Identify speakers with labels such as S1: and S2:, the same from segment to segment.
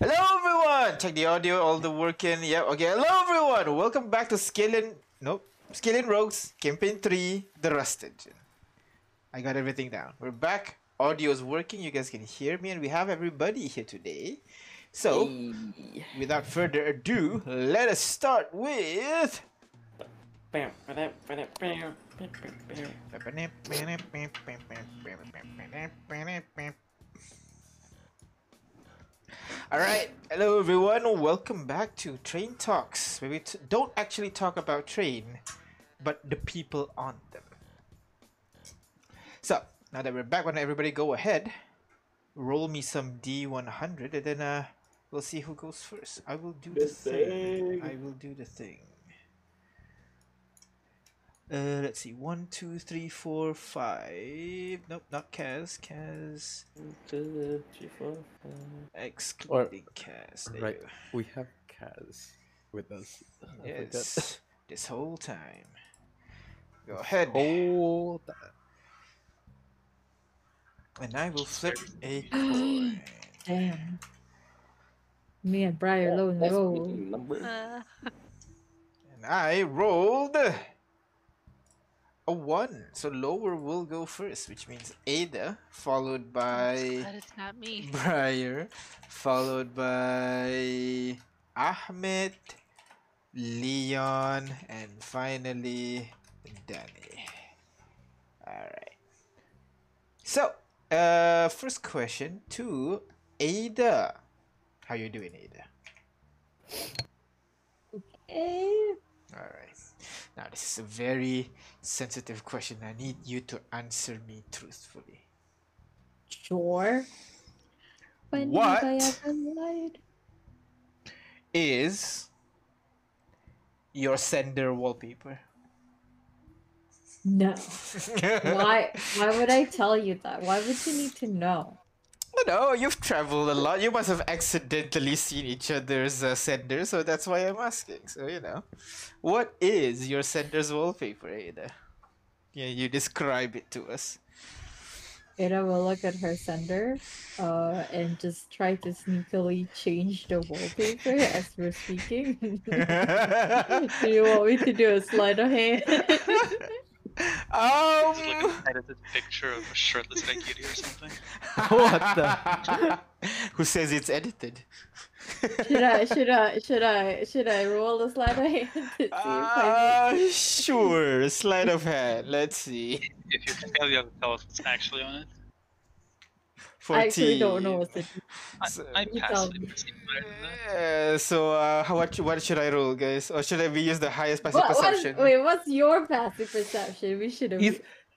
S1: Hello everyone! Check the audio, all the working. Yep, okay. Hello everyone! Welcome back to Skillin. Nope. Skillin Rogues, Campaign 3, The Rust Engine. I got everything down. We're back. Audio's working. You guys can hear me, and we have everybody here today. So,
S2: Hey.
S1: without further ado, let us start with.
S2: Bam, ba-dam, ba-dam, bam, bam, bam,
S1: All right, hello everyone. Welcome back to Train Talks, where we t- don't actually talk about train, but the people on them. So now that we're back, why don't everybody go ahead, roll me some D100, and then uh, we'll see who goes first. I will do the, thing. I will do the thing. Uh, let's see. One, two, three, four, five. Nope, not Kaz. Kaz
S2: bam. Two, three, four, five.
S1: excluding Kaz. There
S3: Right,
S1: you
S3: we have Kaz with us. I
S1: go.
S3: forget.
S1: Yes. This whole time. Go ahead.
S3: Oh. Hold that.
S1: And I will flip a coin.
S4: Damn. Me and Briar alone
S2: That's
S4: roll.
S2: meeting number.
S5: Uh,
S1: And I rolled a one. So lower will go first, which means Ada, followed by.
S5: that is not me.
S1: Briar, followed by Ahmed, Leon, and finally Danny. Alright. So, uh, first question to Ada. How you doing, Ada?
S4: Eh,
S1: Alright. Now, this is a very sensitive question. I need you to answer me truthfully.
S4: sure. When
S1: What?
S4: have I ever lied?
S1: Is your sender wallpaper?
S4: No. Why? Why would I tell you that? Why would you need to know?
S1: I know you've traveled a lot. You must have accidentally seen each other's uh, sender, so that's why I'm asking. So you know, what is your sender's wallpaper, Ada? Yeah, you describe it to us.
S4: Ada will look at her sender, uh, and just try to sneakily change the wallpaper as we're speaking.
S1: Um,
S4: do you want me to do a slide of hand?
S1: um,
S6: This is like an edited picture of a shirtless Nagiri or something.
S3: What the-
S1: Who says it's edited?
S4: should I? Should I? Should I? Should I roll a slide of hand to see if I?
S1: Uh, sure. Sleight of hand. Let's see.
S6: If you fail, you have to tell us what's actually on it.
S4: I actually don't
S1: 14.
S4: know what's it.
S1: So-
S6: I
S4: You
S6: passed
S4: tell
S6: it.
S4: me.
S6: It's higher than that.
S1: Uh, so uh, how- what what should I roll, guys? Or should I be use the highest passive
S4: What- what is-
S1: perception?
S4: wait, what's your passive perception? We should have
S3: He's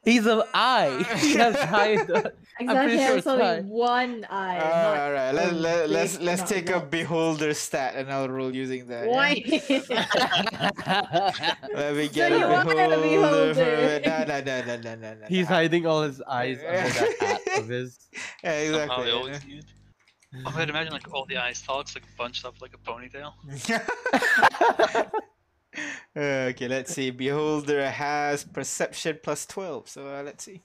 S3: he's an eye. He has high.
S4: exactly
S3: sure
S4: have
S3: it's
S4: only
S3: high.
S4: one eye.
S1: Uh, all right, let,
S4: um,
S1: let, let's
S4: big,
S1: let's
S4: not
S1: take a
S4: long.
S1: beholder stat and I'll roll using that. yeah?
S4: Why?
S1: Let me get
S4: you
S1: a
S4: are
S1: beholder.
S4: a beholder.
S1: for- Nah, nah, nah, nah, nah, nah, nah,
S3: he's
S1: nah.
S3: hiding all his eyes under that hat of his.
S1: Yeah,
S6: Somehow
S1: exactly.
S6: they always knew it. I could Oh, imagine like all the eye stalks like bunched up like a ponytail.
S1: Uh, okay, let's see. Beholder has perception plus twelve. So uh, let's see.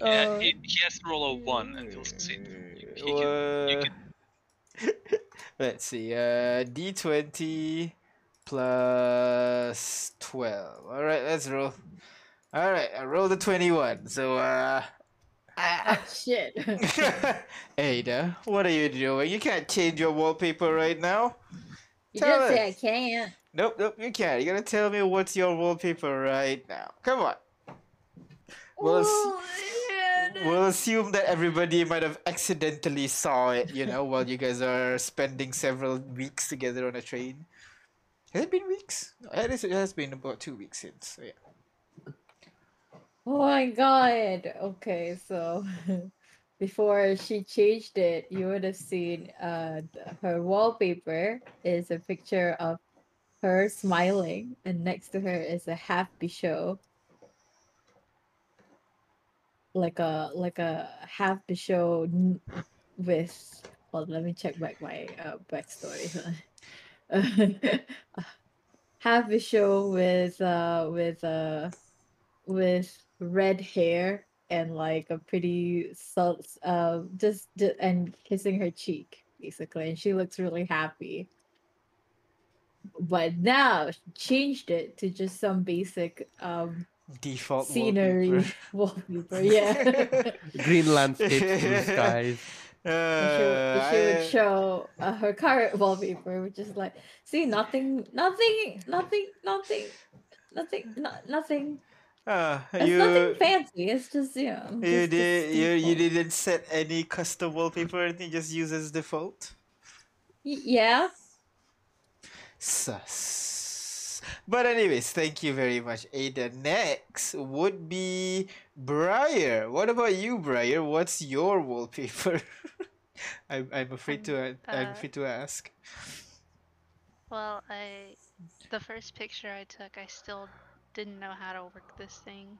S6: yeah,
S3: Uh,
S6: he, he has to roll a one and
S1: Hmm.
S6: he'll succeed. You, he can, you
S1: Eh, Uh,
S6: can-
S1: Let's see. Uh, D twenty plus twelve. All right, let's roll. All right, I rolled a twenty-one. So uh.
S4: Ah, shit.
S1: Ada, what are you doing? You can't change your wallpaper right now.
S4: You
S1: Tell
S4: did say I
S1: us.
S4: can't.
S1: Nope, nope, you can't. You gotta tell me what's your wallpaper right now. Come on. We'll, ass- we'll assume that everybody might have accidentally saw it, you know, while you guys are spending several weeks together on a train. Has it been weeks? No, it, is, it has been about two weeks since. So yeah.
S4: Oh my god. Okay, so before she changed it, you would have seen uh th- her wallpaper is a picture of her smiling, and next to her is a happy show. Like a like a happy show n- with. Well, let me check back my uh, backstory. happy show with uh with uh with red hair and like a pretty salt, uh, just d- and kissing her cheek basically, and she looks really happy. But now she changed it to just some basic um,
S1: Default
S4: scenery
S1: wallpaper.
S4: wallpaper. Yeah.
S3: Green landscapes, blue skies.
S4: And she, would-
S1: Uh,
S4: she would
S1: I-
S4: show uh, her current wallpaper, which is like, see, nothing, nothing, nothing, nothing, nothing, no, nothing.
S1: uh,
S4: It's
S1: you,
S4: nothing fancy. It's just you know.
S1: you
S4: just- just
S1: did you, you
S4: simple.
S1: didn't set any custom wallpaper or anything. Just use as default.
S4: Y- Yeah.
S1: Sus. But anyways, thank you very much, Ada. Next would be Briar. What about you, Briar? What's your wallpaper? I'm I'm afraid to a- I'm
S5: uh,
S1: afraid to ask.
S5: Well, I the first picture I took, I still didn't know how to work this thing,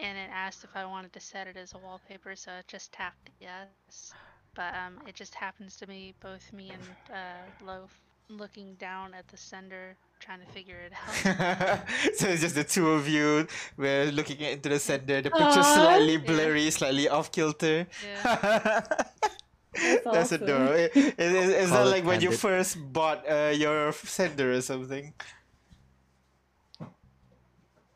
S5: and it asked if I wanted to set it as a wallpaper, so I just tapped yes. But um, it just happens to be both me and uh, Loaf looking down at the sender, trying to figure it out.
S1: so it's just the two of you. We're looking into the sender. The picture's
S4: Aw.
S1: slightly
S5: Yeah.
S1: blurry, slightly off kilter.
S5: yeah.
S1: That's,
S4: awesome.
S1: adorable. I- i- Is, is that
S3: Call it
S1: like when you
S3: candid.
S1: first bought uh, your f- sender or something?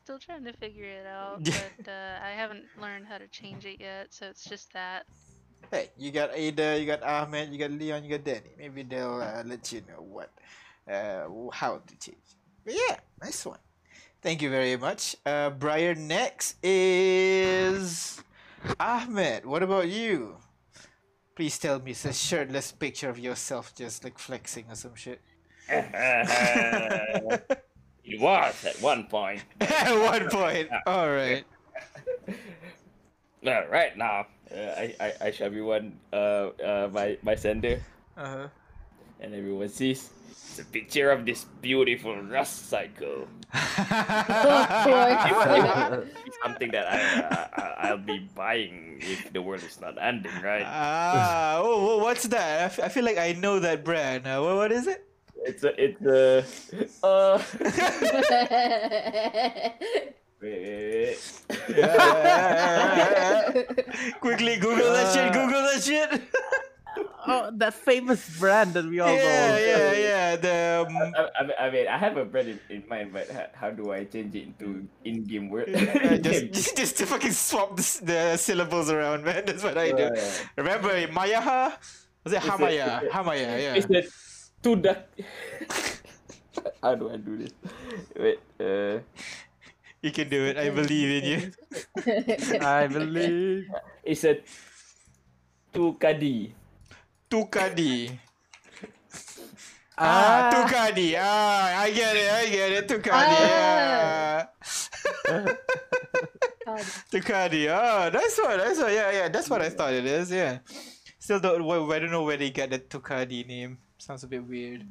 S5: Still trying to figure it out,
S1: Yeah.
S5: but uh, I haven't learned how to change it yet, so it's just that.
S1: Hey, you got Ada, you got Ahmed, you got Leon, you got Danny. Maybe they'll uh, let you know what, uh, w- how to change. But yeah, nice one. Thank you very much. Uh, Briar next is Ahmed. What about you? Please tell me it's a shirtless picture of yourself just like flexing or some shit.
S7: Uh, It was at one point.
S1: At one point. All right.
S7: Uh, right now, uh, I, I, I show everyone uh, uh, my, my sender,
S1: Uh-huh.
S7: and everyone sees the picture of this beautiful rust cycle. It's
S4: course.
S1: Ah,
S7: something- it's something that I, uh, I- I'll be buying if the world is not ending, right?
S1: Ah. oh, wha- what's that? I, f- I feel like I know that brand. Uh, wha- what is it?
S7: It's a, it's a, uh, wait, wait, wait.
S1: Quickly Google that
S3: Ah.
S1: shit. Google that shit.
S3: Oh, that famous brand that we all
S1: yeah,
S3: know.
S1: yeah, yeah. The um,
S7: I, I, mean- I mean, I have a brand in, in mind, but how, how do I change it into in-game word?
S1: uh, just, just just to fucking swap the, s- the syllables around, man. That's what I do. Remember Mayaha? Was it
S7: Is it-
S1: Hamaya?
S7: is it-
S1: Hamaya, yeah.
S7: Is it to the? how do I do this? Wait, uh,
S1: You can do it. I believe in you.
S3: I believe.
S7: it's a to kadi.
S1: Tukadi. Ah,
S3: Ah,
S1: Tukadi. Ah, I get it. I get it. Tukadi.
S4: Ah.
S1: Yeah. Tukadi. Ah, that's what. That's what. Yeah, yeah. That's what I thought it is. Yeah. Still don't. wh- I don't know where they got the Tukadi name. Sounds a bit weird.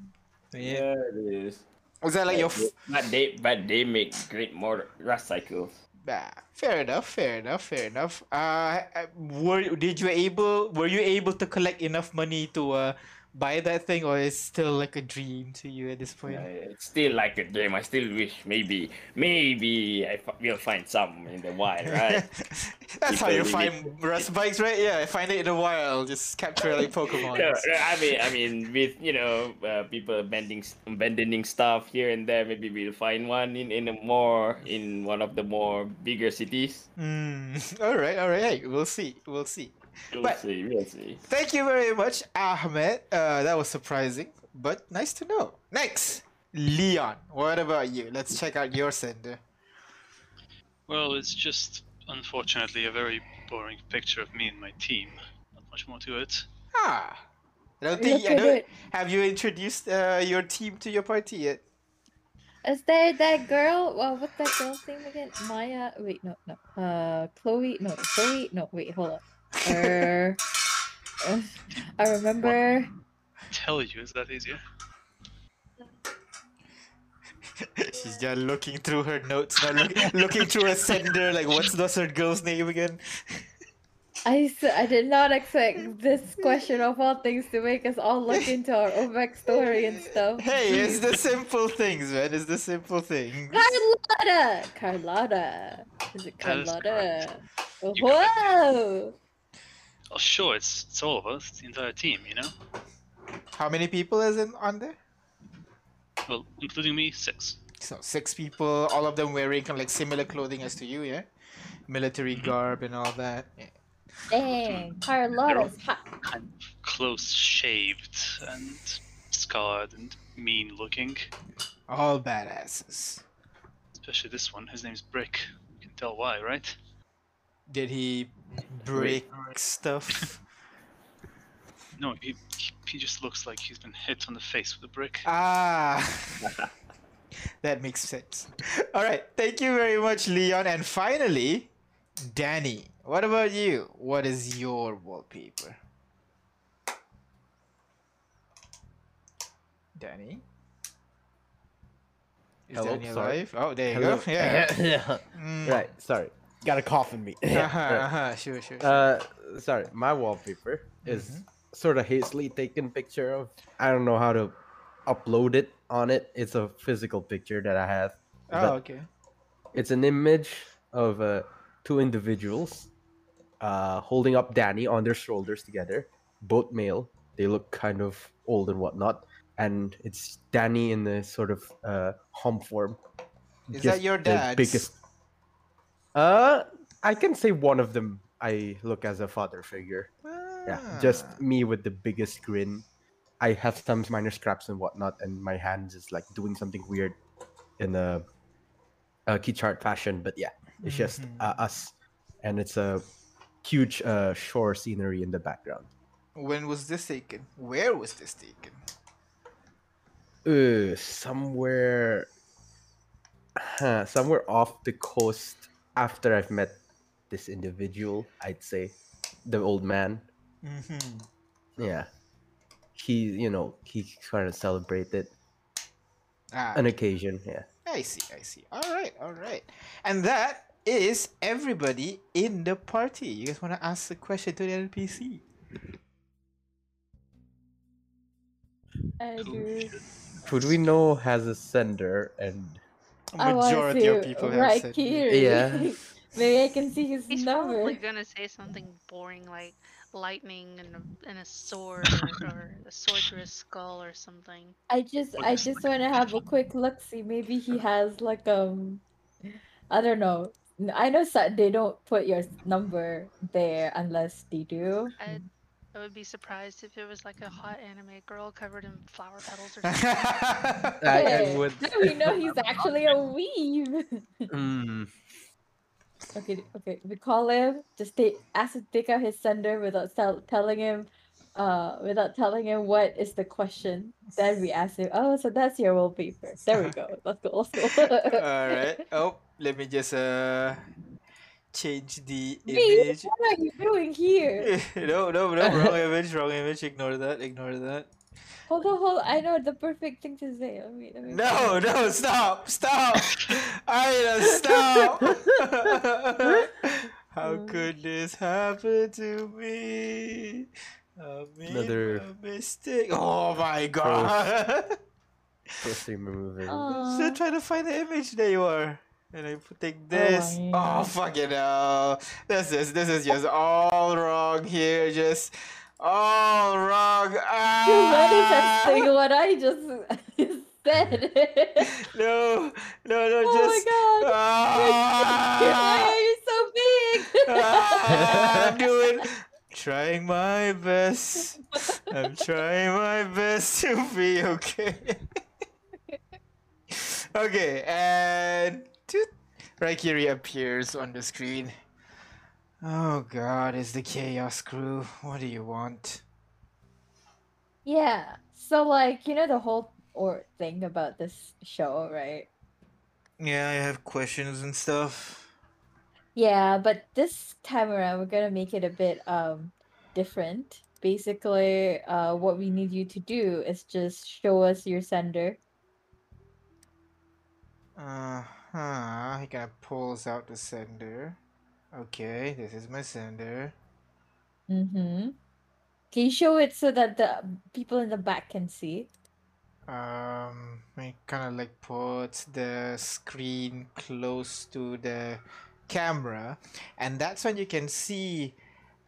S1: But yeah.
S7: it is.
S1: Was that like your? F-
S7: But they, but they make great motor rust cycles.
S1: nah, fair enough. Fair enough. Fair enough. Uh, uh, were did you able? Were you able to collect enough money to uh buy that thing, or it's still like a dream to you at this point?
S7: Uh, it's still like a dream. I still wish maybe, maybe I f- will find some in the wild, right?
S1: That's how you
S7: People really-
S1: find rust bikes, right? Yeah, find it in the wild. Just capture like Pokemon.
S7: No, no, I mean, I mean, with you know, uh, people abandoning abandoning stuff here and there. Maybe we'll find one in in a more in one of the more bigger cities.
S1: Mm. All right, all right. Hey, we'll see. We'll see.
S7: We'll
S1: But-
S7: see. We'll see.
S1: Thank you very much, Ahmed. Uh, that was surprising, but nice to know. Next, Leon. What about you? Let's check out your sender.
S6: Well, it's just unfortunately a very boring picture of me and my team. Not much more to it.
S1: Ah, I don't think.
S4: Look
S1: I
S4: at
S1: don't,
S4: it.
S1: have you introduced uh, your team to your party yet?
S4: Is there that girl? Well, what's that girl's name again? Maya. Wait, no, no. Uh, Chloe. No, Chloe. No, wait, hold up. Er, uh, I remember.
S6: Tell you, is that easier?
S1: She's just looking through her notes, not look, looking through her sender. Like, what's the girl's name again?
S4: I, s- I did not expect this question of all things to make us all look into our own backstory and stuff.
S1: Hey, it's the simple things, man. It's the simple things.
S4: Carlotta! Carlotta. Is it
S6: That is
S4: Carlotta?
S6: You got
S4: Whoa!
S6: Oh, sure, it's, it's all of us, it's the entire team, you know?
S1: How many people is in on there?
S6: Well, including me, six.
S1: So six people, all of them wearing kind of like similar clothing as to you, yeah? Military garb and all that. Yeah.
S4: Dang, Carlotta's hot.
S6: Kind of close shaved and scarred and mean looking.
S1: All badasses.
S6: Especially this one, his name's Brick. You can tell why, right?
S1: Did he break stuff?
S6: No, he, he, he just looks like he's been hit on the face with a brick.
S1: Ah, that makes sense. All right, thank you very much, Leon. And finally, Danny. What about you? What is your wallpaper? Danny. Is
S3: Hello,
S1: Danny
S3: sorry.
S1: alive? Oh, there you
S3: Hello.
S1: go. Yeah. Mm.
S3: right. Sorry. Got a cough in me.
S1: Uh-huh, uh-huh. Sure, sure. sure.
S3: uh, sorry. My wallpaper is sort of hastily taken picture of. I don't know how to upload it on it. It's a physical picture that I have.
S1: oh, okay.
S3: It's an image of uh, two individuals uh, holding up Danny on their shoulders together, both male. They look kind of old and whatnot. And it's Danny in the sort of uh, hump form.
S1: Is
S3: Just
S1: that your
S3: the
S1: dad's?
S3: Biggest. Uh, I can say one of them I look as a father figure. Yeah,
S1: Ah.
S3: just me with the biggest grin. I have some minor scraps and whatnot, and my hands is like doing something weird in a, a key chart fashion. But yeah, it's just
S1: Mhm.
S3: uh, us, and it's a huge uh, shore scenery in the background.
S1: When was this taken? Where was this taken?
S3: Uh, somewhere, huh, somewhere off the coast. After I've met this individual, I'd say the old man.
S1: Mm-hmm.
S3: Yeah, he, you know, he kind of celebrated
S1: Ah,
S3: an occasion. Yeah.
S1: I see, I see. All right, all right. And that is everybody in the party. You guys want to ask a question to the NPC?
S4: I do.
S3: Food we know has a sender, and
S4: I want to right here.
S3: Yeah.
S4: Maybe I can see his
S5: He's
S4: number.
S5: probably gonna say something boring like lightning and a, and a sword or, or a sword to a skull or something.
S4: I just I just want to have a quick look see. Maybe he has like um, I don't know. N- I know so- they don't put your s- number there unless they do.
S5: I, I would be surprised if it was like a hot anime girl covered in flower petals or something.
S1: I
S3: I, I
S4: Okay.
S3: would.
S4: Now we know he's actually a weave.
S3: Mm,
S4: okay, okay. We call him. Just take ask him to take out his sender without tell, telling him, uh, without telling him what is the question. Then we ask him. Oh, so that's your wallpaper. There we go. Let's go. Let's go.
S1: all right. Oh, let me just uh change the
S4: Me,
S1: image.
S4: what are you doing here?
S1: no, no, no. Wrong image. Wrong image. Ignore that. Ignore that.
S4: Hold on, hold on. I know the perfect thing to say. Let me, let me
S1: No, no, stop, stop. Ida, stop. How
S4: Mm.
S1: could this happen to me? I made
S3: Another-
S1: a mistake. Oh my god.
S3: first thing removing.
S1: I'm still
S4: Aw.
S1: trying to find the image. There you are. And I put- take this.
S4: my
S1: Oh,
S4: God.
S1: fucking hell. This is this is just all wrong here. Just all wrong. Ah!
S4: You're manifesting what I just said.
S1: No, no, no,
S4: oh
S1: just.
S4: my god. You're- Why
S1: Ah!
S4: are you so
S1: Ah, I'm
S4: big?
S1: doing trying my best. I'm trying my best to be okay. okay, and toot, Raikiri appears on the screen. Oh god, it's the chaos crew. What do you want?
S4: yeah. So like, you know the whole or thing about this show, right?
S1: Yeah, I have questions and stuff.
S4: Yeah, but this time around we're gonna make it a bit um different. Basically, uh what we need you to do is just show us your sender.
S1: Uh huh. He kind of pulls out the sender. Okay, this is my sender.
S4: Mm-hmm. Can you show it so that the people in the back can see?
S1: Um, I kind of like put the screen close to the camera, and that's when you can see,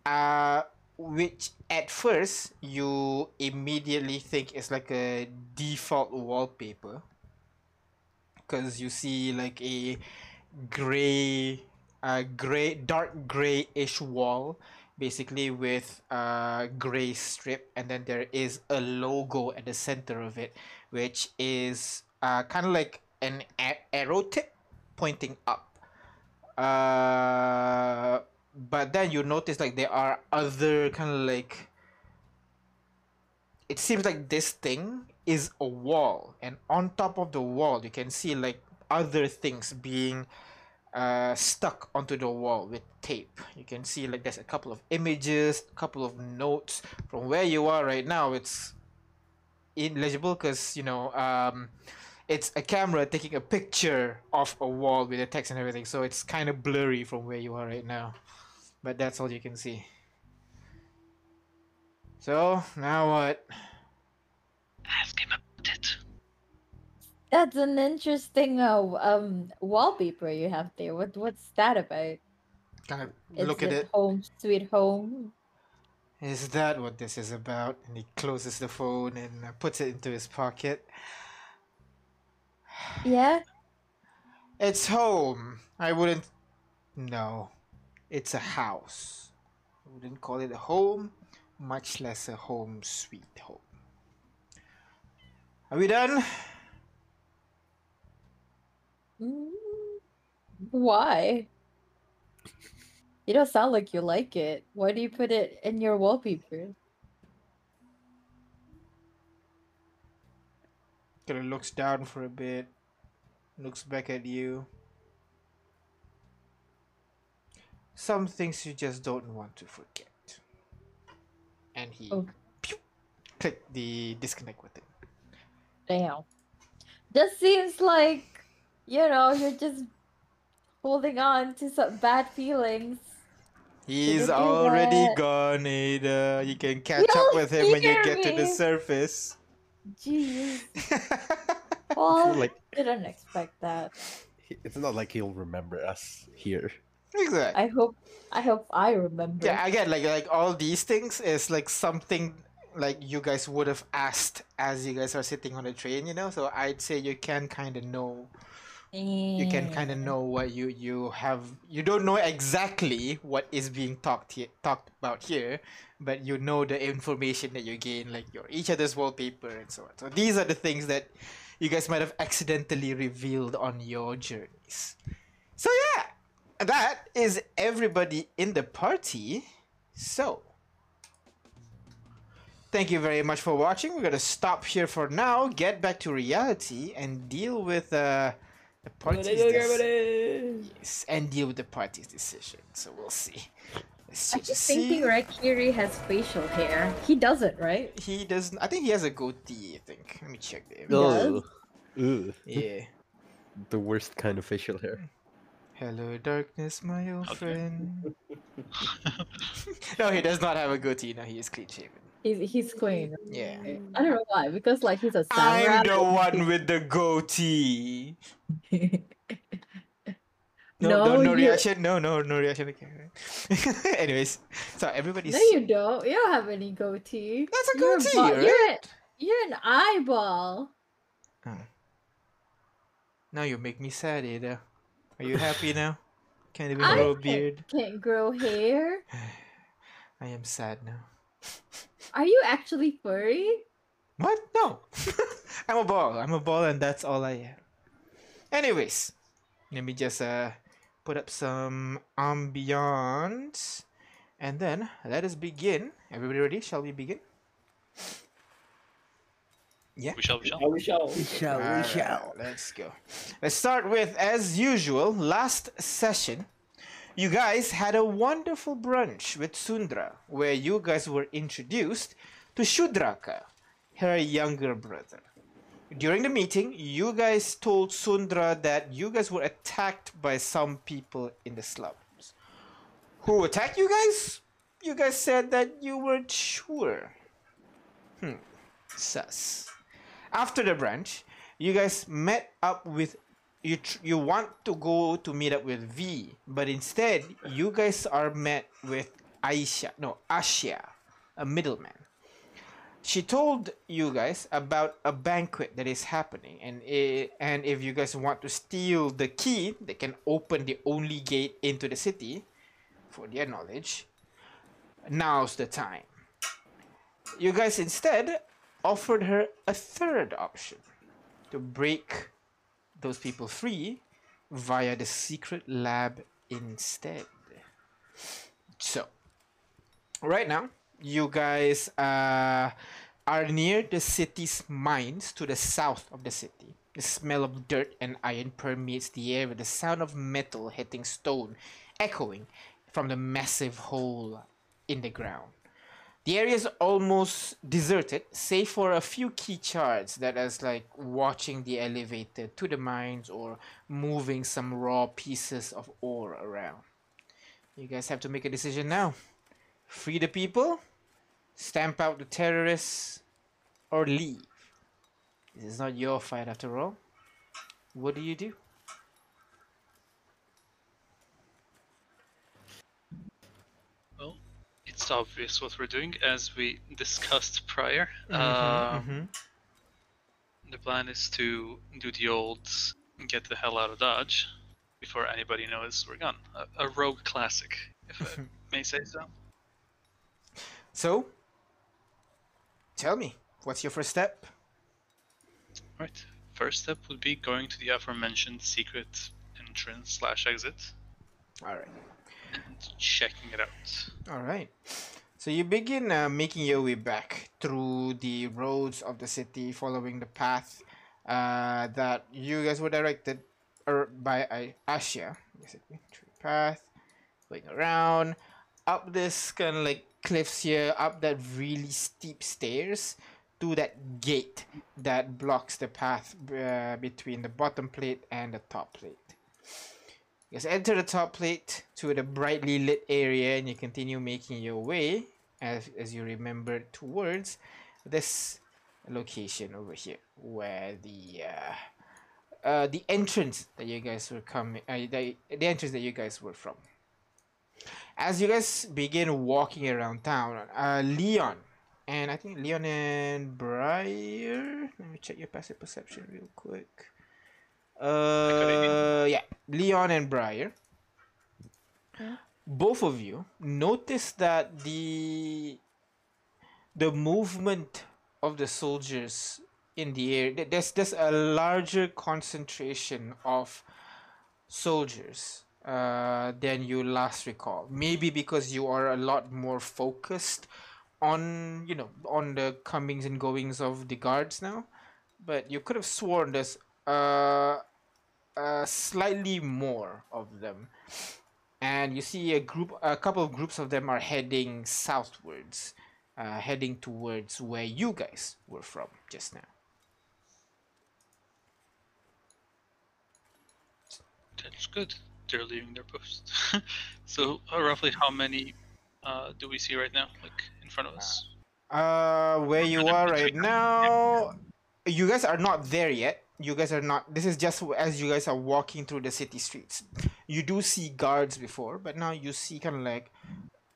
S1: uh, which at first you immediately think is like a default wallpaper, because you see like a gray, uh, gray, dark grayish wall, basically with a gray strip and then there is a logo at the center of it which is uh, kind of like an a- arrow tip pointing up uh, but then you notice like there are other kind of like it seems like this thing is a wall and on top of the wall you can see like other things being uh, stuck onto the wall with tape. You can see like there's a couple of images, a couple of notes. From where you are right now, it's illegible because you know um, it's a camera taking a picture of a wall with the text and everything, so it's kind of blurry from where you are right now. But that's all you can see. So now what?
S6: Ask him about it.
S4: That's an interesting uh, w- um wallpaper you have there. What what's that about?
S1: Kind of
S4: Is
S1: look at it.
S4: Home sweet home.
S1: Is that what this is about? And he closes the phone and uh, puts it into his pocket.
S4: Yeah.
S1: It's home. I wouldn't. No. It's a house. I wouldn't call it a home, much less a home sweet home. Are we done?
S4: Mm, Why? You don't sound like you like it. Why do you put it in your wallpaper?
S1: Kinda looks down for a bit, looks back at you. Some things you just don't want to forget. And he
S4: Okay.
S1: pew, clicked the disconnect with it.
S4: Damn. Just seems like you know you're just holding on to some bad feelings.
S1: He's
S4: Didn't do
S1: already
S4: that.
S1: gone, Ada. You can catch up
S4: You'll
S1: with him when you
S4: hear
S1: get to the
S4: me.
S1: surface.
S4: Jeez.
S1: That's
S4: Well,
S8: like-
S4: didn't expect that.
S8: It's not like he'll remember us here.
S4: I hope I hope I remember.
S1: Yeah, again, like like all these things is like something like you guys would have asked as you guys are sitting on the train, you know. So I'd say you can kind of know. You can kind of know what you you have. You don't know exactly what is being talked here, talked about here, but you know the information that you gain, like your each other's wallpaper and so on. So these are the things that you guys might have accidentally revealed on your journeys. So yeah, that is everybody in the party. So thank you very much for watching. We're gonna stop here for now, get back to reality, and deal with uh, the party's des- yes, and deal with the party's decision. So we'll see. Let's
S4: I'm
S1: check to
S4: just thinking
S1: see.
S4: Raikiri has facial hair. He doesn't, right?
S1: He doesn't. I think he has a goatee. I think. Let me check the image.
S4: Does?
S8: Ugh.
S1: Yeah.
S8: The worst kind of facial hair.
S1: Hello, darkness, my old
S6: Okay.
S1: friend. no, he does not have a goatee. No, he is clean shaven.
S4: He's he's clean.
S1: Yeah.
S4: right? I don't know why, because like he's a samurai.
S1: I'm the one with the goatee. No, no, no,
S4: No, you-
S1: reaction. No, no, no reaction. Okay. right. Anyways, so everybody's.
S4: no, you don't. You don't have any goatee.
S1: That's a
S4: You're
S1: goatee,
S4: bald-
S1: right?
S4: You're, a- you're an eyeball.
S1: Now you make me sad, Ada. Are you happy now? Can't even
S4: I
S1: grow a
S4: can't-
S1: beard.
S4: Can't grow hair.
S1: I am sad now.
S4: Are you actually furry?
S1: What? No. I'm a ball. I'm a ball, and that's all I am. Anyways, let me just uh put up some ambiance, and then let us begin. Everybody ready? Shall we begin?
S6: We shall, we shall.
S7: I wish I
S3: shall,
S1: Alright, Let's go. Let's start with, as usual, last session. You guys had a wonderful brunch with Sundra, where you guys were introduced to Shudraka, her younger brother. During the meeting, you guys told Sundra that you guys were attacked by some people in the slums. Who attacked you guys? you guys said that you weren't sure. Hmm. Sus. After the brunch, you guys met up with. You, tr- you want to go to meet up with V, but instead, you guys are met with Aisha. No, Ashia, a middleman. She told you guys about a banquet that is happening, and i and if you guys want to steal the key that can open the only gate into the city, for their knowledge, now's the time. You guys instead offered her a third option to break those people free via the secret lab instead. So, right now, you guys uh, are near the city's mines to the south of the city. The smell of dirt and iron permeates the air with the sound of metal hitting stone echoing from the massive hole in the ground. The area is almost deserted, save for a few key charts that is like watching the elevator to the mines or moving some raw pieces of ore around. You guys have to make a decision now. Free the people, stamp out the terrorists, or leave. This is not your fight after all. What do you do?
S6: Well, it's obvious what we're doing, as we discussed prior.
S1: Mhm,
S6: Uh,
S1: mhm.
S6: The plan is to do the old get the hell out of Dodge before anybody knows we're gone. A, a rogue classic, if I may say so.
S1: So, tell me, what's your first step?
S6: Right. First step would be going to the aforementioned secret entrance slash exit
S1: All right.
S6: and checking it out.
S1: All right. So you begin uh, making your way back through the roads of the city, following the path uh, that you guys were directed er, by uh, Asia. Basically, through the path, going around, up this kind of like cliffs here, up that really steep stairs to that gate that blocks the path uh, between the bottom plate and the top plate. You guys enter the top plate to the brightly lit area and you continue making your way, as, as you remember, towards this location over here where the uh, uh, the entrance that you guys were coming uh, the, the entrance that you guys were from as you guys begin walking around town uh, leon and i think leon and briar let me check your passive perception real quick uh yeah leon and briar both of you notice that the the movement of the soldiers in the air th- there's there's a larger concentration of soldiers uh, than you last recall maybe because you are a lot more focused on you know on the comings and goings of the guards now but you could have sworn there's uh, uh, slightly more of them and you see a group a couple of groups of them are heading southwards uh, heading towards where you guys were from just now
S6: That's good. They're leaving their post. so, uh, roughly how many uh, do we see right now, like in front of us?
S1: Uh, where you are right now, you guys are not there yet. You guys are not. This is just w- as you guys are walking through the city streets. You do see guards before, but now you see kind of like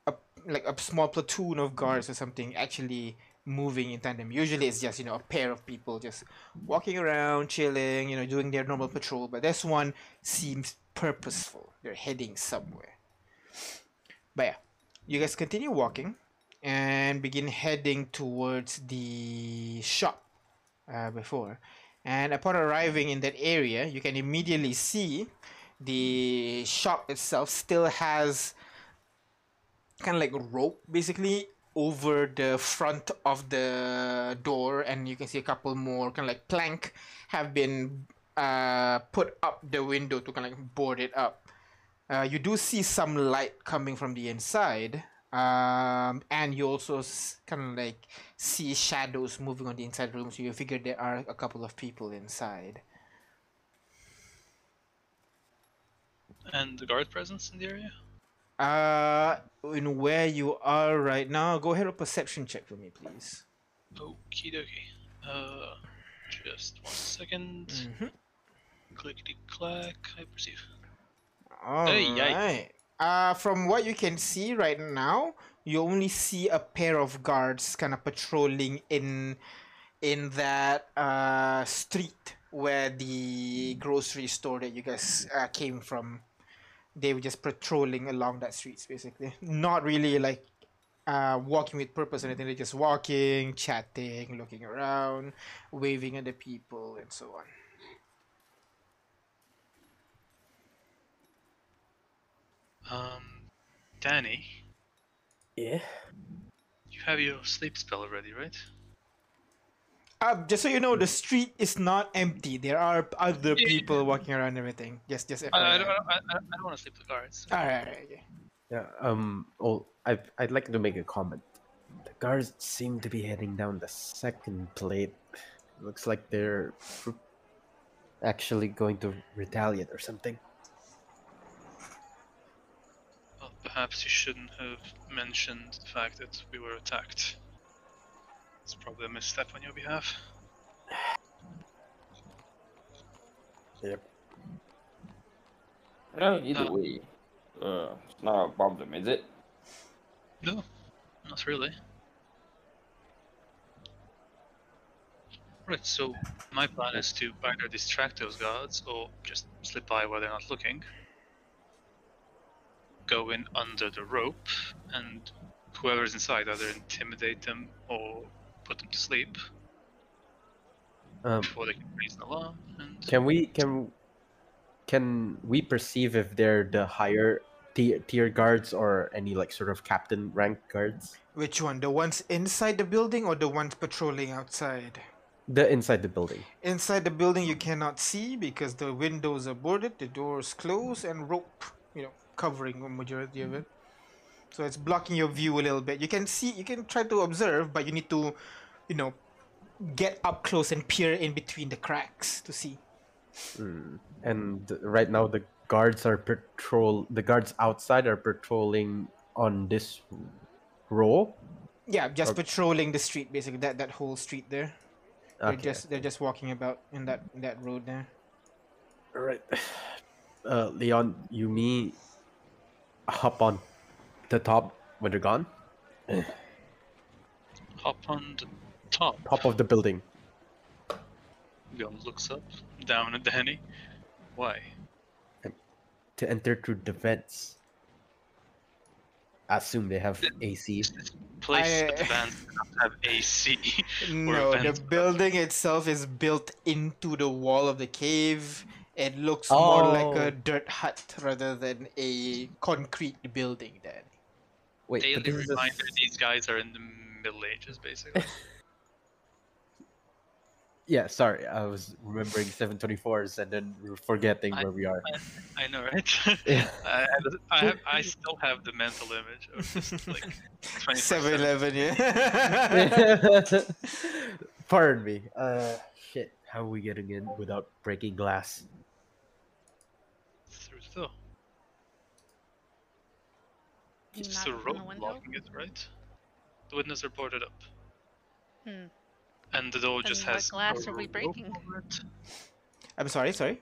S1: a like a small platoon of guards or something actually moving in tandem. Usually, it's just you know a pair of people just walking around, chilling, you know, doing their normal patrol. But this one seems purposeful. They're heading somewhere. But yeah, you guys continue walking and begin heading towards the shop uh, before. And upon arriving in that area, you can immediately see the shop itself still has kind of like rope basically over the front of the door, and you can see a couple more kind of like plank have been uh, put up the window to kind of like board it up. Uh, you do see some light coming from the inside, um, and you also kind of like see shadows moving on the inside room. So you figure there are a couple of people inside.
S6: And the guard presence in the area?
S1: Uh, in where you are right now, go ahead a perception check for me, please.
S6: Okie dokie. Uh, just one second.
S1: Mhm.
S6: Clickety clack. I perceive.
S1: All
S6: Hey, yikes.
S1: right. Uh, from what you can see right now, you only see a pair of guards kind of patrolling in in that uh, street where the grocery store that you guys uh, came from. They were just patrolling along that streets, basically. Not really like uh, walking with purpose or anything. They're just walking, chatting, looking around, waving at the people, and so on.
S6: Um, Danny,
S7: Yeah.
S6: you have your sleep spell already, right?
S1: Uh, just so you know, the street is not empty. There are other people walking around and everything. Just, just.
S6: Uh, I, I
S1: FYI.
S6: don't. I, I, I don't want to sleep with guards.
S1: All right, all right, okay.
S3: Yeah. Um. Oh, I I'd like to make a comment. The guards seem to be heading down the second plate. Looks like they're pr- actually going to retaliate or something.
S6: Well, perhaps you shouldn't have mentioned the fact that we were attacked. It's probably a misstep on your behalf.
S3: Yep.
S7: Well, either
S6: Uh,
S7: way, uh, it's not a problem, is it?
S6: No, not really. Right, so my plan is to either distract those guards or just slip by while they're not looking. Go in under the rope, and whoever's inside either intimidate them or put them to sleep
S3: Um.
S6: before they can raise an alarm. And
S3: Can we can can we perceive if they're the higher tier, tier guards or any like sort of captain rank guards?
S1: Which one? The ones inside the building or the ones patrolling outside?
S3: The inside the building.
S1: Inside the building, you cannot see because the windows are boarded, the doors closed, and rope, you know, covering the majority of it. So it's blocking your view a little bit. You can see, you can try to observe, but you need to, you know, get up close and peer in between the cracks to see.
S3: And right now the guards are patrol the guards outside are patrolling on this row.
S1: Yeah, just
S3: Okay.
S1: patrolling the street, basically that that whole street there. They're
S3: Okay.
S1: just they're just walking about in that in that road there.
S3: All right. Uh Leon, you me hop on the top when they're gone.
S6: hop on the top.
S3: Top of the building.
S6: Gun looks up, down at Danny. Why?
S3: to enter through the vents. I assume they have AC.
S6: Place
S1: I-
S6: at the van does not have AC.
S1: No, the
S6: fence.
S1: building itself is built into the wall of the cave. It looks more like a
S3: Oh.
S1: dirt hut rather than a concrete building. Then
S3: Wait, but
S6: Daily
S3: this is a
S6: reminder:
S3: s-
S6: these guys are in the Middle Ages, basically.
S3: yeah. Sorry, I was remembering 724s and then we're forgetting
S6: I-
S3: where we are.
S6: I know, right?
S3: Yeah.
S6: I, I, have, I still have the mental image of just like 24
S1: Seven Eleven, yeah.
S3: Pardon me. Uh, shit. How are we getting in without breaking glass?
S6: through the door. It's
S5: Knock
S6: just a
S5: on the
S6: rope
S5: window?
S6: blocking it, right? The windows are boarded up,
S5: Hmm.
S6: and the door
S5: Then
S6: just
S5: what
S6: has
S5: glass
S6: a
S5: are we
S6: rope
S5: breaking?
S6: over it.
S1: I'm sorry, sorry.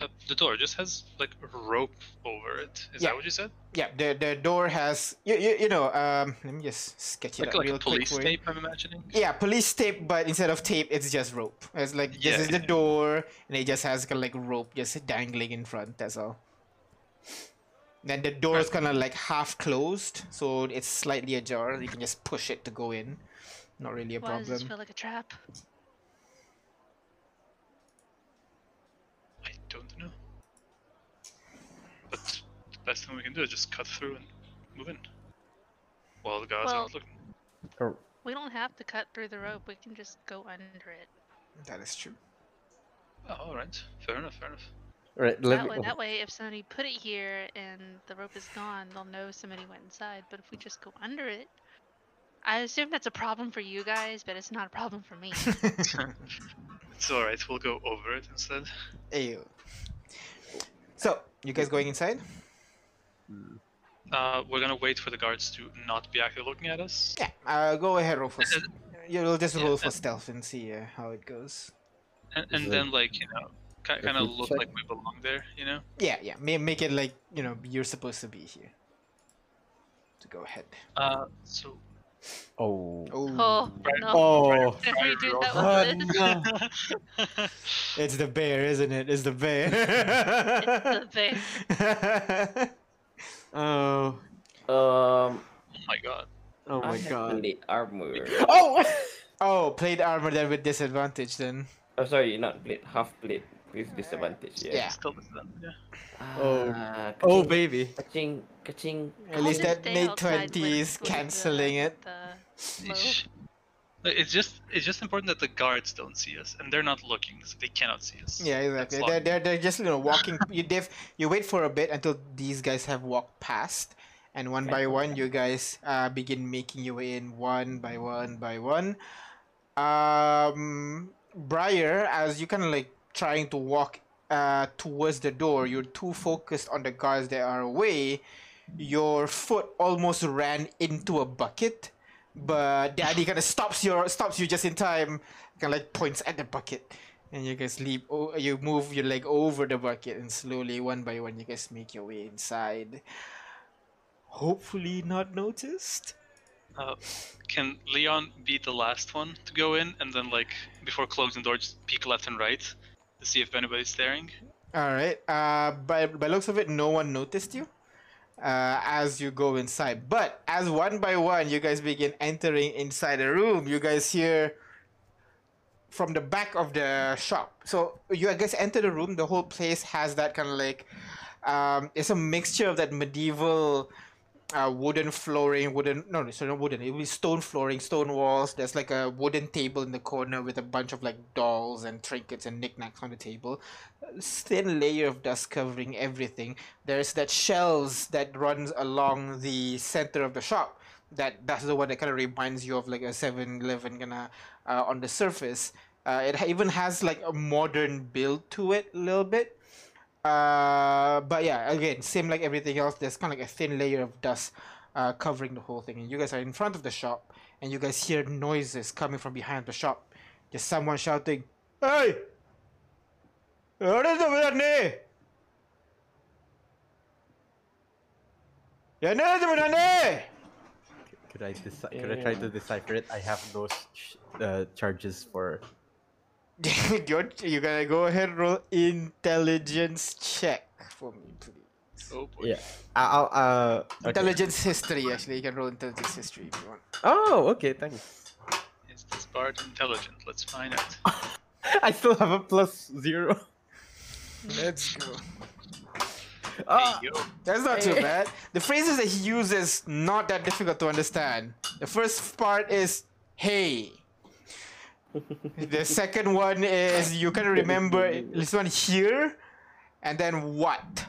S6: Uh, the door just has like a rope over it. Is
S1: Yeah.
S6: that what you said?
S1: Yeah, the the door has you you, you know um. Let me just sketch it
S6: Like,
S1: out
S6: like
S1: real
S6: a police
S1: quick. for you.
S6: tape, I'm imagining.
S1: Yeah, police tape, but instead of tape, it's just rope. It's like
S6: Yeah,
S1: this is the
S6: yeah.
S1: door, and it just has kinda like rope just dangling in front. That's all. Then the door is kind of like half closed, so it's slightly ajar. You can just push it to go in. Not really a
S5: Why does this
S1: problem.
S5: feel like a trap?
S6: I don't know. But the best thing we can do is just cut through and move in. While the guards are
S5: Well-
S6: not looking.
S3: Or
S5: We don't have to cut through the rope. We can just go under it.
S1: That is true.
S6: Oh, alright. Fair enough, fair enough.
S3: right, let
S5: That
S3: me-
S5: way, that way, if somebody put it here and the rope is gone, they'll know somebody went inside. But if we just go under it, I assume that's a problem for you guys, but it's not a problem for me.
S6: It's alright, we'll go over it instead.
S1: Ew. So, you guys going inside?
S6: Uh, we're gonna wait for the guards to not be actively looking at us.
S1: Yeah, uh, go ahead, Rufus.
S6: And-
S1: You'll just
S6: Yeah,
S1: roll for
S6: and-
S1: stealth and see uh, how it goes.
S6: And,
S8: Is
S6: and
S8: it-
S6: then, like, you know, ki- kind of
S8: group
S6: look
S8: check?
S6: like we belong there, you know?
S1: Yeah, yeah. ma- Make it like you know you're supposed to be here. To go ahead.
S6: Uh, so.
S8: Oh.
S5: Oh,
S6: Right.
S5: no.
S1: Oh,
S5: Did we do that
S1: Oh,
S5: with this?
S1: no. it's the bear, isn't it? It's the bear.
S5: The bear.
S1: oh,
S7: Um,
S6: oh my god.
S1: oh
S7: I
S1: my
S7: have
S1: god.
S7: plate armor.
S1: Oh. oh, plate armor then with disadvantage then.
S7: Oh, sorry, not plate, half plate with disadvantage. Yeah.
S1: Yeah.
S6: Still with them, yeah.
S5: Uh,
S1: Oh.
S7: Ah,
S1: Oh
S7: ka-ching,
S1: baby.
S7: ka-ching, ka-ching.
S1: At least
S5: I'll just
S1: that
S5: stay
S1: mid
S5: outside
S1: twenty is
S5: with- with
S1: canceling
S5: the,
S1: it.
S5: The low.
S6: Eesh. But It's just it's just important that the guards don't see us, and they're not looking, so they cannot see us.
S1: Yeah,
S6: That's
S1: exactly.
S6: locked.
S1: They're, they're, they're just you know walking. you diff, You wait for a bit until these guys have walked past, and one by one, you guys uh, begin making your way in one by one by one. Um, Briar, as you kind of like trying to walk uh, towards the door, you're too focused on the guards that are away. Your foot almost ran into a bucket, but Daddy kind of stops your stops you just in time. Kind of like points at the bucket. And you guys leap. Oh, you move your leg over the bucket, and slowly, one by one, you guys make your way inside. Hopefully, not noticed.
S8: Oh.
S6: Uh, can Leon be the last one to go in, and then like before closing the door, just peek left and right to see if anybody's staring?
S1: All right. Uh, by by looks of it, no one noticed you. Uh, as you go inside, but as one by one you guys begin entering inside the room, you guys hear from the back of the shop. So you guys enter the room. The whole place has that kind of like um, it's a mixture of that medieval uh, wooden flooring, wooden no, no, sorry, not wooden. It will be stone flooring, stone walls. There's like a wooden table in the corner with a bunch of like dolls and trinkets and knickknacks on the table. Thin layer of dust covering everything. There's that shelves that runs along the center of the shop. That that's the one that kind of reminds you of like a 7-Eleven kind of uh, on the surface. Uh, it ha- even has like a modern build to it a little bit. Uh, but yeah, again, same like everything else. There's kind of like a thin layer of dust uh, covering the whole thing, and you guys are in front of the shop, and you guys hear noises coming from behind the shop. Just someone shouting, "Hey, what is over there? Yeah, no, it's over there."
S8: Could I deci- could I try to decipher it? I have those sh- uh, charges for.
S1: You're, you gotta go ahead roll intelligence check for me, please.
S6: Oh boy.
S8: Yeah. I'll. Uh, okay.
S1: Intelligence history, actually. You can roll intelligence history if you want.
S8: Oh, okay. Thanks.
S6: Is this bard intelligent? Let's find out.
S8: I still have a plus zero.
S1: Let's go.
S8: Ah,
S6: hey yo,
S1: That's not too bad. The phrases that he uses not that difficult to understand. The first part is "hey." the second one is you can remember this one here, and then what?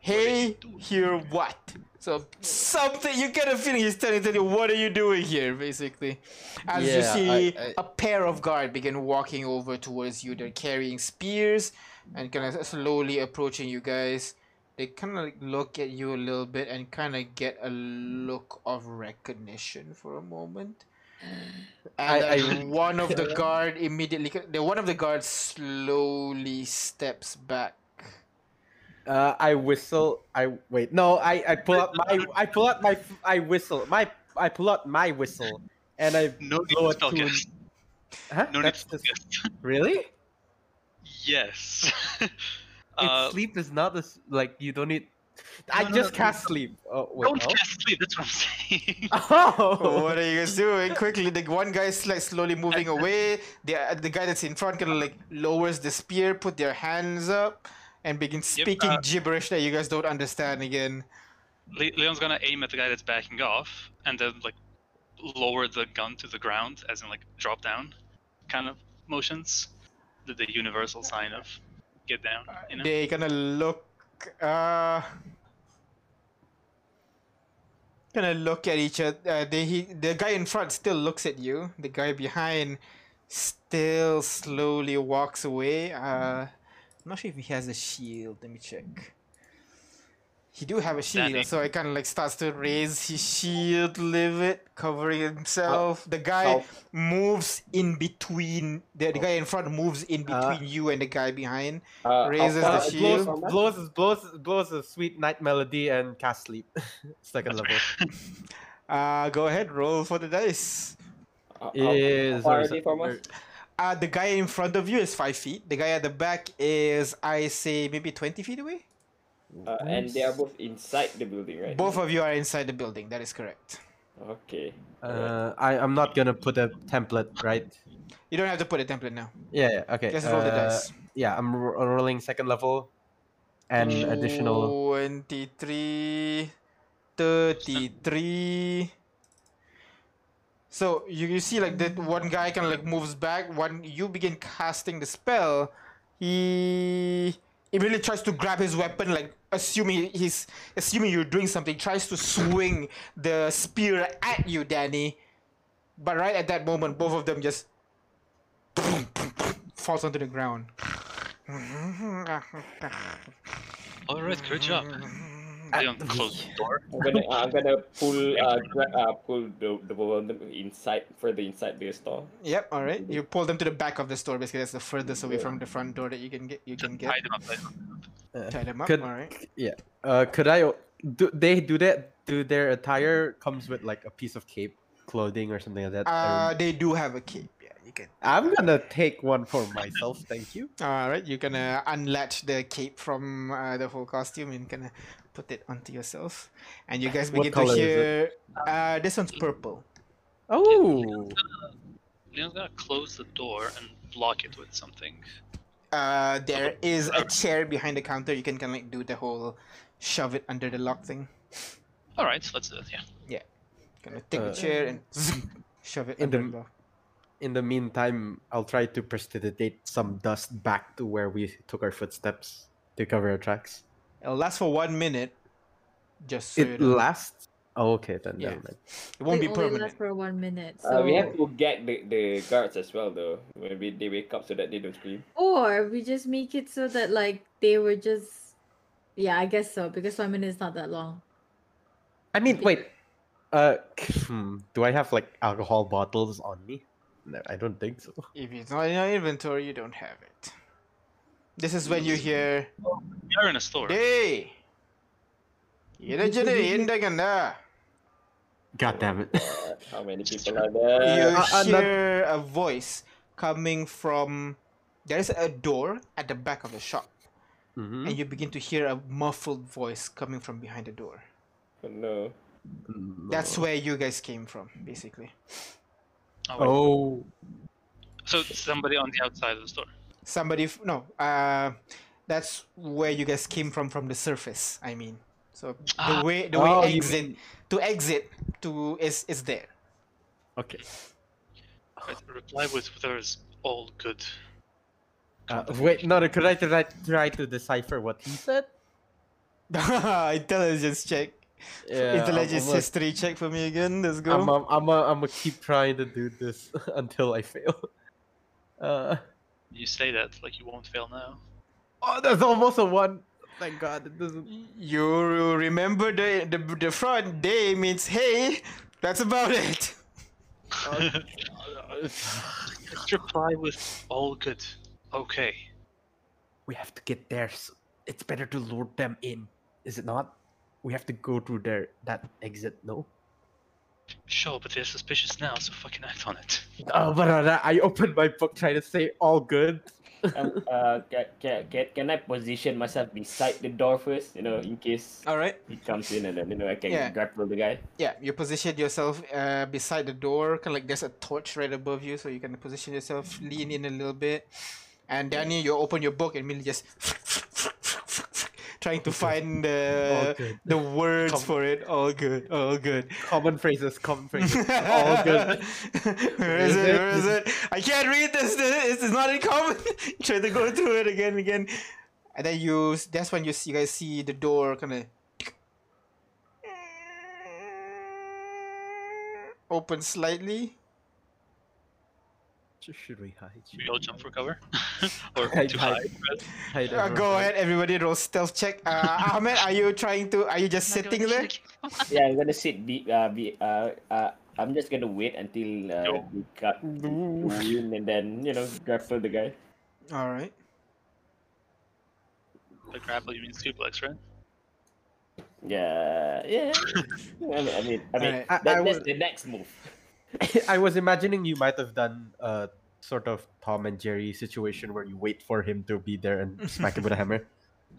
S1: Hey, here what? So something you get a feeling he's telling you, "What are you doing here?" Basically, as you
S8: Yeah,
S1: see
S8: I- I-
S1: a pair of guard begin walking over towards you. They're carrying spears and kind of slowly approaching you guys. They kind of look at you a little bit and kind of get a look of recognition for a moment. And
S8: I-
S1: then one of the guard immediately, the one of the guards slowly steps back.
S8: Uh, I whistle. I wait. No, I, I pull out my I pull out my f- I whistle my I pull out my whistle, and I
S6: no need
S8: blow
S6: to
S8: a
S6: spell
S8: tune.
S6: guess.
S8: Huh?
S6: No need to
S8: That's
S6: spell
S8: just,
S6: guess.
S8: really.
S6: yes.
S8: It's
S6: uh,
S8: sleep is not as like you don't need. I
S6: No, no,
S8: just
S6: no,
S8: cast sleep. Oh wait.
S6: don't
S8: no?
S6: cast sleep. That's what I'm saying.
S1: Oh,
S8: Oh.
S1: what are you guys doing? Quickly, the one guy is like slowly moving away. The uh, the guy that's in front kind of like lowers the spear, put their hands up, and begins
S6: Yep,
S1: speaking
S6: uh,
S1: gibberish that you guys don't understand again.
S6: Le- Leon's gonna aim at the guy that's backing off, and then like lower the gun to the ground, as in like drop down, kind of motions, the, the universal sign of get down. You know?
S1: They gonna look. Uh, gonna look at each other. Uh, they he, the guy in front still looks at you. The guy behind still slowly walks away. Uh, I'm not sure if he has a shield. Let me check. He do have a shield,
S6: Standing.
S1: so he kind of like starts to raise his shield, leave it, covering himself. the guy
S7: Help.
S1: moves in between. The, the guy in front moves in
S3: Uh,
S1: between you and the guy behind.
S7: Uh,
S1: Raises the
S7: I'll-
S3: Uh,
S7: I'll-
S1: shield.
S3: blows, blows, his- blows, his- blows a sweet night melody and cast sleep. Second level.
S1: Uh, go ahead, roll for the dice.
S7: I'll-
S3: Oh,
S7: I'll-
S3: Yeah, sorry,
S7: already
S3: sorry.
S7: from us?
S3: We're-
S1: Uh, the guy in front of you is five feet. The guy at the back is, I say, maybe twenty feet away.
S7: Uh, and they are both inside the building, right?
S1: Both of you are inside the building. That is correct.
S7: Okay.
S3: Uh, I, I'm not gonna put a template, right?
S1: You don't have to put a template now.
S3: Yeah, yeah okay.
S1: Just roll the
S3: uh,
S1: dice.
S3: Yeah, I'm ro- rolling second level and additional.
S1: 23 33 so you, you see like that one guy kind of like moves back when you begin casting the spell he immediately tries to grab his weapon like assuming he's assuming you're doing something tries to swing the spear at you danny but right at that moment both of them just falls onto the ground
S6: All right, great job. Mm-hmm. Leon, close the door.
S7: I'm gonna I'm gonna pull uh, gra- uh pull the the woman inside further inside the store.
S1: Yep. All right. You pull them to the back of the store. Basically, that's the furthest away from the front door that you can get. You can get.
S6: Hide him up, hide him up.
S1: Tie them up.
S3: Could-
S1: All right.
S3: Uh, could I? o- Do they do that? Do their attire comes with like a piece of cape, clothing, or something like that?
S1: Uh,
S3: I-
S1: they do have a cape. Yeah, you can.
S3: I'm gonna take one for myself. Thank you.
S1: All right. You're gonna uh, unlatch the cape from uh, the whole costume and gonna put it onto yourself. And you guys
S3: What
S1: begin to
S3: color is it?
S1: hear. Uh, this one's purple.
S3: Oh,
S6: Leon's gonna close the door and block it with something.
S1: Uh, there is a chair behind the counter. You can kind of like do the whole shove it under the lock thing.
S6: All right, let's do it. Yeah.
S1: Gonna take
S3: Uh,
S1: the chair and shove it
S3: in
S1: under
S3: the-
S1: the lock.
S3: in the meantime, I'll try to prestidigitate some dust back to where we took our footsteps to cover our tracks.
S1: It'll last for one minute. Just so you
S3: it
S1: know.
S3: lasts. Oh, okay, then
S1: Yeah.
S3: never mind.
S1: It won't
S4: They
S1: be
S4: only
S1: permanent.
S4: last for one minute. So,
S7: Uh, we have to get the, the guards as well though. When we, they wake up so that they don't scream.
S4: or we just make it so that like they were just, yeah, I guess so because one minute is not that long.
S3: I mean,
S4: Be-
S3: wait. Uh, hmm, do I have like alcohol bottles on me? No, I don't think so.
S1: If it's not in your inventory, you don't have it. This is
S3: Mm.
S1: when you hear,
S6: We are in a store.
S1: Hey! 이래저래 옛날간다."
S3: God damn it!
S7: Uh, how many people are there?
S1: You
S3: uh, uh, that-
S1: hear a voice coming from. There is a door at the back of the shop,
S3: Mhm.
S1: and you begin to hear a muffled voice coming from behind the door.
S7: Oh, no.
S1: That's
S3: No.
S1: where you guys came from, basically.
S6: Oh, wait.
S3: Oh,
S6: So it's somebody on the outside of the store.
S1: Somebody, f- no, uh, that's where you guys came from from the surface. I mean, so the
S6: Ah.
S1: way the
S3: Oh,
S1: way
S3: you
S1: exit to exit to is is there.
S3: okay.
S6: Right, reply with whatever is all good.
S3: Uh, wait, no, no. Could I try, try to decipher what he said?
S1: intelligence check. intelligence
S3: I'm,
S1: history check for me again. Let's go.
S3: I'm, I'm, I'm, I'm gonna keep trying to do this until I fail. Uh,
S6: You say that like you won't fail now.
S3: oh, that's almost a one. Thank God it doesn't.
S1: you remember the, the the front day means hey. That's about it.
S6: Just reply with all good. Okay.
S8: We have to get there. So it's better to lure them in, is it not? We have to go through their that exit. No.
S6: Sure, but they're suspicious now, so fucking act on it.
S3: Oh, but uh, I opened my book trying to say all good.
S7: Um, uh, can, can, can, can I position myself beside the door first? You know, in case
S1: All right.
S7: he comes in and then you know I can
S1: Yeah.
S7: grapple the guy.
S1: Yeah, you position yourself uh, beside the door, kind of like there's a torch right above you, so you can position yourself, lean in a little bit, and Danny, you open your book and immediately just trying to find
S3: all
S1: the
S3: good.
S1: the words
S3: Come-
S1: for it. All good, all good.
S3: Common phrases, common phrases. all good.
S1: Where is it? Where is it? I can't read this. This is not in common. Try to go through it again, again, and then you. That's when you see, you guys see the door kind of open slightly,
S3: Sh- Should we hide? Should
S6: We all jump for cover, or
S3: Hide,
S6: to
S3: hide.
S6: hide.
S3: hide
S1: Uh,
S3: everyone
S1: go
S3: hide?
S1: ahead, everybody. Roll stealth check. Uh, Ahmed, are you trying to? Are you just
S5: I'm not
S1: sitting
S5: doing
S1: there?
S5: shit.
S7: Yeah, I'm gonna sit be uh be uh, uh I'm just gonna wait until uh,
S6: Yo.
S7: we cut in and then you know grapple the guy.
S1: All right.
S6: The grapple, you mean suplex, right?
S7: Yeah, yeah. I mean, I mean, I mean uh,
S1: Alright.
S3: I-
S7: that,
S3: I
S7: that's
S3: would-
S7: the next move.
S3: I was imagining you might have done a sort of Tom and Jerry situation where you wait for him to be there and smack him with a hammer.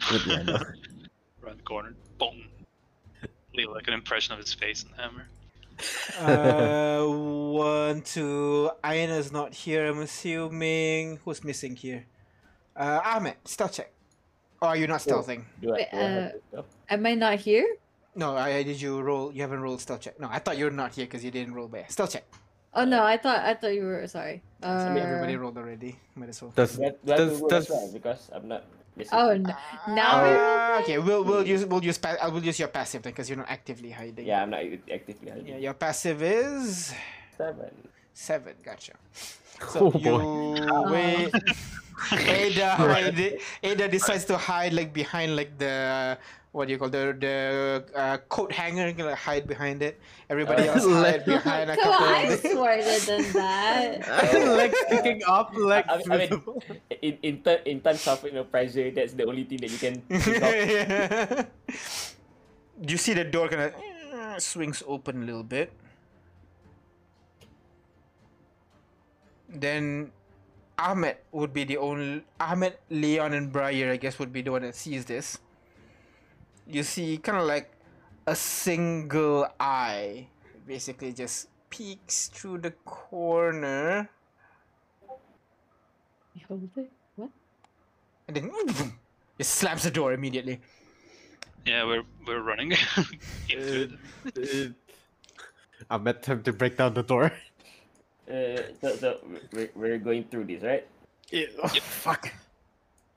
S3: Good one, though.
S6: Around the corner, boom. Leave like an impression of his face and hammer.
S1: Uh, one, two. Aina's not here. I'm assuming. Who's missing here? Uh, Ahmed, stealth check. Or are you not
S7: Oh.
S1: stealthing?
S7: Do I,
S4: Wait,
S7: do I
S4: uh,
S7: have to stop?
S4: Am I not here?
S1: No, I, I- did you roll? You haven't rolled stealth check. No, I thought you were not here because you didn't roll bear. Stealth check.
S4: Oh no, I thought I thought you were sorry.
S1: I
S4: Uh,
S1: mean, everybody rolled already. Might as well.
S3: Does
S7: Do I, do I have to
S3: does
S7: roll as well?
S3: does
S7: because I'm not. missing.
S4: oh no. Now
S1: Ah, okay, we'll we'll use we'll use pa- I will use your passive then because you're not actively hiding.
S7: Yeah, I'm not actively hiding.
S1: Yeah, your passive is
S7: Seven.
S1: seven. Gotcha. So
S3: Oh, boy.
S1: you wait. Ada, hide, Ada decides to hide like behind like the what do you call the the uh, coat hanger. Gonna hide behind it. Everybody
S7: Uh,
S1: else hide
S3: let-
S1: behind a
S4: Come
S1: couple.
S4: on, I'm
S1: Of the-
S4: smarter than that.
S3: legs kicking up, legs.
S7: I- I mean-
S3: with the-
S7: In in, ter- in terms of you know pressure, that's the only thing that you can. think of.
S1: Yeah. You see the door kind of swings open a little bit. Then Ahmed would be the only Ahmed, Leon, and Briar, I guess, would be the one that sees this. You see, kind of like a single eye, basically just peeks through the corner,
S4: Hold it. What?
S1: and then it slams the door immediately.
S6: Yeah, we're we're running. Into it.
S3: I meant him to break down the door.
S7: Uh, so so we're, we're going through this, right?
S3: Oh, fuck.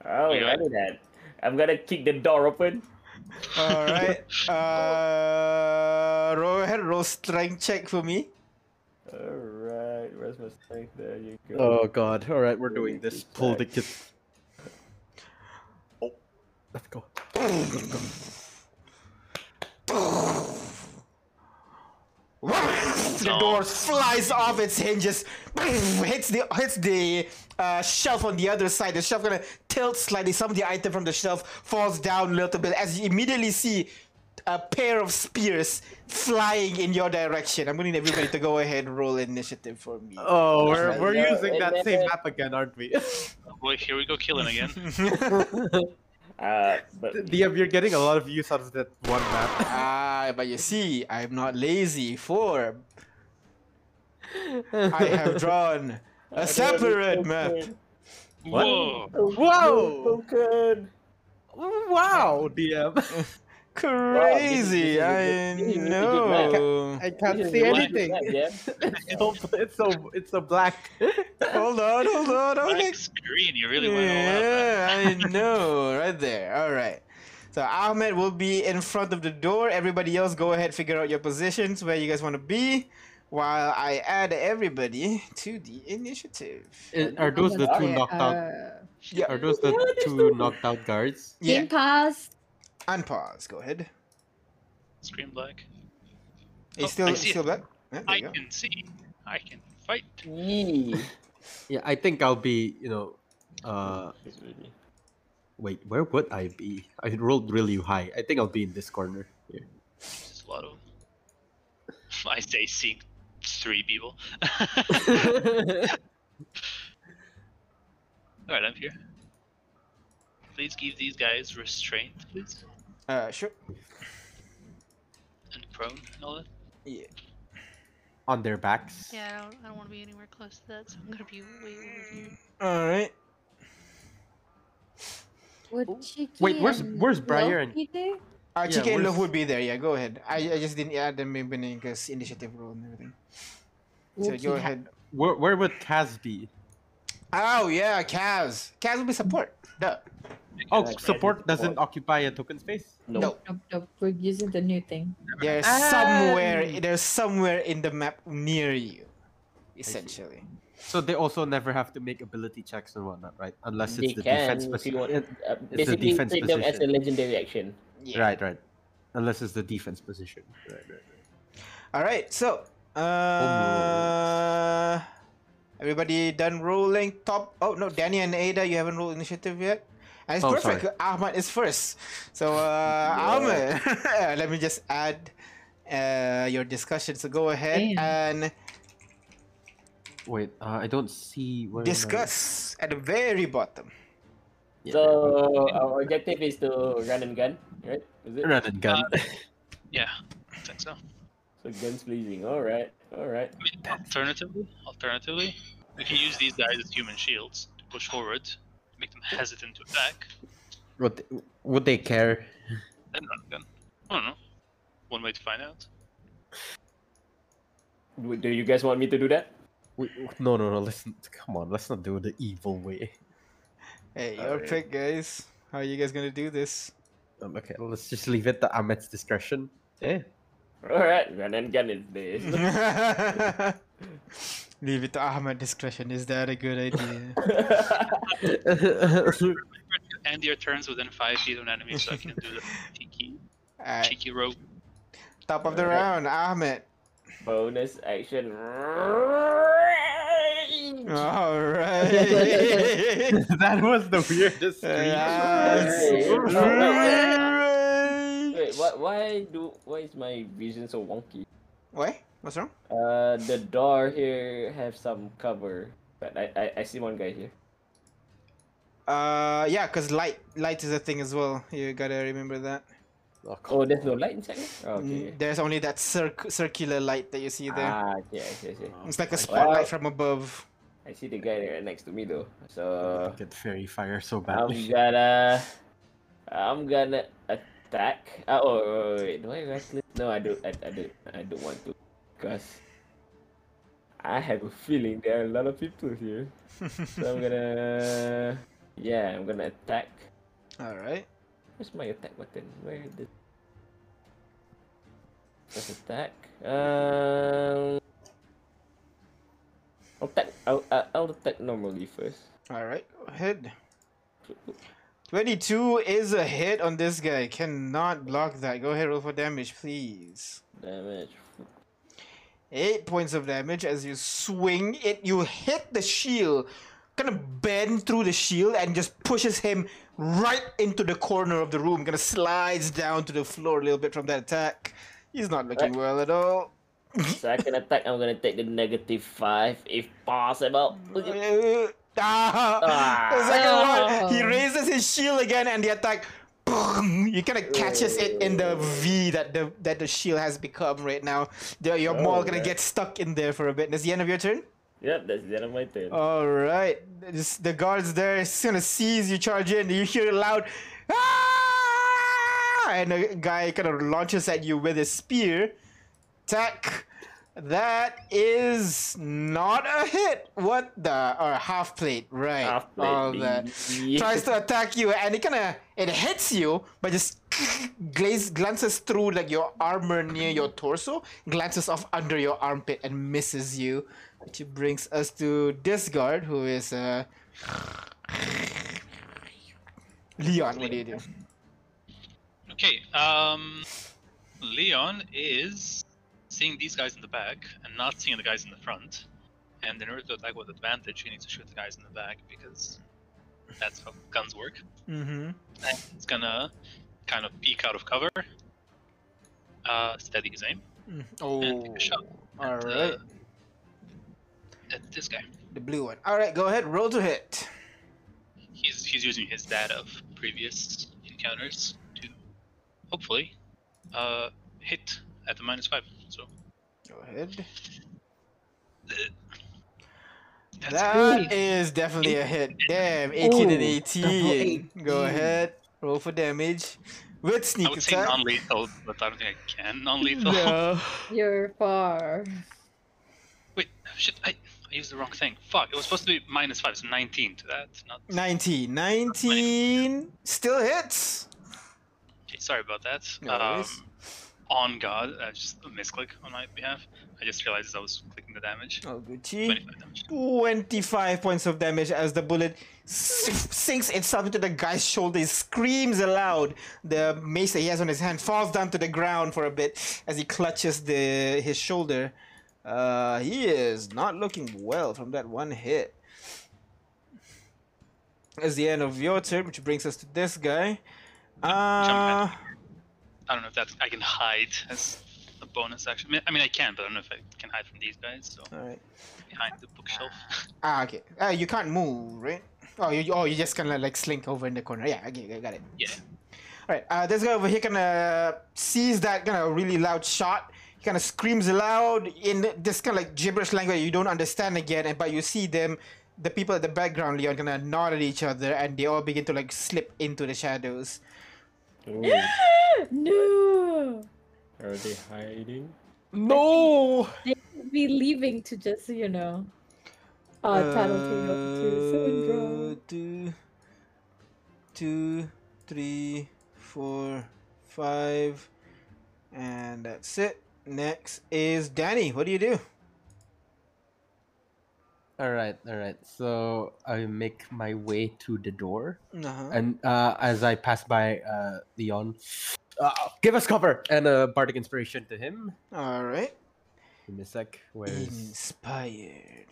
S7: Oh,
S6: We are.
S7: I do that. I'm gonna kick the door open.
S1: All right. Uh, roll ahead. Roll strength check for me.
S7: Alright, where's my strength? There you go.
S3: Oh god. All right, we're doing this. Pull the kid. Oh, let's go.
S1: the door flies off its hinges, hits the hits the uh, shelf on the other side. The shelf gonna tilt slightly. Some of the item from the shelf falls down a little bit. As you immediately see a pair of spears flying in your direction. I'm gonna need everybody to go ahead and roll initiative for me.
S3: Oh, we're,
S7: Right
S3: we're
S7: there,
S3: using
S7: right
S3: that same
S7: there.
S3: map again, aren't we?
S6: Oh boy, here we go killing again.
S7: Uh, but
S3: Liam, you're getting a lot of use out of that one map.
S1: Ah, but you see, I'm not lazy. For I have drawn a separate map.
S6: Whoa!
S3: Whoa!
S7: Token.
S3: Wow, DM.
S1: Crazy,
S7: Wow,
S1: I
S7: this is a good- this is a good
S1: know.
S3: I can't see anything.
S7: Yeah.
S3: It's so, it's so it's so black.
S1: Hold on, hold on. I'm
S6: Black
S1: like,
S6: screen, you really went all out. man.
S1: yeah, I know. Right there. All right. So Ahmed will be in front of the door. Everybody else, go ahead, figure out your positions, where you guys want to be, while I add everybody to the initiative.
S3: Are those the two
S4: Okay,
S3: knocked out?
S4: uh,
S1: Yeah.
S3: Are those the two knocked out guards?
S1: Yeah.
S4: Game Pass.
S1: Unpause. Go ahead.
S6: Screen black.
S1: It's
S6: Oh,
S1: still
S6: I see it.
S1: still black. Yeah, there
S6: I
S1: you go.
S6: can see. I can fight.
S7: Yee.
S3: Yeah, I think I'll be. You know, uh,
S7: It's really-
S3: wait, where would I be? I rolled really high. I think I'll be in this corner here.
S6: There's a lot of. I say seeing three people. Alright, I'm here. Please give these guys restraint, please.
S1: Uh, sure.
S6: And prone and all that.
S1: Yeah.
S3: On their backs.
S5: Yeah, I don't, I don't want to be anywhere close to that, so I'm gonna be way over here.
S1: All right.
S4: Would
S3: Oh,
S4: Cheeky
S3: wait, where's-
S4: and
S3: where's Briar and-
S4: Loki there?
S1: Uh,
S3: Yeah,
S1: Chicken and Love
S3: where's-
S1: would be there. Yeah, go ahead. I, I just didn't add them in because initiative roll and everything. So
S4: Would
S1: go
S4: he ha-
S1: ahead.
S3: Where where would Kaz be?
S1: Oh yeah, Cavs. Cavs will be support. Duh.
S3: Oh,
S7: Kaz is
S3: support doesn't
S7: support.
S3: occupy a token space.
S1: No.
S7: No.
S4: Nope, nope. We're using the new thing.
S3: Ah.
S1: They're somewhere. They're somewhere in the map near you. essentially.
S3: So they also never have to make ability checks and whatnot, right? Unless
S7: They
S3: it's the
S7: can
S3: defense
S7: if you
S3: position.
S7: want. Uh,
S3: a
S7: basically,
S3: defense
S7: treat them as a
S3: position.
S7: legendary action.
S1: Yeah.
S3: Right, right. Unless it's the defense position. Right, right, right.
S1: All right. So, uh, everybody done rolling top. Oh no, Danny and Ada, you haven't rolled initiative yet. And it's
S3: Oh,
S1: perfect. Ahmad is first. So, uh, Ahmad, let me just add uh, your discussion. So go ahead
S4: Damn.
S1: and
S3: Wait, uh, I don't see where. am I?
S1: discuss at the very bottom.
S3: Yeah.
S7: So our objective is to run and gun, right? Is it?
S3: Run and gun.
S7: Uh,
S6: Yeah, I think so.
S7: So guns blazing. All right, all right.
S6: I mean, alternatively, alternatively, we can use these guys as human shields to push forward, make them hesitant to attack.
S3: would, would they care?
S6: Then run again. I don't know. One way to find out.
S7: Do do you guys want me to do that?
S3: We, no, no, no. Listen, come on. Let's not do it the evil way.
S1: Hey, your
S7: Alright.
S1: pick, guys. How are you guys gonna do this?
S3: Um, okay, let's just leave it to Ahmed's discretion. Yeah.
S7: All right, run and gun is this.
S1: Leave it to Ahmad discretion. Is that a good idea?
S6: End your turns within five feet of an enemy, so I can do the cheeky,
S1: All right.
S6: cheeky rope.
S1: Top of the
S7: Alright.
S1: round, Ahmed.
S7: Bonus action.
S1: All right.
S3: that was the weirdest
S1: yes.
S7: Wait, what? Why do? Why is my vision so wonky?
S1: Wait, what's wrong?
S7: Uh, the door here have some cover, but I I, I see one guy here.
S1: Uh, yeah, cause light, light is a thing as well. You gotta remember that.
S3: Oh, come
S7: Oh, there's no light inside. here? Oh, okay.
S1: Mm, There's only that circ- circular light that you see there.
S7: Ah, okay, I see, I see.
S1: it's like a
S7: Wow.
S1: spotlight from above.
S7: I see the guy there next to me though.
S3: on,
S7: So
S3: Get fairy fire so
S7: I'm
S3: badly.
S7: gonna, I'm gonna attack. Uh, oh, oh, wait, do I reckless? No, I do. I, I do. I don't want to, because I have a feeling there are a lot of people here. So I'm gonna, yeah, I'm gonna attack.
S1: All right.
S7: Where's my attack button? Where did? Let's attack. Um, I'll attack. I'll, I'll I'll attack normally first.
S1: All right. Go ahead. Twenty-two is a hit on this guy. Cannot block that. Go ahead, roll for damage, please.
S7: Damage.
S1: Eight points of damage as you swing it. You hit the shield, kind of bend through the shield, and just pushes him right into the corner of the room. Kind of slides down to the floor a little bit from that attack. He's not looking well at all.
S7: So I can attack. I'm gonna take the negative five if possible.
S1: Ah, the second one, he
S4: No.
S1: raises his shield again, and the attack. boom, He kind of catches it in the V that the that the shield has become right now. Your, your maul gonna get
S7: Alright.
S1: stuck in there for a bit. That's the end of your turn.
S7: Yep, that's the end of my turn.
S4: Oh.
S1: All right, This- the guards there is gonna seize you, charge in. You hear a loud, ah! and a guy kind of launches at you with his spear. Tack. That is not a hit. What the? Or half plate, right?
S7: Half plate,
S1: All that
S7: yeah.
S1: tries to attack you, and it kind of it hits you, but just glaze, glances through like your armor near your torso, glances off under your armpit, and misses you. Which brings us to this guard, who is uh, Leon. What do you do?
S6: Okay, um, Leon is seeing these guys in the back and not seeing the guys in the front. And in order to attack with advantage, he needs to shoot the guys in the back because that's how guns work.
S1: Mm-hmm.
S6: And he's gonna kind of peek out of cover, uh, steady his aim, and
S1: Oh,
S6: take a shot.
S1: all
S6: at,
S1: right,
S6: uh, at this guy.
S1: the blue one. All right, go ahead, roll to hit.
S6: He's he's using his data of previous encounters to hopefully uh, hit at the minus five. So
S1: Go ahead.
S6: that's
S1: That is definitely a hit. Damn, 18 and 18. Go ahead, roll for damage with
S6: I
S1: sneak
S6: would say
S1: attack.
S6: non-lethal, but I don't think I can non-lethal.
S1: No.
S4: You're far.
S6: Wait, shit, I, I used the wrong thing. Fuck, it was supposed to be minus five, so 19 to that. Not.
S1: 19. 19 still hits.
S6: Okay, sorry about that.
S1: No
S6: um,
S1: worries.
S6: on God, uh, just a misclick on my behalf. I just realized I was clicking the damage.
S1: Oh, Gucci.
S6: 25 damage.
S1: 25 points of damage as the bullet s- sinks itself into the guy's shoulder. He screams aloud. The mace that he has on his hand falls down to the ground for a bit as he clutches the his shoulder. Uh, he is not looking well from that one hit. That's the end of your turn, which brings us to this guy. Uh,
S6: I don't know if that's I can hide as a bonus action. I mean- I mean, I can, but I don't know if I can hide from these guys. So
S1: Uh, all right.
S6: behind the bookshelf.
S1: Ah, okay. Uh, you can't move, right? Oh, you oh you just kind of like slink over in the corner. Yeah, okay, I got it.
S6: yeah.
S1: All right, uh, this guy over here kind of sees that kind of really loud shot. He kind of screams aloud in this kind of like gibberish language you don't understand again, and but you see them, the people at the background, Leon, kind of nod at each other, and they all begin to like slip into the shadows.
S4: no!
S7: Are they hiding?
S3: No.
S4: Be leaving to just, you know. Uh, Tattle King of
S1: Uh,
S4: Two Syndrome.
S1: two, two, three, four, five, and that's it. Next is Danny. What do you do?
S3: All right, all right. So I make my way to the door,
S1: Uh-huh.
S3: and uh, as I pass by uh, Leon, uh, give us cover and a bardic inspiration to him.
S1: All right.
S3: Give me a sec. Where's
S1: Inspired.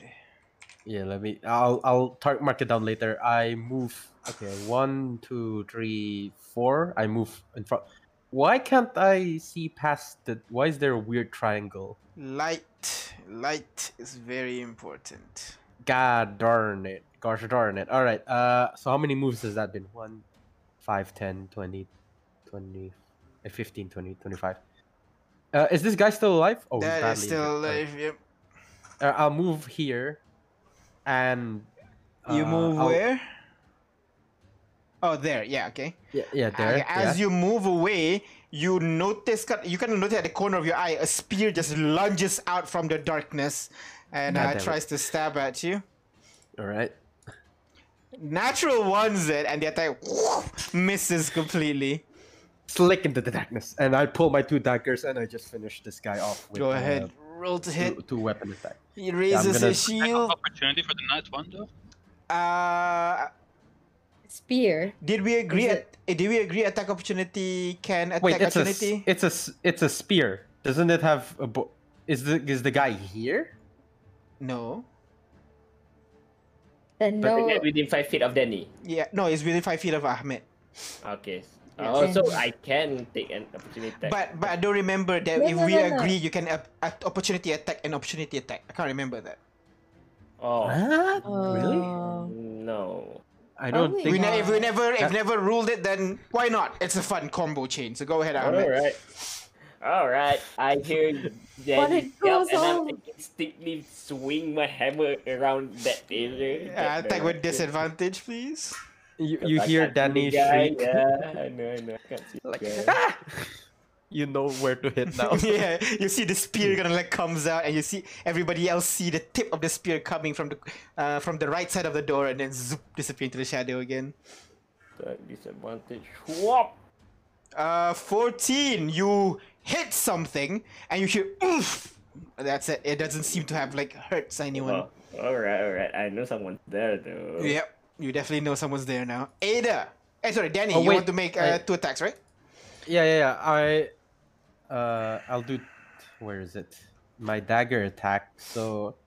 S3: yeah? Let me. I'll I'll tar- mark it down later. I move. Okay, one, two, three, four. I move in front. Why can't I see past the? Why is there a weird triangle?
S1: Light. Light is very important.
S3: God darn it. Gosh darn it. All right. Uh, so how many moves has that been? 1, 5, 10, 20, 20, uh, 15, 20, 25. Uh, is this guy still alive? Oh, he's
S1: that is
S3: badly injured.
S1: still
S3: All
S1: alive.
S3: right.
S1: Yep.
S3: Uh, I'll move here. And.
S1: you
S3: uh,
S1: move
S3: I'll-
S1: where? Oh, there. Yeah. Okay.
S3: Yeah, yeah
S1: Okay,
S3: there.
S1: Uh, As you move away, you notice. kin- You kind of notice at the corner of your eye a spear just lunges out from the darkness, and
S3: God
S1: uh,
S3: damn it.
S1: tries to stab at you.
S3: All right.
S1: Natural ones it, and the attack misses completely.
S3: Slick into the darkness. And I pull my two daggers and I just finish this guy off with
S1: Go
S3: uh,
S1: ahead. Roll to hit.
S3: two, two weapon attack.
S1: He raises
S3: gonna-
S1: his
S6: Attack of
S1: shield.
S6: opportunity for the night one though.
S1: Uh,
S4: Spear.
S1: Did we agree?
S4: Is
S1: At, eh, did we agree? Attack opportunity can attack
S3: Wait, it's a, s-
S1: opportunity.
S3: it's a s- it's a spear. Doesn't it have a bo- is the is the guy here?
S1: no.
S4: Then
S7: But
S4: no.
S7: they're within five feet of Danny.
S1: Yeah. No, it's within five feet of Ahmed.
S7: Okay.
S1: Yeah.
S7: Oh, so
S4: Then-
S7: I can take an opportunity attack.
S1: But but I don't remember that
S4: No,
S1: if
S4: no,
S1: we
S4: no, no.
S1: agree, you can ap- at- opportunity attack and opportunity attack. I can't remember that.
S7: oh
S3: What?
S4: Oh.
S7: no.
S3: I don't
S4: Probably
S1: We
S3: think.
S1: ne- if we never if
S3: That-
S1: never ruled it, then why not? It's a fun combo chain. So go ahead,
S7: All
S1: Ahmed.
S7: right. All right. I hear Danny
S4: it
S7: yell,
S4: goes
S7: and I'm
S4: on.
S7: instinctively swing my hammer around that area.
S1: Uh,
S7: that
S1: attack with
S7: direction.
S1: disadvantage, please.
S3: you,
S7: Because
S3: you
S7: I
S3: hear
S7: can't see
S3: Danny
S7: the guy,
S3: shriek,
S7: Yeah, I know, I know. I can't see the
S3: like
S7: guy.
S3: "Ah!" you know where to hit now.
S1: yeah, you see the spear gonna like comes out, and you see everybody else see the tip of the spear coming from the uh, from the right side of the door, and then zoop disappear into the shadow again.
S7: So, disadvantage. Whoop!
S1: Uh, 14, you hit something and you hear oof. That's it. It doesn't seem to have like hurts anyone.
S7: Oh, all right, all right. I know someone's there though.
S1: Yep, you definitely know someone's there now. Ada! Eh, sorry, Danny,
S3: Oh,
S1: you
S3: wait,
S1: want to make uh,
S3: I-
S1: two attacks, right?
S3: yeah, yeah, yeah. I uh I'll do where is it? My dagger attack. So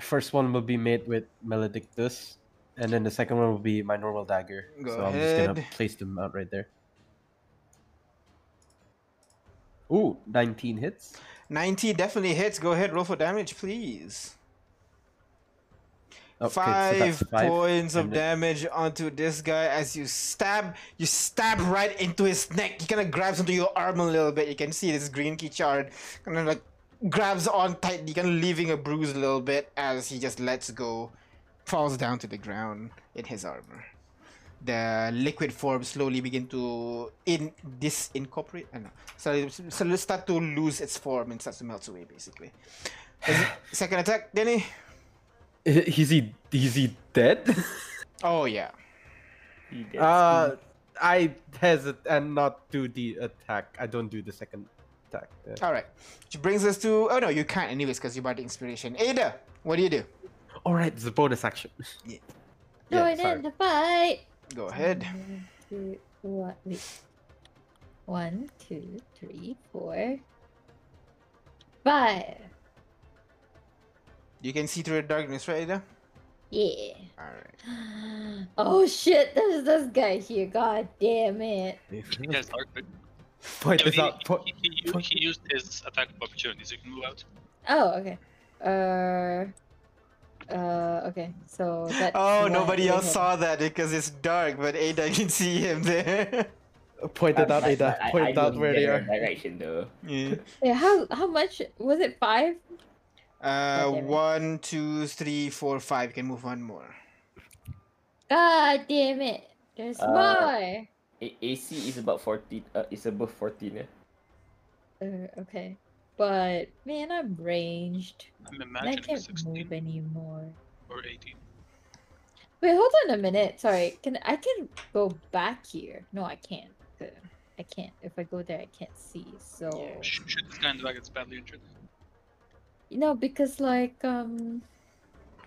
S3: first one will be made with Maledictus. And then the second one will be my normal dagger.
S1: Go
S3: so I'm just
S1: ahead.
S3: gonna place them out right there. Ooh, 19 hits.
S1: 90 definitely hits. Go ahead, roll for damage, please.
S3: Okay, so
S1: five,
S3: that's five,
S1: points of
S3: and then-
S1: damage onto this guy as you stab. You stab right into his neck. He kind of grabs onto your arm a little bit. You can see this green key chart kind of like grabs on tightly, kind of leaving a bruise a little bit as he just lets go, falls down to the ground in his armor. The liquid form slowly begin to in disincorporate. I know. So, so let's start to lose its form and starts to melt away, basically. Second attack, Danny.
S3: Is he is he dead?
S1: Oh yeah.
S7: He gets
S3: Ah, Uh, I hesitate and not do the attack. I don't do the second attack. Yeah.
S1: All right, which brings us to oh no, you can't anyways because you bought the inspiration. Ada, what do you do?
S3: All right, it's a bonus action.
S1: Yeah.
S3: Yeah,
S4: Join
S3: sorry.
S4: in the fight.
S1: Go ahead.
S4: One, two, one, wait. One, two, three, four, five.
S1: You can see through the darkness, right, Ada?
S4: Yeah.
S1: All right.
S4: Oh shit, there's this guy here. God damn it.
S6: He has dark vision.
S3: Point
S6: Yeah,
S3: this
S6: he-
S3: out. Point.
S6: he, he, u- he used his attack of opportunities. You can move out.
S4: Oh, okay. Uh. Uh, okay, so that.
S1: Oh, nobody else saw that because it's dark, but Ada can see him there.
S3: Point it out,
S7: I-
S3: Ada.
S7: I- I
S3: Point out
S7: don't
S3: where
S7: get
S3: they
S7: your
S3: are.
S7: Direction though.
S1: yeah.
S4: Yeah, how how much was it? Five?
S1: Uh,
S4: damn it.
S1: one, two, three, four, five. You can move one more.
S4: God damn it! There's
S7: Uh,
S4: more.
S7: A- AC is about fourteen. Uh, is above fourteen. Yeah.
S4: Uh, okay, but man, I'm ranged.
S6: I'm
S4: and I
S6: imagining
S4: can't
S6: 16
S4: move anymore.
S6: or 18.
S4: Wait, hold on a minute. Sorry, can I can go back here? No, I can't. Uh, I can't. If I go there, I can't see. So
S6: Sh- Shoot this guy in the back. It's badly injured.
S4: no, because like um,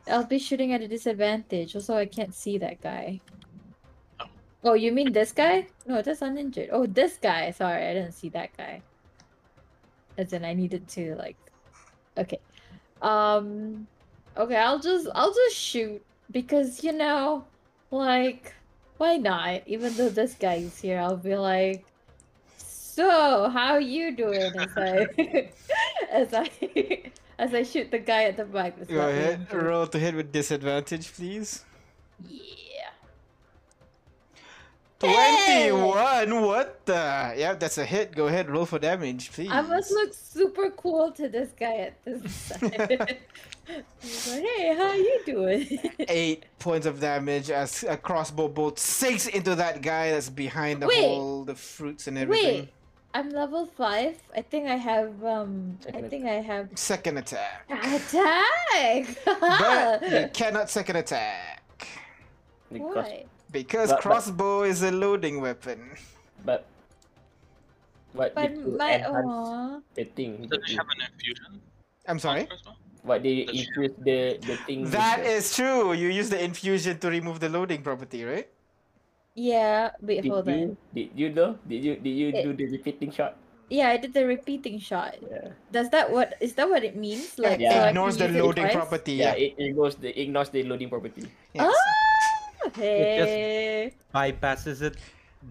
S4: I'll be shooting at a disadvantage. Also, I can't see that guy.
S6: Oh.
S4: Oh, you mean this guy? No, that's uninjured. Oh, this guy. Sorry, I didn't see that guy. As in, I needed to like. Okay. Um. Okay, I'll just I'll just shoot because you know, like, why not? Even though this guy's here, I'll be like, so how you doing? As I as I as I shoot the guy at the back. that's
S1: Go
S4: not
S1: ahead.
S4: being-
S1: Roll to hit with disadvantage, please.
S4: Yeah. Hey!
S1: 21 what the yeah that's a hit go ahead roll for damage please
S4: I must look super cool to this guy at this side. He's like, hey, how you doing?
S1: eight points of damage as a crossbow bolt sinks into that guy that's behind the
S4: Wait.
S1: hole the fruits and everything
S4: Wait, I'm level five. I think I have um. I
S7: Second
S4: think I have
S1: second attack
S4: attack. Ah.
S1: but you cannot second attack
S7: Because,
S4: Why?
S1: because
S7: But- but-
S1: crossbow is a loading weapon
S7: but. What
S4: But
S7: did you
S4: my oh.
S7: enhance
S4: aw.
S7: the thing?
S6: Does he have an infusion?
S1: i'm sorry
S7: What did you
S6: Does she-
S7: increase the the thing? with
S1: that
S7: the-
S1: is true you use the infusion to remove the loading property right
S4: Yeah. Wait,
S7: Did
S4: hold
S7: you
S4: on.
S7: did you though? Did you did you
S4: It-
S7: do the repeating shot?
S4: Yeah, I did the repeating shot.
S7: Yeah.
S4: Does that what is that what it means? Like so
S7: Yeah.
S4: I
S1: ignores the
S4: can use it
S1: loading
S4: twice?
S1: property
S7: Yeah.
S1: yeah,
S7: It ignores the ignores the loading property.
S1: Yes.
S4: Ah,
S3: just-
S4: hey.
S3: Bypasses it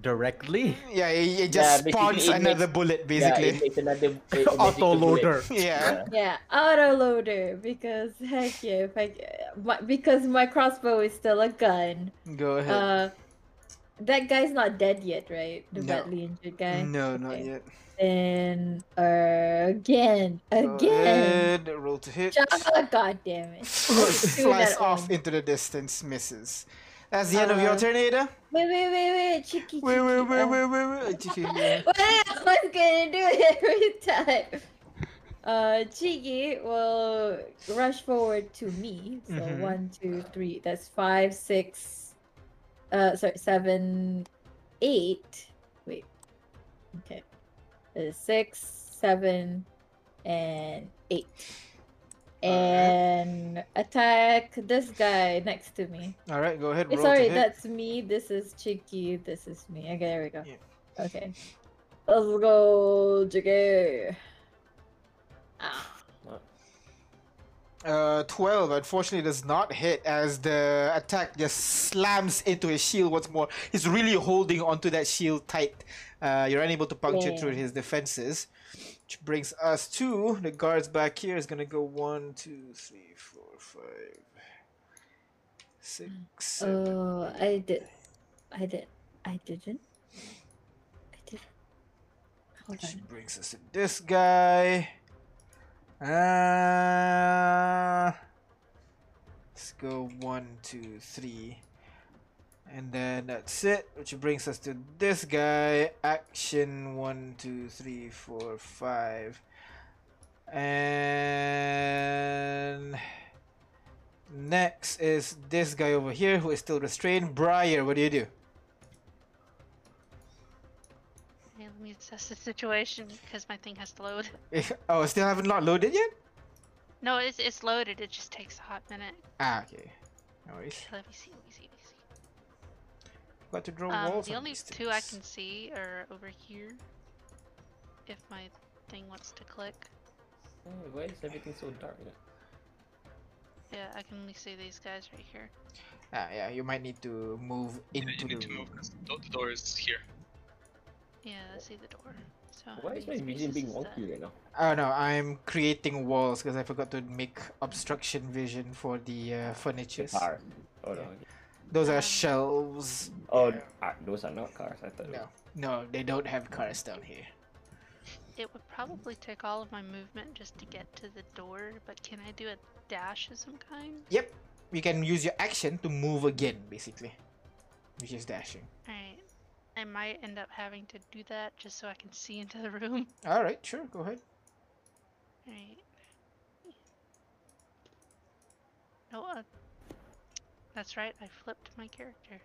S3: directly.
S1: yeah it, it just
S7: Yeah, basically
S1: spawns
S7: it makes-
S1: another bullet basically
S7: Yeah, it makes another it- it makes it
S3: Auto
S7: bullet.
S3: loader.
S1: Yeah.
S4: Yeah, autoloader because heck yeah, if I my, because my crossbow is still a gun.
S1: Go ahead.
S4: Uh, that guy's not dead yet, right? The
S1: No.
S4: badly injured guy.
S1: no, not
S4: okay.
S1: yet.
S4: Then uh, again,
S1: Go
S4: again.
S1: ahead, Roll to hit.
S4: God, God damn it! Let's do
S1: Flies
S4: that
S1: off
S4: one.
S1: into the distance, misses. That's the end of your
S4: Uh,
S1: turn, Ada.
S4: Wait, wait, wait, wait,
S1: Wait,
S4: cheeky, cheeky.
S1: wait, wait,
S4: uh,
S1: wait, wait, wait. Yeah.
S4: What else was gonna do it every time? Uh, Chigi will rush forward to me. So
S1: Mhm.
S4: one, two, three. That's five, six. Uh, sorry, seven, eight. Wait. Okay. Uh, Six, seven, and eight. And attack this guy next to me.
S1: All right, go ahead.
S4: Eh,
S1: Roll
S4: Sorry,
S1: to hit.
S4: that's me. This is Chicky. This is me. Okay, there we go.
S1: Yeah.
S4: Okay. Let's go, Chicky. Ah,
S1: Uh, 12 unfortunately does not hit as the attack just slams into his shield once more. He's really holding onto that shield tight. Uh, you're unable to puncture
S4: Yeah.
S1: through his defenses. Which brings us to the guards back here. Is going to go one, two, three, four, five, six, seven.
S4: oh, I did. I did. I didn't. I did. Hold
S1: Which
S4: on.
S1: brings us to this guy. Uh, let's go one, two, three. And then that's it, which brings us to this guy. Action one, two, three, four, five. And next is this guy over here who is still restrained. Briar, what do you do?
S5: Okay, let me assess the situation because my thing has to load.
S1: oh, still haven't lo- loaded yet?
S5: No, it's, it's loaded. It just takes a hot minute.
S1: Ah, okay. No worries.
S5: Okay, Let me see. Let me see. Let me see.
S1: Got to draw
S5: Um,
S1: walls.
S5: the
S1: on
S5: only
S1: these
S5: two I
S1: things.
S5: can see are over here. If my thing wants to click.
S7: Oh, why is everything so dark? now?
S5: Yeah, I can only see these guys right here.
S1: Ah, yeah, you might need to move into
S6: You need
S1: the
S6: to move 'cause the the door is here.
S5: Yeah, I see the door. So how
S7: Why is my
S5: many
S7: vision
S5: spaces
S7: being
S5: is that?
S7: wonky right now?
S1: Oh no, I'm creating walls because I forgot to make obstruction vision for the uh, furnitures.
S7: Car. Oh no.
S1: Yeah. Those
S5: Um,
S1: are shelves.
S7: Oh,
S1: Yeah.
S7: ah, those are not cars. I thought.
S1: No, no, they don't have cars down here.
S5: It would probably take all of my movement just to get to the door, but can I do a dash of some kind?
S1: Yep, you can use your action to move again, basically, which is dashing.
S5: Alright. I might end up having to do that just so I can see into the room.
S1: All right, sure, go ahead.
S5: Alright. No, uh, that's right, I flipped my character.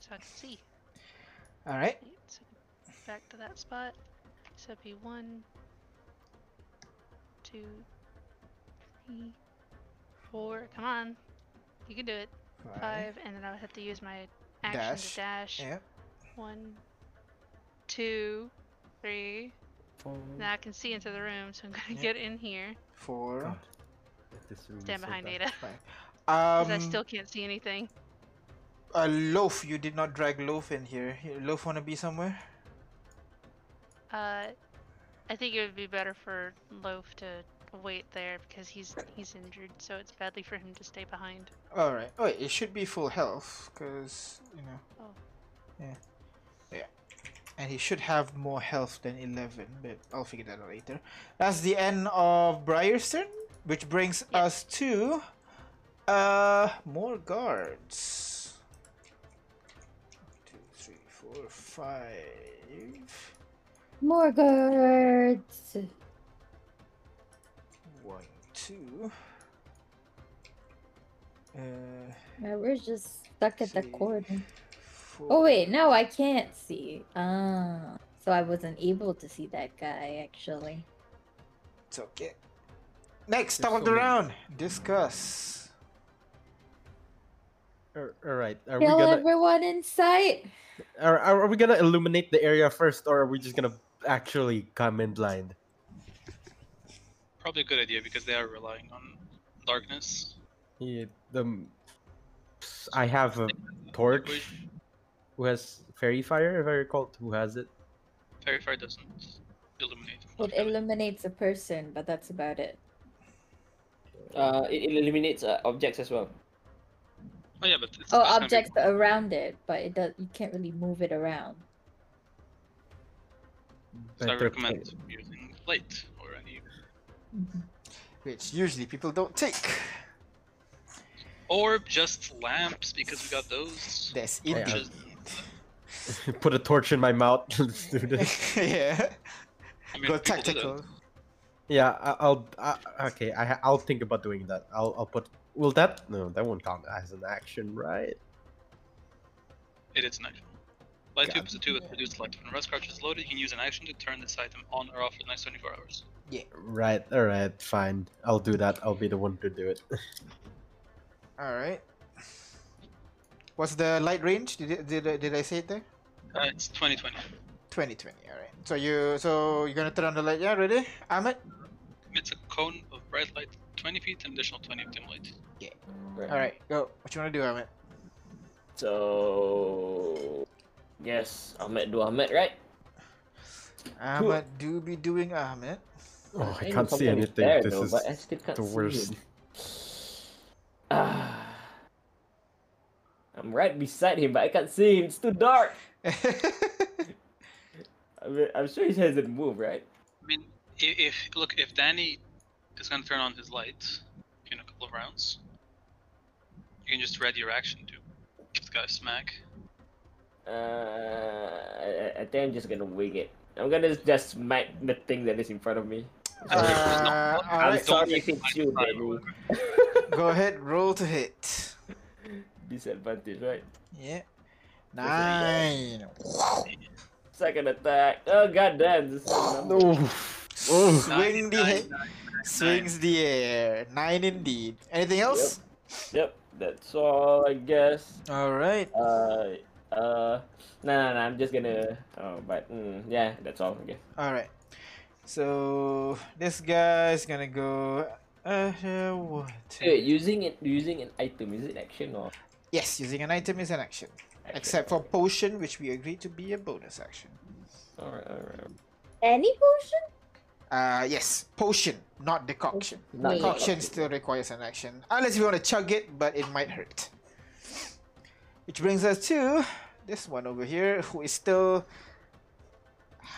S5: So I can see.
S1: All right,
S5: Right, so back to that spot. So it'd be one, two, three, four. Come on, you can do it. Five, and then I would have to use my action
S1: Dash,
S5: to dash.
S1: Yeah.
S5: One, two, three. Now I can see into the room, so I'm gonna
S1: Yeah.
S5: get in here,
S1: Four.
S3: God.
S8: This room
S5: stand
S8: is so
S5: behind
S8: dark.
S5: Ada,
S1: Um,
S5: because I still can't see anything.
S1: uh, loaf. You did not drag loaf in here. Here, Loaf wanna be somewhere?
S5: Uh, I think it would be better for Loaf to wait there because he's he's injured, so it's badly for him to stay behind.
S1: All right. Oh, it should be full health, cause you know.
S5: Oh.
S1: Yeah. Yeah. And he should have more health than eleven, but I'll figure that out later. That's the end of Briar's turn, which brings
S5: Yeah.
S1: us to uh more guards. One, Two, three, four, five.
S4: More guards.
S1: One, two. Uh,
S4: Yeah, we're just stuck at the
S1: See.
S4: corner.
S1: four.
S4: Oh wait, no, I can't see. Ah, so I wasn't able to see that guy actually.
S1: It's okay. Next
S3: There's
S1: top of
S3: so
S1: the
S3: many.
S1: round, discuss.
S3: All right. Are we
S4: Kill
S3: gonna
S4: everyone in sight.
S3: are, are are we gonna illuminate the area first, or are we just gonna actually come in blind?
S6: Probably a good idea because they are relying on darkness.
S3: Yeah, the m- s- I have a torch. Who has fairy fire? If I recall, who has it?
S6: Fairy fire doesn't illuminate.
S4: It illuminates a person, but that's about it.
S7: Uh, it, it eliminates uh, objects as well.
S6: Oh yeah, but
S4: Oh,
S6: it's it's gonna be-
S4: objects around it, but it does. You can't really move it around.
S6: So I
S3: Better
S6: recommend using light or any
S4: Mm-hmm.
S1: Which usually people don't take.
S6: or just lamps because we got those.
S1: That's
S3: Yeah.
S1: indeed.
S3: Put a torch in my mouth. Let's do
S1: Yeah.
S3: this.
S6: I
S1: Go
S6: mean, people do that.
S1: tactical.
S3: Yeah, I, I'll. I, okay, I, ha- I'll think about doing that. I'll. I'll put. Will that? No, that won't count as an action, right?
S6: It is an action. Light
S3: God.
S6: tube is a tube with reduced light. When rust crouch is loaded, you can use an action to turn this item on or off for the next 24 hours.
S3: Right. All right. Fine. I'll do that. I'll be the one to do it.
S1: All right. What's the light range? Did, it, did I- did I say it there?
S6: Uh, it's 2020.
S1: 2020. All right. So you so you're gonna turn on the light. Yeah, ready? Ahmed.
S6: It's a cone of bright light, 20 feet, and additional 20 of dim light.
S7: Right.
S1: All right. Go. What you wanna do, Ahmed?
S7: So yes, Ahmed do Ahmed, right?
S1: Ahmed do be doing Ahmed.
S3: Oh, I
S7: Ain't
S3: can't see
S7: something
S3: anything.
S7: there,
S3: this
S7: though,
S3: is.
S7: but I still can't
S3: the
S7: see
S3: worst.
S7: him. Ah. I'm right beside him, but I can't see him. It's too dark. I mean, I'm sure he hasn't moved, right?
S6: I mean, if, if look, if Danny is gonna turn on his lights in a couple of rounds, you can just ready your action to give the guy a smack.
S7: Uh, I, I- I think I'm just gonna wing it. I'm gonna just smack the thing that is in front of me.
S1: uh, all
S7: I'm
S1: right.
S7: sorry
S6: Don't
S7: if it's you,
S6: fire
S7: Danny.
S1: Go ahead. Roll to hit.
S7: Disadvantage, right?
S1: Yeah.
S7: That's
S1: Nine.
S7: Second attack. Oh goddamn! This is
S8: No.
S1: Oh, Swing the
S6: Nine,
S1: he-
S6: nine,
S1: swings the air. Nine indeed. Anything else?
S7: Yep, that's all I guess.
S1: All right.
S7: Uh, uh, no, no, no. I'm just gonna. Oh, but mm, yeah, that's all I guess.
S1: All right. So this guy's gonna go. Uh, uh, what?
S7: Wait, using it, using an item is it action or?
S1: Yes, using an item is an action,
S7: action?
S1: except for potion, which we agreed to be a bonus action.
S7: Alright, alright.
S9: Any potion?
S1: Uh, yes, potion, not decoction.
S7: Not
S1: Decoction
S7: decoction.
S1: still requires an action, unless you want to chug it, but it might hurt. Which brings us to this one over here, who is still.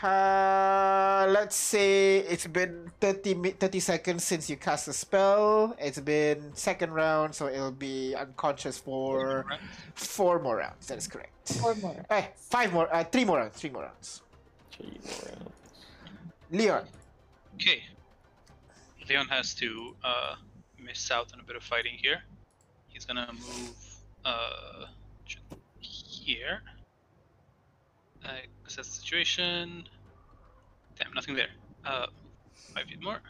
S1: Uh, let's say it's been 30, mi- 30 seconds since you cast a spell. It's been second round, so it'll be unconscious for
S6: nine.
S1: four more rounds. That is correct.
S4: Four more.
S1: Eh, five more, uh, three more rounds, three more rounds.
S7: Three more rounds.
S1: Leon,
S6: Okay. Leon has to uh, miss out on a bit of fighting here. He's gonna move uh, j- here. Uh, assess the situation. Damn, nothing there. Uh, five feet more.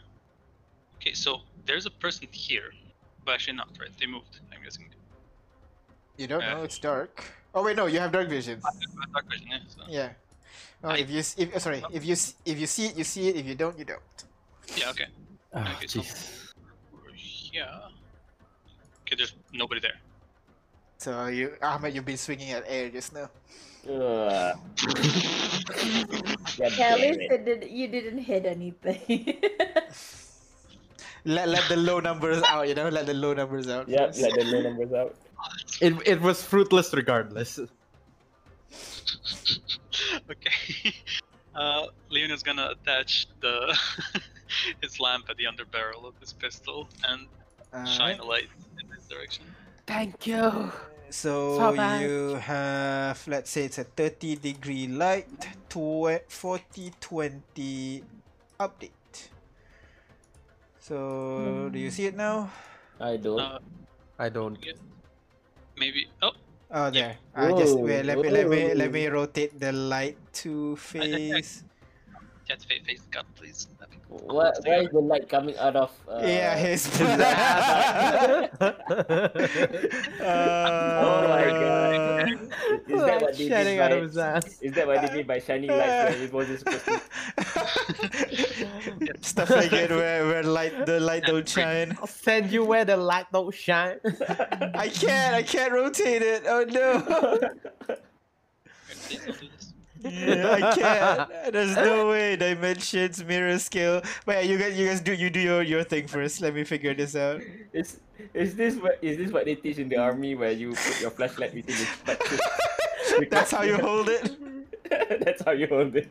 S6: Okay, so there's a person here. But actually, not right. They moved. I'm guessing.
S1: you don't
S6: Yeah.
S1: know, it's dark. Oh, wait, no, you have dark vision.
S6: Dark vision, yeah, so-
S1: Yeah. No,
S6: I-
S1: if you s- if uh, sorry, if you s- if you see it, you see it. If you don't, you don't.
S6: Yeah, okay.
S3: Ah,
S6: Okay, so-
S3: jeez.
S6: Yeah. Okay, there's nobody there.
S1: So you, Ahmed, you've been swinging at air just now.
S7: Ugh. God
S4: Yeah, at
S7: damn
S4: least
S7: it.
S4: it did, you didn't hit anything.
S1: Let let the low numbers out. You know, let the low numbers out.
S7: Yep,
S1: first.
S7: let the low numbers out.
S3: It, it was fruitless regardless.
S6: okay. Uh, Leon is gonna attach the his lamp at the underbarrel of his pistol and shine
S1: Alright.
S6: a light in this direction.
S3: Thank you.
S1: So
S3: So bad.
S1: you have let's say it's a thirty degree light, tw- 40 20 update. So do you see it now?
S7: I don't.
S6: Uh,
S3: I don't.
S6: maybe. Oh,
S1: Oh, there. I just
S7: Whoa,
S1: wait. Let me let me let me
S7: whoa.
S1: rotate the light to face.
S6: jet face, face gun, please. That'd be cool.
S7: Why,
S6: Stay
S7: why
S6: over.
S7: is the light coming out of? Uh,
S1: yeah, his.
S7: Oh
S1: Uh,
S7: my god. Is that what they mean
S3: Shining out of
S7: by?
S3: his ass.
S7: Is that what they mean by shining lights? Where it wasn't supposed to.
S1: Stuff like it where, where light the light don't shine.
S3: I'll send you where the light don't shine.
S1: I can't. I can't rotate it. Oh no.
S6: Please don't do this.
S1: Yeah, I can't. There's no way. Dimensions, mirror scale. Wait, you guys, you guys do you do your your thing first. Let me figure this out.
S7: Is is this what is this what they teach in the army where you put your flashlight within the butt cheek?
S1: That's how you hold it.
S7: That's how you hold it.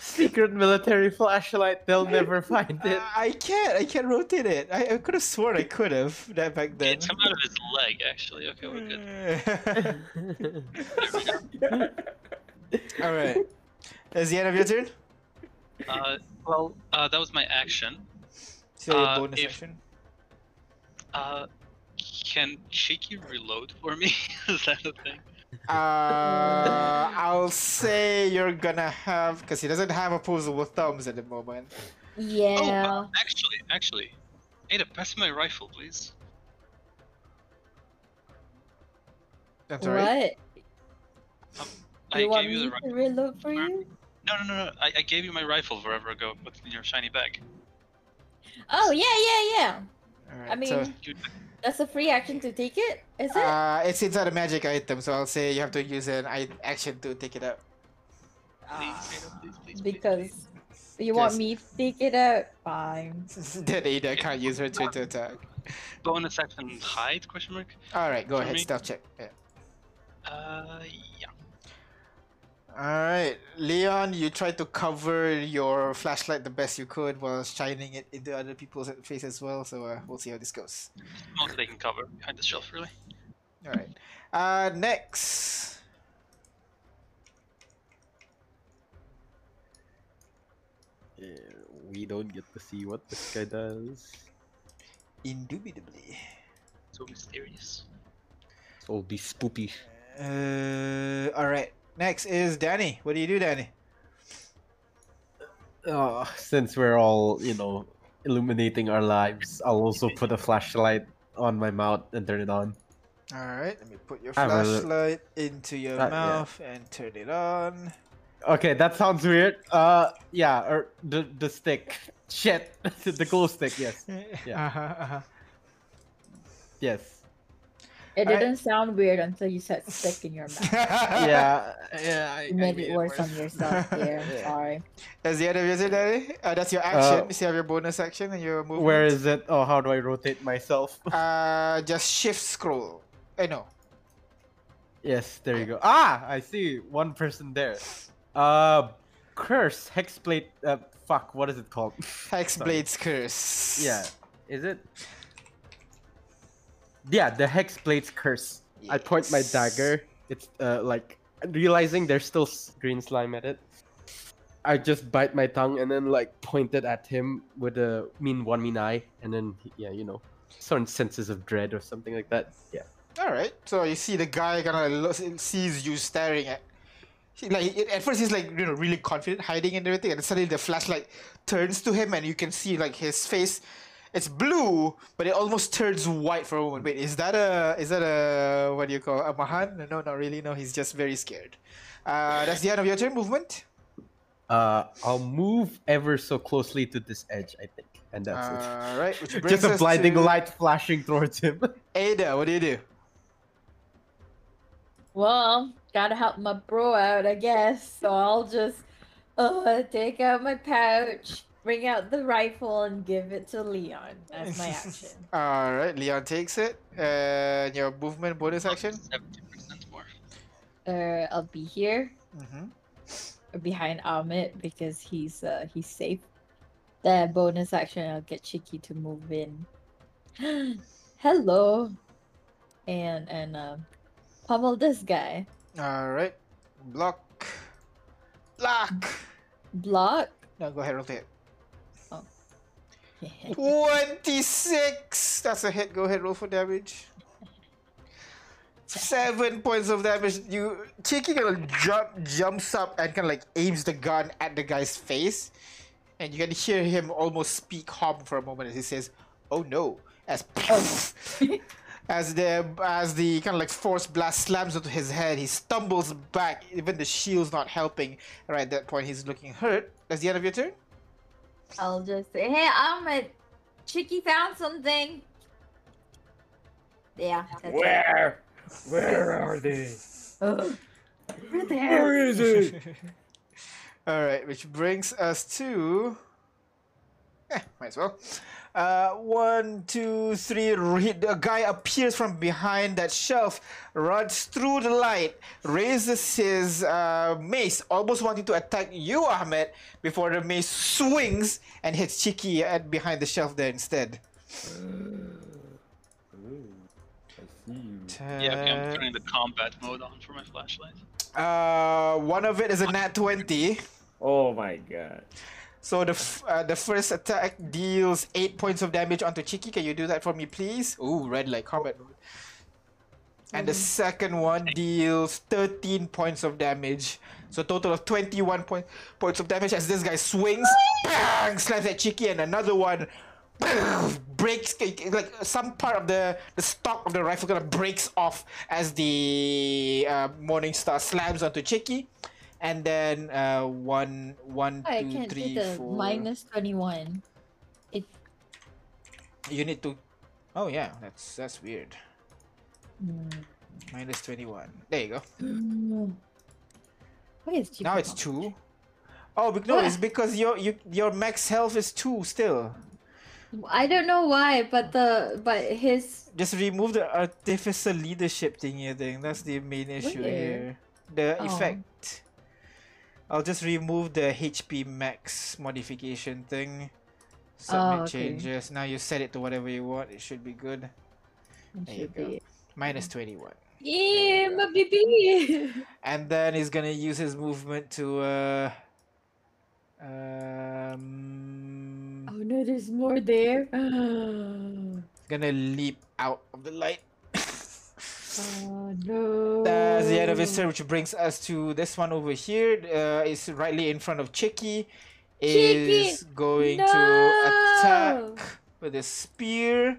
S3: Secret military flashlight, they'll never find it.
S1: Uh, I can't. I can't rotate it. I, I could have sworn I could have that back then.
S6: It's coming out of his leg, actually. Okay, we're good.
S1: All right. That's the end of your turn.
S4: Hmm.
S6: Uh,
S3: well,
S6: uh, that was my action.
S1: So your
S6: Uh,
S1: bonus
S6: if-
S1: action.
S6: Uh, can Cheeky reload for me? is that a thing?
S1: Uh, I'll say you're gonna have because he doesn't have opposable thumbs at the moment.
S9: Yeah.
S6: Oh, uh, actually, actually, Ada, pass me my rifle, please.
S1: I'm sorry.
S4: what?
S6: I
S4: You want
S6: gave you the
S4: me
S6: rifle.
S4: to reload for you?
S6: No, no, no, no. I, I gave you my rifle forever ago. What's in your shiny bag?
S4: Oh yeah, yeah, yeah.
S1: All
S4: I
S1: right,
S4: mean,
S1: so-
S6: You,
S4: that's a free action to take it, is it?
S1: uh, it's inside a magic item, so I'll say you have to use an i- action to take it out. Ah,
S6: please, Ada, please, please, please,
S4: because you want
S1: Because-
S4: me to take it out? Fine.
S1: then Ada can't use her turn to attack.
S6: please. bonus action hide? Question mark.
S1: All right, go
S6: For
S1: ahead.
S6: me?
S1: Stealth check. Yeah.
S6: Uh, yeah.
S1: All right, Leon, you tried to cover your flashlight the best you could while shining it into other people's face as well. So uh, we'll see how this goes.
S6: Most they can cover behind the shelf, really.
S1: All right. Uh, next.
S8: we don't get to see what this guy does.
S1: Indubitably.
S6: So mysterious.
S8: It's all these spoopy.
S1: Uh, all right. Next is Danny. What do you do, Danny?
S3: Uh, since we're all, you know, illuminating our lives, I'll also put a flashlight on my mouth and turn it on.
S1: All right, let me put your
S3: I will-
S1: flashlight into your
S3: Uh, yeah.
S1: mouth and turn it on.
S3: Okay, that sounds weird. Uh, yeah, or the the stick. Shit, the glow stick. Yes, Yeah.
S1: Uh-huh, uh-huh.
S3: yes.
S4: It
S1: Alright.
S4: didn't sound weird until you said stick in your mouth.
S3: Yeah, yeah. I,
S4: You
S3: I
S4: made
S3: made
S4: it worse on yourself here. I'm
S3: Yeah.
S4: Sorry.
S1: That's the end of your turn, Danny. Uh, that's your action. so you have your bonus action and your movement.
S3: Where is it? Oh, how do I rotate myself?
S1: Uh, just shift scroll. Eh, I know.
S3: Yes, there you go. Ah, I see one person there. Uh, curse hexplate. Uh, fuck. What is it called?
S1: Hexblade's curse.
S3: Yeah, is it? Yeah, the hexblade's curse. I point my
S1: Yes.
S3: dagger. It's uh like realizing there's still s- green slime at it. I just bite my tongue and then like point it at him with a mean one mean eye, and then yeah, you know, certain senses of dread or something like that. Yeah.
S1: All right. So you see the guy kind of sees you staring at. He, like at first he's like you know really confident, hiding and everything, and suddenly the flashlight turns to him, and you can see like his face. It's blue, but it almost turns white for a moment. Wait, is that a is that a what do you call a Mahan? No, not really. No, he's just very scared. Uh, that's the end of your turn. Movement.
S3: Uh, I'll move ever so closely to this edge, I think, and that's it.
S1: All right. Which brings
S3: Just a
S1: us
S3: blinding
S1: Uh, to
S3: light flashing towards him.
S1: Ada, what do you do?
S4: Well, gotta help my bro out, I guess. So I'll just uh take out my pouch, bring out the rifle, and give it to Leon as my action.
S1: All right, Leon takes it. And your movement bonus action.
S6: Seventy percent more.
S4: Uh, I'll be here
S1: Mm-hmm.
S4: behind Amit because he's uh he's safe. The bonus action, I'll get Chiki to move in. Hello, and and uh, pummel this guy.
S1: All right, block, block.
S4: Block.
S1: No, go ahead, roll the hit.
S4: He's
S1: Twenty-six. That's a hit. Go ahead, roll for damage. Seven points of damage. You Chiki kind of jump, jumps up and kind of like aims the gun at the guy's face, and you can hear him almost speak hom for a moment as he says, "Oh no!" As as the as the kind of like force blast slams onto his head, he stumbles back. Even the shield's not helping. Right at that point, he's looking hurt. That's the end of your turn.
S4: I'll just say, hey, I'm a Chicky found something. Yeah. that's it.
S7: Where? Where are they?
S4: Ugh. Over there.
S7: Where is it?
S1: All right, which brings us to. Eh, might as well. Uh, one, two, three. Re- the guy appears from behind that shelf, runs through the light, raises his uh, mace, almost wanting to attack you, Ahmed, before the mace swings and hits Chiki at behind the shelf there instead.
S7: I see you.
S6: Yeah, okay, I'm turning the combat mode on for my flashlight.
S1: Uh, one of it is a nat twenty.
S7: Oh my god.
S1: So the f- uh, the first attack deals eight points of damage onto Chiki. Can you do that for me, please? Ooh, red light combat mode. And the second one deals thirteen points of damage. So total of twenty-one point- points of damage as this guy swings, bang, slaps at Chiki, and another one. bang, breaks like some part of the the stock of the rifle kind of breaks off as the uh, morning star slams onto Chiki, and then uh, one one
S4: I
S1: two,
S4: can't
S1: three,
S4: do the
S1: four.
S4: minus 21. It,
S1: You need to. Oh yeah, that's that's weird.
S4: Mm.
S1: Minus twenty-one. There you go.
S4: what is Chicky?
S1: now it's
S4: from?
S1: two. Oh, bec- no,
S4: Ah.
S1: it's because your you, your max health is two still.
S4: I don't know why, but the but his
S1: Just remove the artificial leadership thing here. Thing that's the main issue here.
S4: Where?
S1: The
S4: Oh.
S1: effect. I'll just remove the HP max modification thing. Submit
S4: Oh, okay.
S1: changes. Now you set it to whatever you want. It should be good.
S4: it
S1: There you
S4: should
S1: go.
S4: be. Mm-hmm.
S1: Minus twenty-one.
S4: Yeah, my baby.
S1: And then he's gonna use his movement to uh um
S4: oh no, there's more there. Oh,
S1: gonna leap out of the light.
S4: Oh no.
S1: That's the end of his turn, which brings us to this one over here. Uh, it's rightly in front of Chicky.
S4: Chicky!
S1: Is going
S4: No!
S1: to attack with his spear.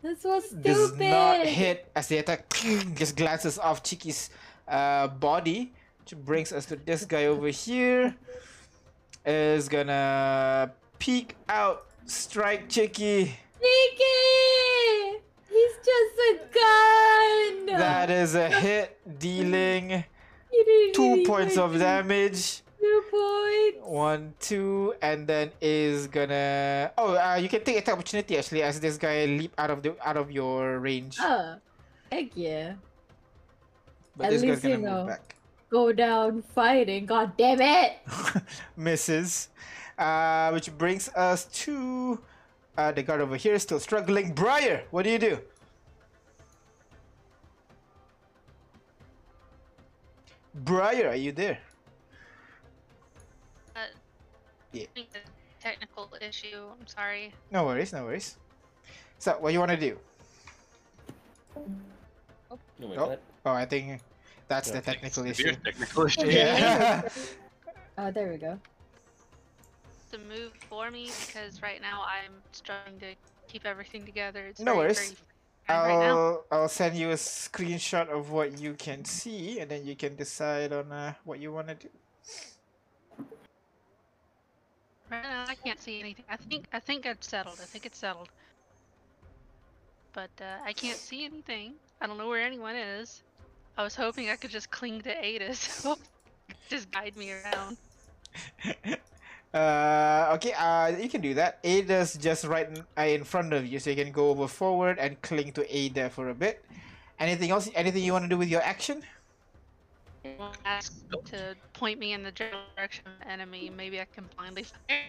S4: This was stupid.
S1: Does not hit as the attack just glances off Chiki's uh, body, which brings us to this guy over here. Is gonna peek out, strike Chicky.
S4: Nikki! He's just a gun!
S1: That is a hit, dealing
S4: You didn't
S1: two
S4: even
S1: points of
S4: do
S1: damage.
S4: Two points!
S1: One, two, and then is gonna. Oh, uh, you can take attack opportunity actually, as this guy leap out of the out of your range.
S4: Oh, heck yeah.
S1: but
S4: at
S1: this guy's
S4: least you
S1: gonna move
S4: know.
S1: back.
S4: Go down fighting, god damn it!
S1: Misses, uh, which brings us to uh, the guard over here, still struggling. Briar, what do you do? Briar, are you there?
S5: I think the technical issue. I'm sorry.
S1: No worries, no worries. So, what you wanna do?
S7: No, wait,
S1: Nope.
S7: what?
S1: Oh, I think that's
S7: Yeah,
S1: the technical
S6: Severe
S1: issue.
S6: technical issue.
S1: Yeah.
S4: Oh, there we go.
S5: The move for me because right now I'm struggling to keep everything together. It's
S1: No
S5: very
S1: worries. Oh. I'll
S5: hard Right now.
S1: I'll send you a screenshot of what you can see, and then you can decide on uh, what you want to do.
S5: Right now, I can't see anything. I think I think it's settled. I think it's settled. But uh, I can't see anything. I don't know where anyone is. I was hoping I could just cling to Ada, so just guide me around.
S1: Uh, okay, uh, you can do that. Ada's just right in, uh, in front of you, so you can go over forward and cling to Ada for a bit. Anything else? Anything you want to do with your action?
S5: Anyone Ask to point me in the direction of the enemy. Maybe I can blindly fire.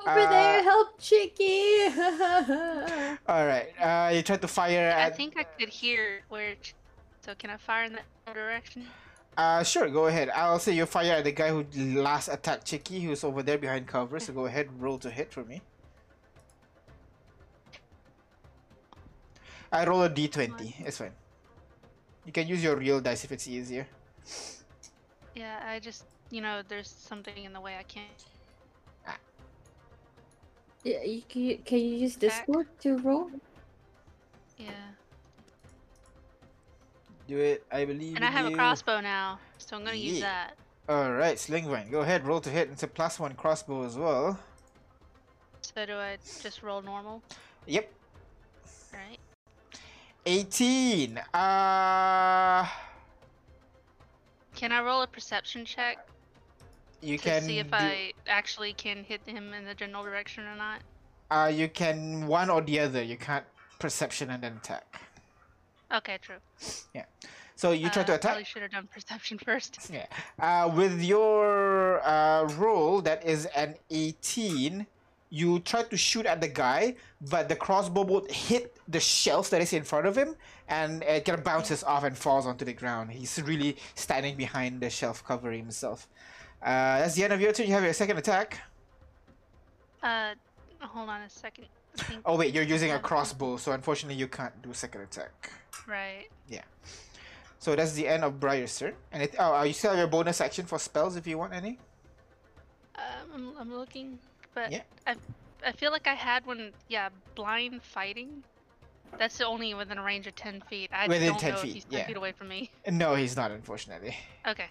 S4: Over
S1: Uh,
S4: there, help Chicky!
S1: All right. Uh, you tried to fire
S5: I
S1: at.
S5: think I could hear where. It... So can I fire in that direction?
S1: Uh, sure. Go ahead. I'll say you fire at the guy who last attacked Chicky, who's over there behind cover. So go ahead, roll to hit for me. I roll a d20. It's fine. You can use your real dice if it's easier.
S5: Yeah, I just you know there's something in the way. I can't.
S4: yeah, you can, you- can you use Discord to roll?
S5: Yeah,
S1: Do it. I believe.
S5: and I
S1: in
S5: have a
S1: you.
S5: crossbow now, so I'm gonna use
S1: Yeah.
S5: that.
S1: All right, Slingvine. Go ahead. Roll to hit. It's a plus one crossbow as well.
S5: So do I just roll normal?
S1: Yep.
S5: Right.
S1: 18. Uh,
S5: Can I roll a perception check
S1: you
S5: to
S1: can
S5: see if
S1: do-
S5: I actually can hit him in the general direction or not?
S1: Uh, you can one or the other. You can't perception and then attack.
S5: Okay, true.
S1: So you try
S5: Uh,
S1: to attack.
S5: Probably should have done perception first.
S1: Yeah. Uh, with your uh, roll, that is an 18, you try to shoot at the guy, but the crossbow bolt hit the shelf that is in front of him, and it kind of bounces off and falls onto the ground. He's really standing behind the shelf covering himself. Uh, that's the end of your turn. You have your second attack.
S5: Uh, hold on a second. I think-
S1: Oh, wait, you're using a
S5: Yeah.
S1: crossbow, so unfortunately, you can't do second attack.
S5: Right.
S1: So that's the end of Briar's turn. And it, oh, uh, you still have your bonus action for spells if you want any.
S5: Um, I'm, I'm looking, but
S1: Yeah.
S5: I I feel like I had one. Yeah, blind fighting. That's the only within a range of ten feet. I
S1: Within
S5: don't
S1: 10
S5: know
S1: feet,
S5: if he's ten
S1: yeah.
S5: feet away from me.
S1: No, he's not, unfortunately.
S5: Okay.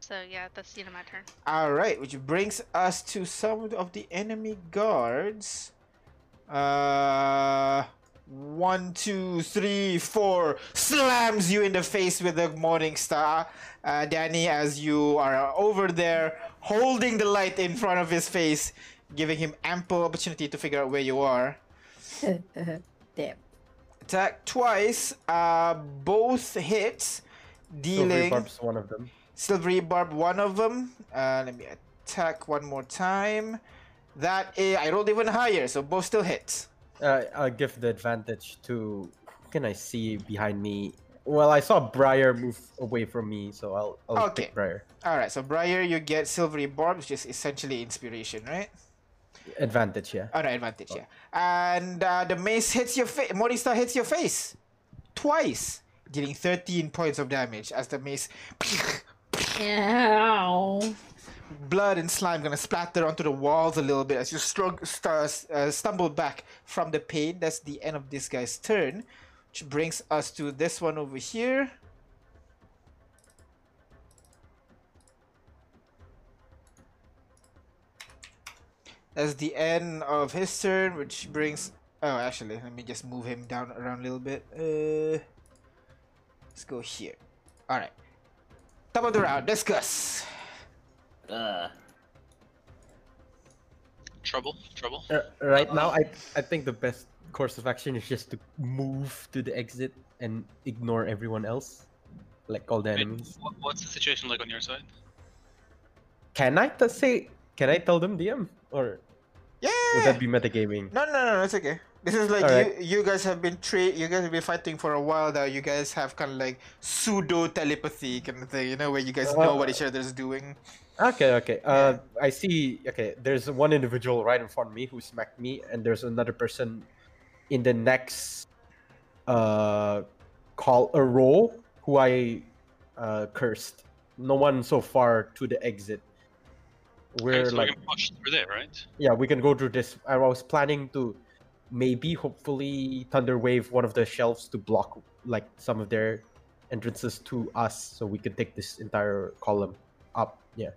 S5: So yeah, that's the end of my turn.
S1: All right, which brings us to some of the enemy guards. Uh, one, two, three, four. Slams you in the face with the morning star, uh, Danny, as you are over there holding the light in front of his face, giving him ample opportunity to figure out where you are.
S4: Damn.
S1: Attack twice. Uh, both hits,
S3: Silvery
S1: dealing.
S3: Barb's one of them.
S1: Silvery Barb, one of them. Uh, let me attack one more time. That is, I rolled even higher, so both still hits.
S3: Uh, I'll give the advantage to. who Can I see behind me? Well, I saw Briar move away from me, so I'll, I'll
S1: Okay.
S3: pick Briar.
S1: All right, so Briar, you get Silvery Barb, which is essentially inspiration, right?
S3: Advantage, yeah.
S1: Oh no, advantage, yeah. And uh, the mace hits your face. Morningstar hits your face twice, dealing 13 points of damage as the mace
S4: Ow.
S1: blood and slime gonna splatter onto the walls a little bit as you strug- st- uh, stumble back from the pain. That's the end of this guy's turn, which brings us to this one over here. That's the end of his turn, which brings. Oh, actually, let me just move him down around a little bit. Uh, let's go here. All right. Top of the round. Discuss.
S7: Uh,
S6: Trouble, trouble.
S3: Uh, right now, I I think the best course of action is just to move to the exit and ignore everyone else, like all the
S6: Wait,
S3: enemies.
S6: what- what's the situation like on your side?
S3: Can I t- say? Can I tell them DM or
S1: Yeah.
S3: would that be metagaming?
S1: No, no, no, no, it's okay. This is like
S3: Alright.
S1: you, you guys have been tra- you guys have been fighting for a while now. You guys have kind of like pseudo telepathy kind of thing, you know, where you guys know
S7: Uh-huh.
S1: what each other's doing.
S3: Okay, okay. Uh, I see. Okay, there's one individual right in front of me who smacked me, and there's another person in the next uh call a row who I uh cursed. No one so far to the exit.
S6: Okay,
S3: We're
S6: so
S3: like,
S6: we can push through there, right?
S3: yeah, we can go through this. I was planning to maybe, hopefully, thunder wave one of the shelves to block like some of their entrances to us, so we could take this entire column up. Yeah,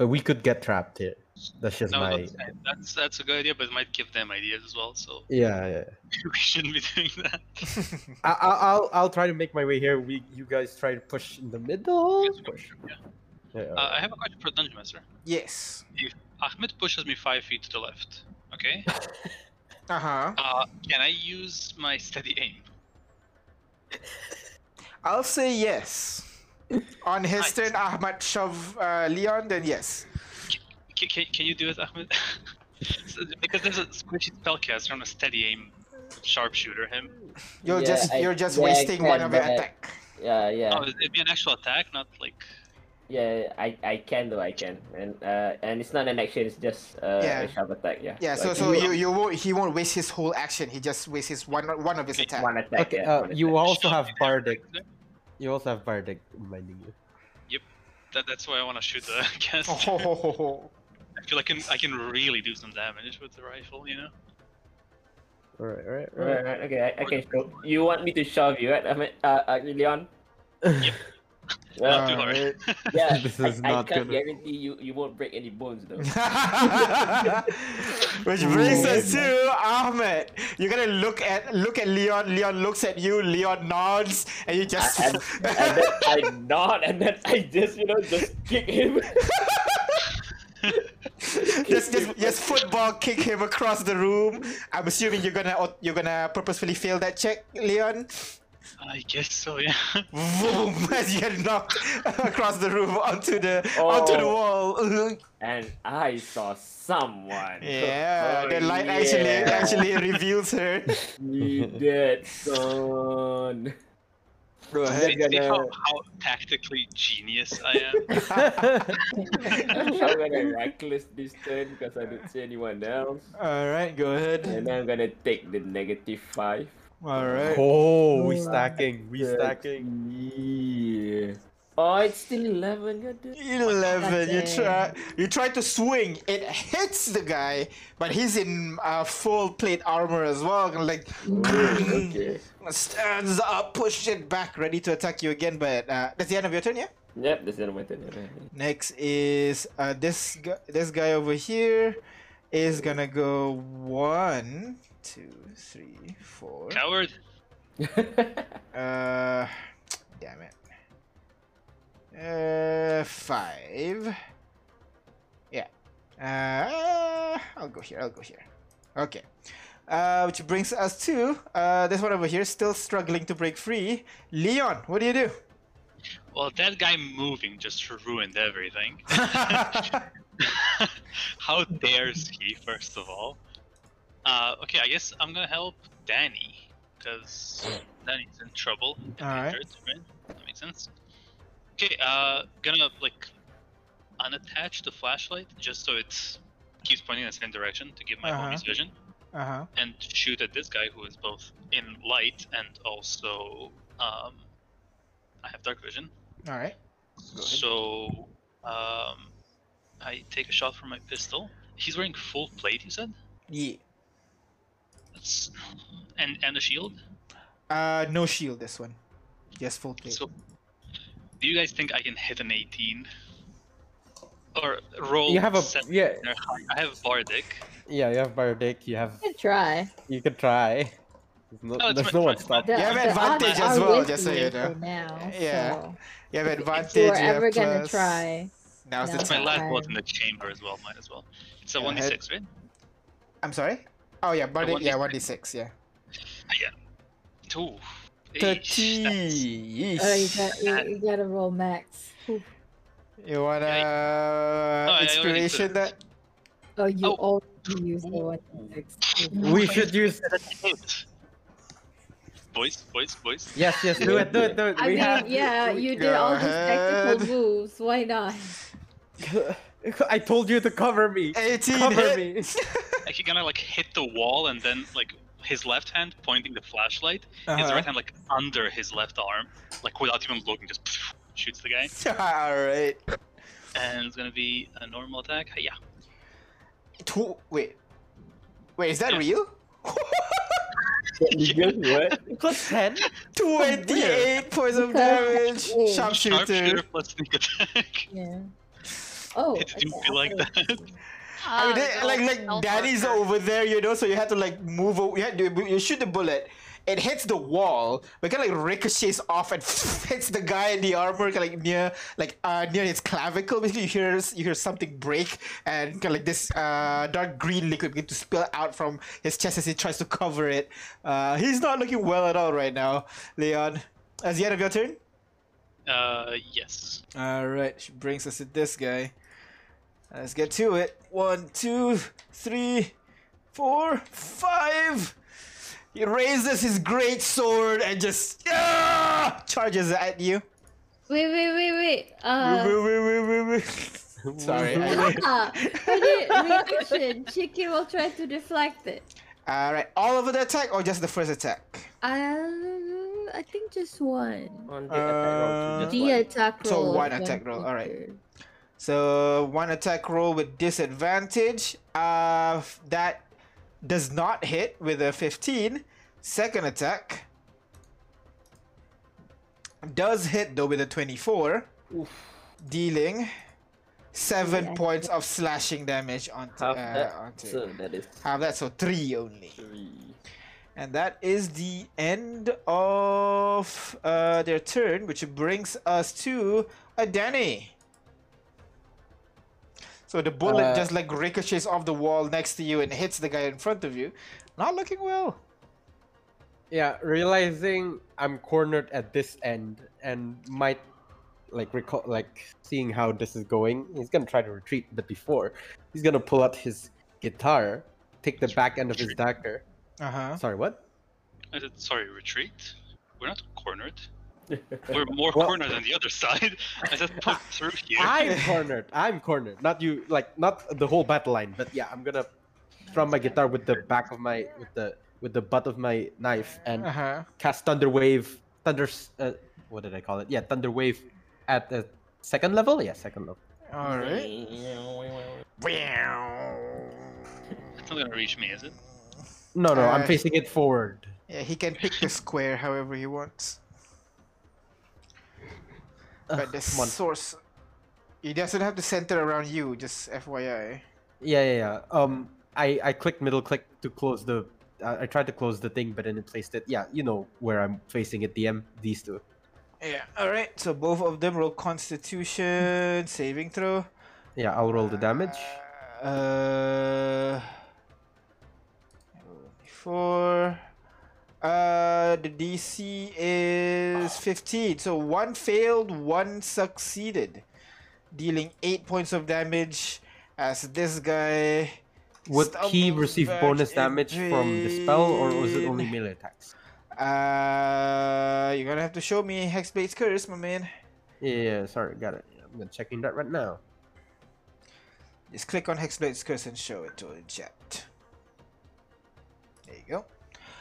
S3: but we could get trapped here. That's just
S6: No,
S3: my
S6: that's, that's that's a good idea, but it might give them ideas as well. So
S3: yeah. yeah.
S6: we shouldn't be doing that.
S3: I, I- I'll I'll try to make my way here. We you guys try to push in the middle.
S6: Yes, we
S3: Push.
S6: yeah.
S3: Yeah.
S6: Uh, I have a question for the dungeon master.
S1: Yes.
S6: Ahmed pushes me five feet to the left. Okay.
S1: Uh huh.
S6: Uh, can I use my steady aim?
S1: I'll say yes. On his
S6: Nice.
S1: turn, Ahmad shove uh, Leon, then yes.
S6: Can, can, can you do it, Ahmed? So- because there's a squishy spellcaster on a steady aim sharpshooter. Him.
S1: You're
S7: Yeah,
S1: just
S7: I-
S1: you're just
S7: yeah, I
S1: wasting one
S7: can,
S1: of your
S7: but I-
S1: attack.
S7: yeah, yeah,
S6: Oh, it'd be an actual attack, not like.
S7: yeah. I, I can though. I can, and uh, and it's not an action. It's just uh,
S1: Yeah.
S7: a sharp attack. Yeah.
S1: Yeah, so
S7: I
S1: so
S7: can-
S1: you you won't he won't waste his whole action. He just wastes his one one of his attack.
S7: one attack.
S3: Okay.
S7: yeah,
S3: Uh,
S7: one
S3: you
S7: attack.
S3: also have bardic.
S6: there?
S3: You also have bardic reminding you.
S6: That, that's why I want to shoot the caster.
S1: Oh, ho, ho, ho, ho.
S6: I feel I can I can really do some damage with the rifle. You know.
S3: All right. All right. All right.
S7: Right, right, okay, I, I can show. You want me to shove you, right? I mean, uh, uh, Leon.
S6: Not
S7: Well,
S6: too hard.
S1: Alright.
S7: yeah,
S3: This
S7: I,
S3: is
S7: I
S3: not
S7: can't
S3: gonna-
S7: guarantee you you won't break any bones though.
S1: Which brings us to Ahmed. You're gonna look at look at Leon. Leon looks at you. Leon nods, and you just.
S7: I- and then I nod, and then I just, you know, just kick him.
S1: just, just, just football kick him across the room. I'm assuming you're gonna you're gonna purposefully fail that check, Leon.
S6: I guess so. Yeah.
S1: Boom! As you get knocked across the room onto the onto the
S7: Oh.
S1: wall.
S7: And I saw someone.
S1: yeah,
S7: Oh,
S1: the light actually
S7: yeah.
S1: actually reveals her.
S7: We did, son.
S1: Go
S6: See, see how, how tactically genius I am.
S7: I'm gonna reckless this turn because I don't see anyone else.
S1: All right, go ahead.
S7: And I'm gonna take the negative five.
S1: All right.
S3: Oh, we stacking. We
S7: That's-
S3: stacking.
S7: Yeah. Oh, it's still eleven. Oh God damn.
S1: 11 you
S4: Nothing.
S1: try you try to swing it hits the guy but he's in uh, full plate armor as well and like
S7: okay.
S1: stands up pushed it back ready to attack you again but uh, that's the end of your turn yeah
S7: Yep, that's the end of my turn. yeah.
S1: next is uh, this guy this guy over here is gonna go one two three four
S6: Coward.
S1: uh damn it uh five yeah uh i'll go here i'll go here okay uh which brings us to uh this one over here still struggling to break free leon what do you do
S6: Well, that guy moving just ruined everything. How dares he, first of all? Uh, okay, I guess I'm gonna help Danny, because Danny's in trouble. and
S1: Alright.
S6: injured, right? That makes sense. Okay, uh, gonna, like, unattach the flashlight just so it keeps pointing in the same direction to give my
S1: Uh-huh.
S6: homies vision.
S1: Uh huh.
S6: and shoot at this guy who is both in light and also um, I have dark vision.
S1: All right.
S6: So um, I take a shot from my pistol. He's wearing full plate. You said
S1: Yeah.
S6: that's and and a shield.
S1: Uh, no shield this one. Just full plate.
S6: So do you guys think I can hit an 18? Or roll?
S3: You have a
S6: seven
S3: yeah
S6: or higher? I have bardic.
S3: yeah. You have bardic. You have
S4: Good try.
S3: you can try. There's no,
S6: No, it's
S3: there's
S6: fine,
S3: no one
S6: fine, fine.
S3: stopping.
S4: The-
S1: have
S4: the
S1: advantage
S4: odds
S1: as
S4: are
S1: well,
S4: with
S1: just so
S4: me
S1: you know.
S4: for Now,
S1: Yeah.
S4: so
S1: You have
S4: If you
S1: advantage.
S4: are
S1: you have
S4: ever gonna
S1: plus.
S4: try,
S1: Now's the
S4: That's
S6: That's
S1: time.
S6: my last
S4: fine.
S6: bullet in the chamber as well. Might as well. It's a
S1: Yeah,
S6: 1d6, right?
S1: I'm sorry. Oh yeah, but
S6: one
S1: yeah,
S6: d-
S1: one d six. Yeah.
S6: Two. Eesh,
S1: Thirty.
S6: that's-
S4: oh, you got you, you gotta roll max. Oof.
S1: You wanna Oh,
S6: No, I- I already
S1: inspiration
S6: put-
S1: that?
S4: Oh, you
S6: Oh.
S4: all use the one six.
S3: We should use
S6: Hit. Boys, boys, boys.
S3: yes yes do it do it do it.
S4: I
S3: we
S4: mean,
S3: have
S4: yeah,
S1: we
S4: you did all these
S1: got-
S4: tactical moves. Why not?
S3: I told you to cover me.
S1: Eighteen.
S3: Cover
S1: hit.
S3: me.
S6: Like he gonna like hit the wall and then like his left hand pointing the flashlight, his
S1: Uh-huh.
S6: right hand like under his left arm, like without even looking, just shoots the guy.
S1: All right.
S6: And it's gonna be a normal attack. Yeah.
S1: Two. Wait. Wait, is that
S6: Yeah.
S1: real?
S7: You just what?
S3: Plus ten.
S1: Twenty-eight points of
S4: Okay.
S1: damage.
S4: Ooh.
S1: Sharpshooter.
S6: Sharpshooter plus sneak attack.
S4: Yeah. Oh,
S6: It didn't
S4: okay,
S6: feel
S4: I
S6: like
S4: see.
S6: that.
S1: I mean,
S5: Ah,
S1: they-
S5: the
S1: like,
S5: old
S1: like
S5: elf
S1: Daddy's
S5: worker.
S1: over there, you know. So you had to like move. Over, you had to you shoot the bullet. It hits the wall, but kind of like ricochets off and hits the guy in the armor, kind of like near, like uh, near his clavicle. Basically, you hear you hear something break, and kind of like this uh, dark green liquid begin to spill out from his chest as he tries to cover it. Uh, he's not looking well at all right now, Leon. As the end of your turn.
S6: Uh, yes.
S1: All right, she brings us to this guy. Let's get to it. One, two, three, four, five. He raises his great sword and just ah, charges at you.
S4: Wait, wait, wait, wait. Uh,
S1: Sorry. I-
S4: ah, for the reaction, Chicken will try to deflect it.
S1: All right, all of the attack or just the first attack?
S4: Um, I think just one.
S7: On the attack roll,
S1: Uh,
S7: just
S4: The
S7: one.
S4: attack
S1: So
S4: roll.
S1: one
S4: is
S1: attack roll, alright.
S4: feature.
S1: So one attack roll with disadvantage. Uh, f- that does not hit with a 15. Second attack does hit though with a 24, dealing seven
S4: Yeah.
S1: points of slashing damage onto
S7: Half
S1: uh,
S7: that,
S1: onto
S7: so that is
S1: half that, so three only.
S7: three.
S1: And that is the end of uh, their turn, which brings us to a Danny. So the bullet
S3: Uh,
S1: just like ricochets off the wall next to you and hits the guy in front of you. Not looking well.
S3: Yeah, realizing I'm cornered at this end and might like recall like seeing how this is going, he's gonna try to retreat, but before he's gonna pull out his guitar, take the back end of his dagger.
S1: Uh huh.
S3: Sorry, what?
S6: I said, sorry, retreat. We're not cornered. We're more
S3: Well-
S6: cornered than the other side. I said, poke through here.
S3: I'm cornered. I'm cornered. Not you like not the whole battle line, but yeah, I'm gonna from my guitar with the back of my with the with the butt of my knife and
S1: Uh huh.
S3: cast Thunder Wave, Thunder. s- Uh, what did I call it? Yeah, Thunder Wave at the second level. Yeah, second level.
S1: All right.
S6: It's not gonna reach me, is it?
S3: No, no, I'm
S1: Uh,
S3: facing it forward.
S1: Yeah, he can pick the square however he wants.
S3: Ugh,
S1: But the
S3: Uh, come on.
S1: source. He doesn't have to center around you, just FYI.
S3: Yeah, yeah, yeah. Um, I I clicked middle click to close the. I I tried to close the thing, but then it placed it. Yeah, you know where I'm facing it. DM these two.
S1: Yeah. All right. So both of them roll Constitution saving throw.
S3: Yeah, I'll roll the damage.
S1: Uh. Four. Uh, the DC is 15. So one failed, one succeeded, dealing eight points of damage. As this guy
S3: Would he
S1: stumbles
S3: receive
S1: back
S3: bonus
S1: in
S3: damage from the spell, or was it only
S1: pain.
S3: melee attacks?
S1: Uh, you're gonna have to show me Hexblade's curse, my man.
S3: Yeah, yeah, sorry, got it. I'm gonna checking that right now.
S1: Just click on Hexblade's curse and show it to the chat. There you go.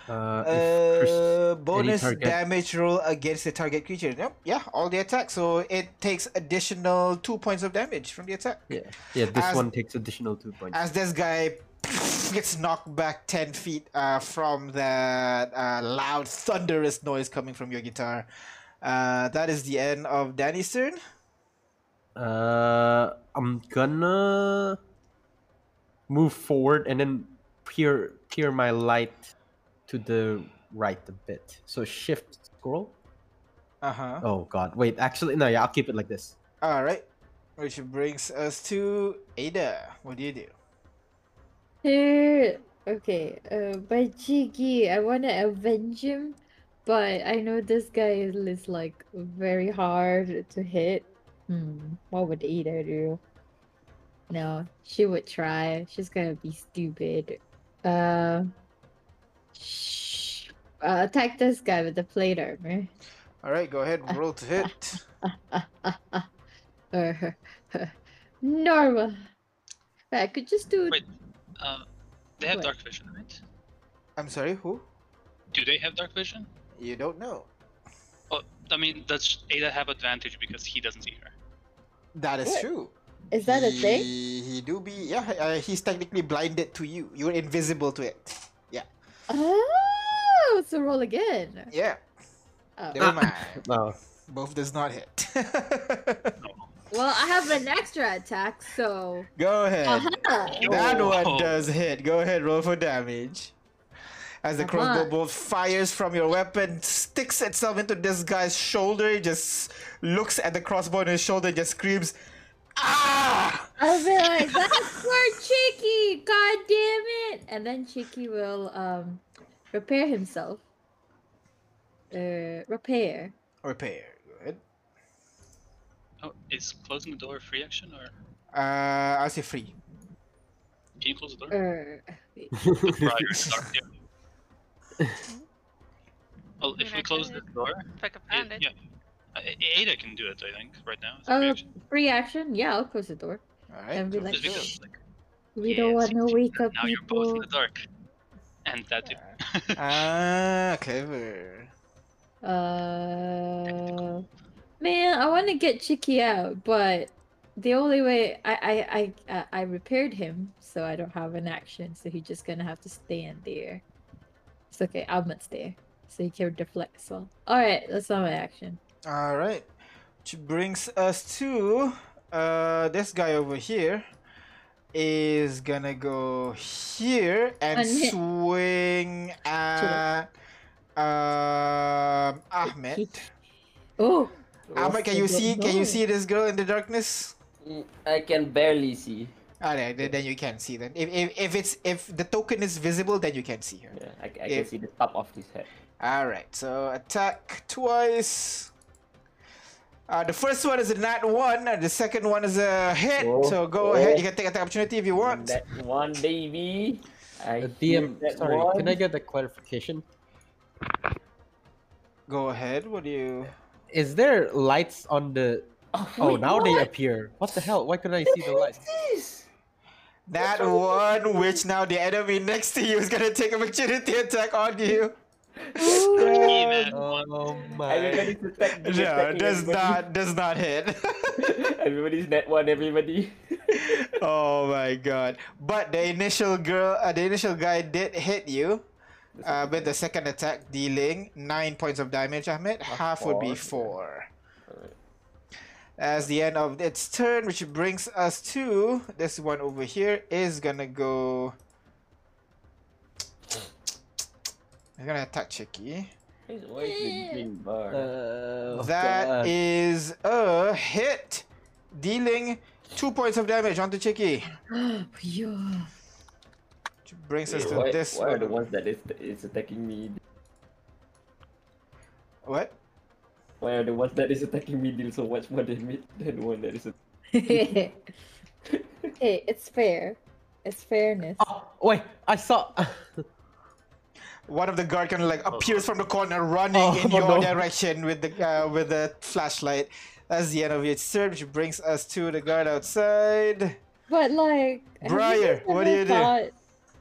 S3: Uh, if Chris-
S1: Uh, bonus
S3: target?
S1: damage roll against the target creature. Yep. Yeah, all the attacks. So it takes additional two points of damage from the attack.
S3: yeah, yeah, this
S1: as-
S3: one takes additional two points.
S1: As this guy gets knocked back 10 feet uh, from that uh, loud, thunderous noise coming from your guitar. Uh, that is the end of Danny's turn.
S3: Uh, I'm gonna move forward and then peer peer my light to the right a bit. So shift scroll.
S1: Uh huh.
S3: Oh god, wait. Actually, no. Yeah, I'll keep it like this.
S1: All right. Which brings us to Ada. What do you do?
S4: Here, okay, uh, by Jiggy, I want to avenge him, but I know this guy is, is like very hard to hit. Hmm, what would Ada do? No, she would try. She's gonna be stupid. Uh, sh- uh attack this guy with the plate armor.
S1: All right, go ahead. Roll to hit.
S4: Uh, normal. I could just do
S6: Wait. Uh, they have
S4: What?
S6: dark vision, right?
S1: I'm sorry, who?
S6: Do they have dark vision?
S1: You don't know.
S6: Oh, I mean, does Ada have advantage because he doesn't see her?
S1: That is
S4: What?
S1: true.
S4: Is that a thing?
S1: He, he do be. Yeah, uh, he's technically blinded to you. You're invisible to it.
S4: Oh, so roll again.
S1: Yeah, Ah.
S4: Oh.
S1: never mind.
S3: No.
S1: Both does not hit.
S4: Well, I have an extra attack, so.
S1: go ahead.
S4: Uh-huh. Aha!
S1: That one
S6: Yo.
S1: does hit. Go ahead, roll for damage. As the
S4: Come
S1: crossbow
S4: on.
S1: bolt fires from your weapon, sticks itself into this guy's shoulder, he just looks at the crossbow on his shoulder, just screams, Ah!
S4: I'll be like, that's for Cheeky! God damn it! And then Cheeky will um repair himself. Uh, repair.
S1: Repair. Go ahead.
S6: Oh, is closing the door a free action or
S1: Uh, I'll say free.
S6: can you close the door?
S4: Uh,
S6: Right, it's dark here. Well,
S5: mean,
S6: if
S5: I
S6: we close
S5: could.
S6: this door,
S5: If I could
S6: it,
S5: find it.
S6: yeah, A- A- Ada can do it. I think right now. It's a
S4: Oh,
S6: free action.
S4: free action? Yeah, I'll close the door.
S1: Alright.
S4: And be
S1: go
S4: like,
S1: for
S6: Just
S4: sure.
S1: it.
S6: because, like,
S4: We
S6: yeah,
S4: don't
S6: it
S4: want to
S6: seems
S4: wake
S6: that
S4: up
S6: Now you're both in
S4: people.
S6: the dark, and that it.
S1: Ah, clever.
S4: Uh, man, I want to get Chicky out, but the only way I I uh, I I- I repaired him, so I don't have an action, so he's just gonna have to stand there. It's okay, Ahmed's there, so he can deflect as well. All right, that's not my action.
S1: All right, which brings us to uh, this guy over here is gonna go here and
S4: One hit.
S1: swing at um, Ahmed.
S4: Oh,
S1: Ahmed, can you see? Can you see this girl in the darkness?
S7: Mm, I can barely see.
S1: Alright, then then you can see then. If, if if it's if the token is visible, then you can see her.
S7: Yeah, I, I can
S1: If-
S7: see the top of his head.
S1: All right, so attack twice. Uh, the first one is a nat one, and the second one is a hit.
S7: Oh,
S1: so go
S7: oh.
S1: ahead, you can take attack opportunity if you want.
S7: That one baby. I
S3: Uh,
S7: hear
S3: DM,
S7: that
S3: sorry. Can I
S7: one.
S3: get a clarification?
S1: Go ahead. What do you?
S3: Is there lights on the? Oh,
S7: wait,
S3: now they
S7: what?
S3: appear. What the hell? Why couldn't I see the lights?
S7: This.
S1: That one, which now the enemy next to you is gonna take opportunity attack on you.
S6: Even one.
S3: Oh my!
S7: Everybody's attack.
S1: No, does not does not hit.
S7: Everybody's net one. Everybody.
S1: oh my god! But the initial girl, uh, the initial guy did hit you. Uh, with the second attack dealing nine points of damage, Ahmed. Half would be four.
S7: four,
S1: As the end of its turn, which brings us to this one over here, is gonna go. I'm gonna attack Chicky.
S7: Why is the green bar?
S3: Uh,
S1: That
S3: God.
S1: is a hit, dealing two points of damage onto Chicky.
S4: yeah.
S1: Which brings us
S7: Wait,
S1: to
S7: why,
S1: this
S7: why are the
S1: one.
S7: ones that is, is attacking me?
S1: What?
S7: Why are the ones that is attacking me deal so much more damage than the one that is?
S4: hey, it's fair. It's fairness.
S3: Oh, wait, I saw.
S1: One of the guard kind of like appears from the corner, running
S3: Oh,
S1: in your
S3: no.
S1: direction with the uh, with the flashlight. That's the end of its turn, which brings us to the guard outside.
S4: But like, have you
S1: Briar,
S4: guys
S1: what do
S4: ever
S1: you do?
S4: thought-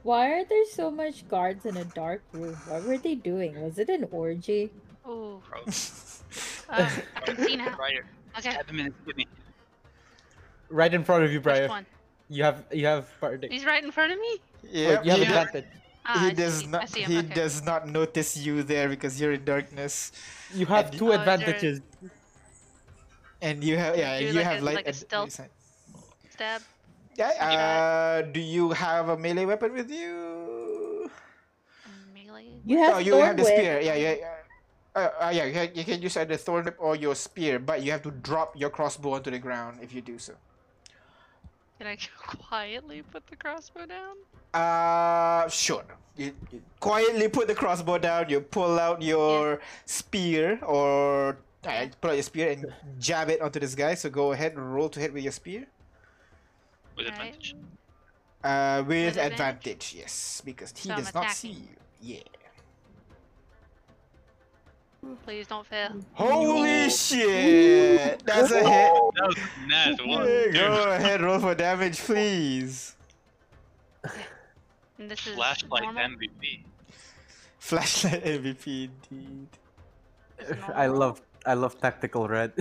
S4: Why are there so much guards in a dark room? What were they doing? Was it an orgy?
S5: Ooh.
S6: Probably.
S5: Um, I can see now.
S6: Briar,
S5: Okay.
S6: have him in with me.
S3: Right in front of you,
S5: Which
S3: Briar.
S5: one?
S3: You have you have Bardic.
S5: He's right in front of me.
S1: Yeah,
S3: you have
S1: he,
S3: advantage.
S5: Ah,
S1: he
S5: I
S1: does
S5: see, I
S1: not.
S5: see him.
S1: He
S5: okay.
S1: does not notice you there because you're in darkness,
S3: You have
S1: And-
S3: two
S5: Oh, is there-
S3: advantages.
S1: and you have yeah,
S5: Do
S1: you
S5: like
S1: have
S5: a-
S1: like,
S5: like a
S1: ad-
S5: stealth Stab.
S1: Yeah.
S5: Yeah.
S1: Uh, do you have a melee weapon with you?
S5: Melee.
S4: You
S1: No,
S4: have
S1: you
S4: thorn
S1: have the
S4: whip.
S1: spear. Yeah, yeah. yeah. Uh, uh, yeah, you, ha- you can use either thorn whip or your spear, but you have to drop your crossbow onto the ground if you do so.
S5: Can I quietly put the crossbow down?
S1: Uh, sure. You, you quietly put the crossbow down. You pull out your spear or uh, pull out your spear and jab it onto this guy. So go ahead, roll to hit with your spear.
S6: With
S5: Right.
S6: advantage.
S1: Uh, with,
S5: With
S1: advantage. yes, because he
S5: So I'm
S1: does not see
S5: attacking.
S1: you. Yeah.
S5: Please don't fail.
S1: Holy shit! That's a hit.
S6: That was net one.
S1: Yeah,
S6: Dude,
S1: go ahead, roll for damage, please.
S5: And this is
S6: flashlight
S5: normal?
S6: MVP.
S1: Flashlight MVP, indeed.
S5: This is
S3: I
S5: normal?
S3: love I love tactical red.